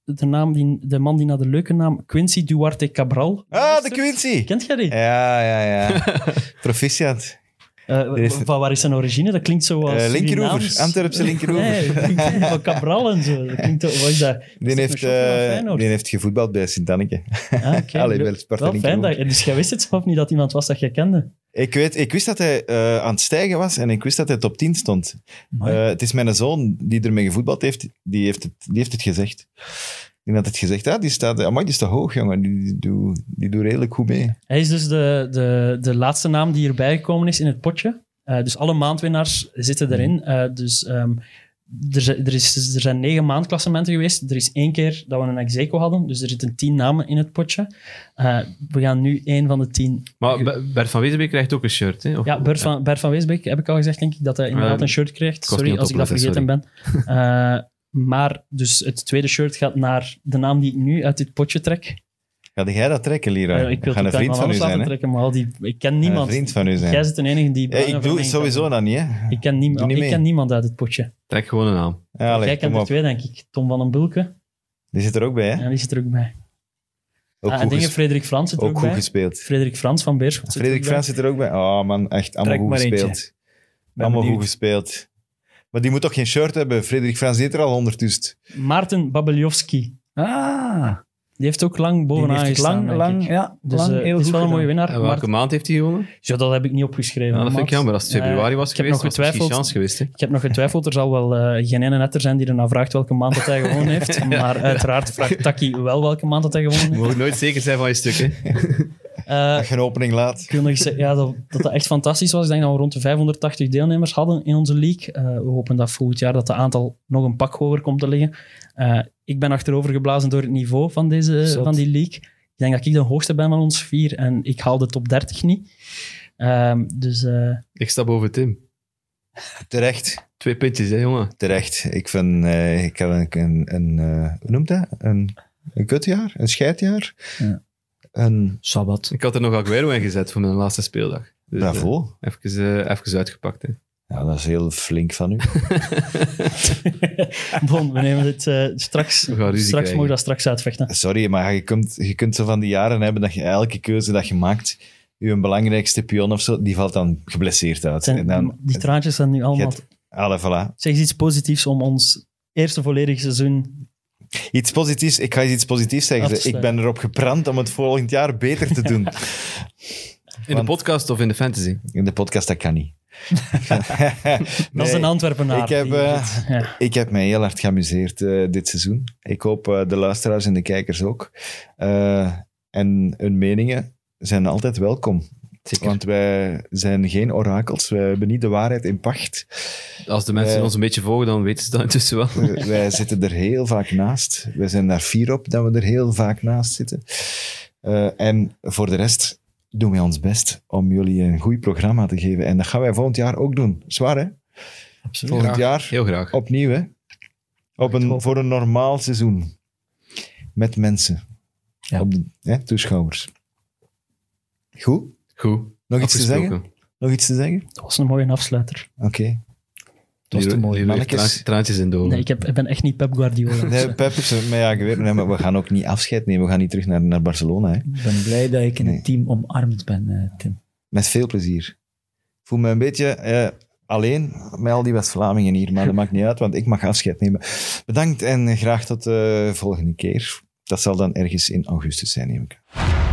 de, naam die, de man die naar de leuke naam Quincy Duarte Cabral. Ah, de Quincy! Kent jij die? Ja, ja, ja. Proficiat. Eh, dit is- van waar is zijn origine? Dat klinkt zo als Eh, linkeroever, Surinaams. Antwerpse linkeroever. Nee, dat <laughs> klinkt niet van Cabral en zo. Dat klinkt, wat is dat? Is Die dat heeft, een shot van eh, Feyenoord? die heeft gevoetbald bij Sint-Anneke. Ah, oké. Allee, wel Sparta Wel fijn dat, linkeroever. dus jij wist het zelf niet dat iemand was dat jij kende. Ik, weet, ik wist dat hij eh, aan het stijgen was en ik wist dat hij top 10 stond. Amai. Eh, het is mijn zoon die ermee gevoetbald heeft, die heeft het, die heeft het gezegd. Die had het gezegd, ah, die staat, amai, die staat hoog, jongen. Die, die, doet- die doet redelijk goed mee. Hij is dus de, de, de laatste naam die erbij gekomen is in het potje. Eh, dus alle maandwinnaars zitten Mm. erin. Eh, dus ehm, er, zi- er, is, er zijn negen maandklassementen geweest. Er is één keer dat we een execo hadden. Dus er zitten tien namen in het potje. Eh, we gaan nu één van de tien. Maar Be- Bert van Wezenbeek krijgt ook een shirt, hè? Of- Ja, Bert van, Bert van Weesbeek heb ik al gezegd, denk ik, dat hij inderdaad Eh, een shirt krijgt. kost Sorry niet als ik dat oplopen, vergeten ben. Eh, maar dus het tweede shirt gaat naar de naam die ik nu uit dit potje trek. Ga jij dat trekken, Lira? Eh, ik wil Ga een het vriend van u zijn, hè? trekken, maar al die, ik ken Ga niemand. Een vriend van u zijn. Jij bent de enige die. Hey, ik belangen doe van het mij sowieso dan niet, hè? kan. Ik ken, niemand. Doe niet ik mee. ken niemand uit het potje. Trek gewoon een naam. Ja, allee, Jij kent kom er op. twee, denk ik. Tom van den Bulke. Die zit er ook bij, hè? En die zit er ook bij. Ook ah, goed, en dingen, gespeeld. Frederik Frans zit er ook, ook goed bij. gespeeld. Frederik Frans van Beerschot. zit er Frederik ook bij. Frans zit er ook bij. Oh man, echt allemaal Trek goed maar eentje. gespeeld. Allemaal goed gespeeld. Maar die moet toch geen shirt hebben? Frederik Frans zit er al dus ondertussen. Maarten Babeljowski. Ah, Die heeft ook lang die bovenaan heeft het gestaan, lang, denk lang, ik. ja, Dus lang eh, heel het is goed wel een mooie gedaan. winnaar. En welke maar- maand heeft hij gewonnen? ja, dat heb ik niet opgeschreven. Ja, dat vind ik maat. jammer. Als het februari Eh, was ik heb geweest, nog was het misschien getwijfeld. chance geweest. Hè? Ik heb nog getwijfeld. Er zal wel eh, geen ene netter zijn die ernaar vraagt welke maand dat hij gewonnen <laughs> heeft. Maar eh, uiteraard vraagt Taki wel welke maand dat hij gewonnen Je heeft. mag nooit zeker zijn van je stuk. Hè? Eh, Als je een opening laat. Ik wil nog eens zeggen ja, dat, dat dat echt fantastisch was. Ik denk dat we rond de 580 deelnemers hadden in onze league. Eh, we hopen dat volgend jaar dat de aantal nog een pak hoger komt te liggen. Eh, ik ben achterovergeblazen door het niveau van, deze, eh, Zot. van die league. Ik denk dat ik de hoogste ben van ons vier en ik haal de top 30 niet. Ehm, dus eh, Ik sta boven Tim. Terecht. Twee puntjes, hè, jongen. Terecht. Ik vind, eh, ik heb een, een, een eh, hoe noemt dat? Een, een kutjaar? Een scheidjaar? Ja. Een Sabbat. Ik had er nog Aguero in gezet voor mijn laatste speeldag. Dus, eh, daarvoor? Even, eh, even uitgepakt. Hè. Ja, dat is heel flink van u. <laughs> bon, we nemen het eh, straks. We gaan ruzie Straks krijgen. mogen we dat straks uitvechten. <laughs> Sorry, maar je kunt, je kunt zo van die jaren hebben dat je elke keuze dat je maakt, je belangrijkste pion of zo, die valt dan geblesseerd uit. Zijn- en dan, die traantjes zijn nu allemaal... Get- Allee, voilà. Zeg eens iets positiefs om ons eerste volledige seizoen... Iets positiefs. Ik ga eens iets positiefs Af te zeggen. Ik sluiten. ben erop gebrand om het volgend jaar beter te <laughs> doen. In Want- de podcast of in de fantasy? In de podcast, dat kan niet. <laughs> Dat is Nee, een Antwerpenaar. ik heb, die eh, dit- ja. ik heb mij heel hard geamuseerd eh, dit seizoen. Ik hoop eh, de luisteraars en de kijkers ook. Eh, en hun meningen zijn altijd welkom. Want wij zijn geen orakels. Wij hebben niet de waarheid in pacht. Als de mensen Eh, ons een beetje volgen, dan weten ze dat <laughs> intussen wel. We- wij zitten er heel vaak naast. Wij zijn daar fier op dat we er heel vaak naast zitten. Eh, en voor de rest doen wij ons best om jullie een goed programma te geven. En dat gaan wij volgend jaar ook doen. Zwaar, hè? Absoluut. Volgend jaar Heel graag. opnieuw, hè? Op een, voor een normaal seizoen. Met mensen. Ja. Op de, hè, toeschouwers. Goed? Goed. Nog iets te Afgesproken. zeggen? Nog iets te zeggen? Dat was een mooie afsluiter. Oké. Dat was te mooi. Leroy heeft Mannetjes. traa- traantjes in de ogen. Nee, ik, heb, ik ben echt niet Pep Guardiola. Oh. Nee, Pep, is- maar ja, ik weet, nee, maar we gaan ook niet afscheid nemen. We gaan niet terug naar, naar Barcelona, hè? Ik ben blij dat ik in Nee. het team omarmd ben, eh, Tim. Met veel plezier. Ik voel me een beetje eh, alleen met al die West-Vlamingen hier, maar dat maakt niet uit, want ik mag afscheid nemen. Bedankt en graag tot de volgende keer. Dat zal dan ergens in augustus zijn, neem ik. aan.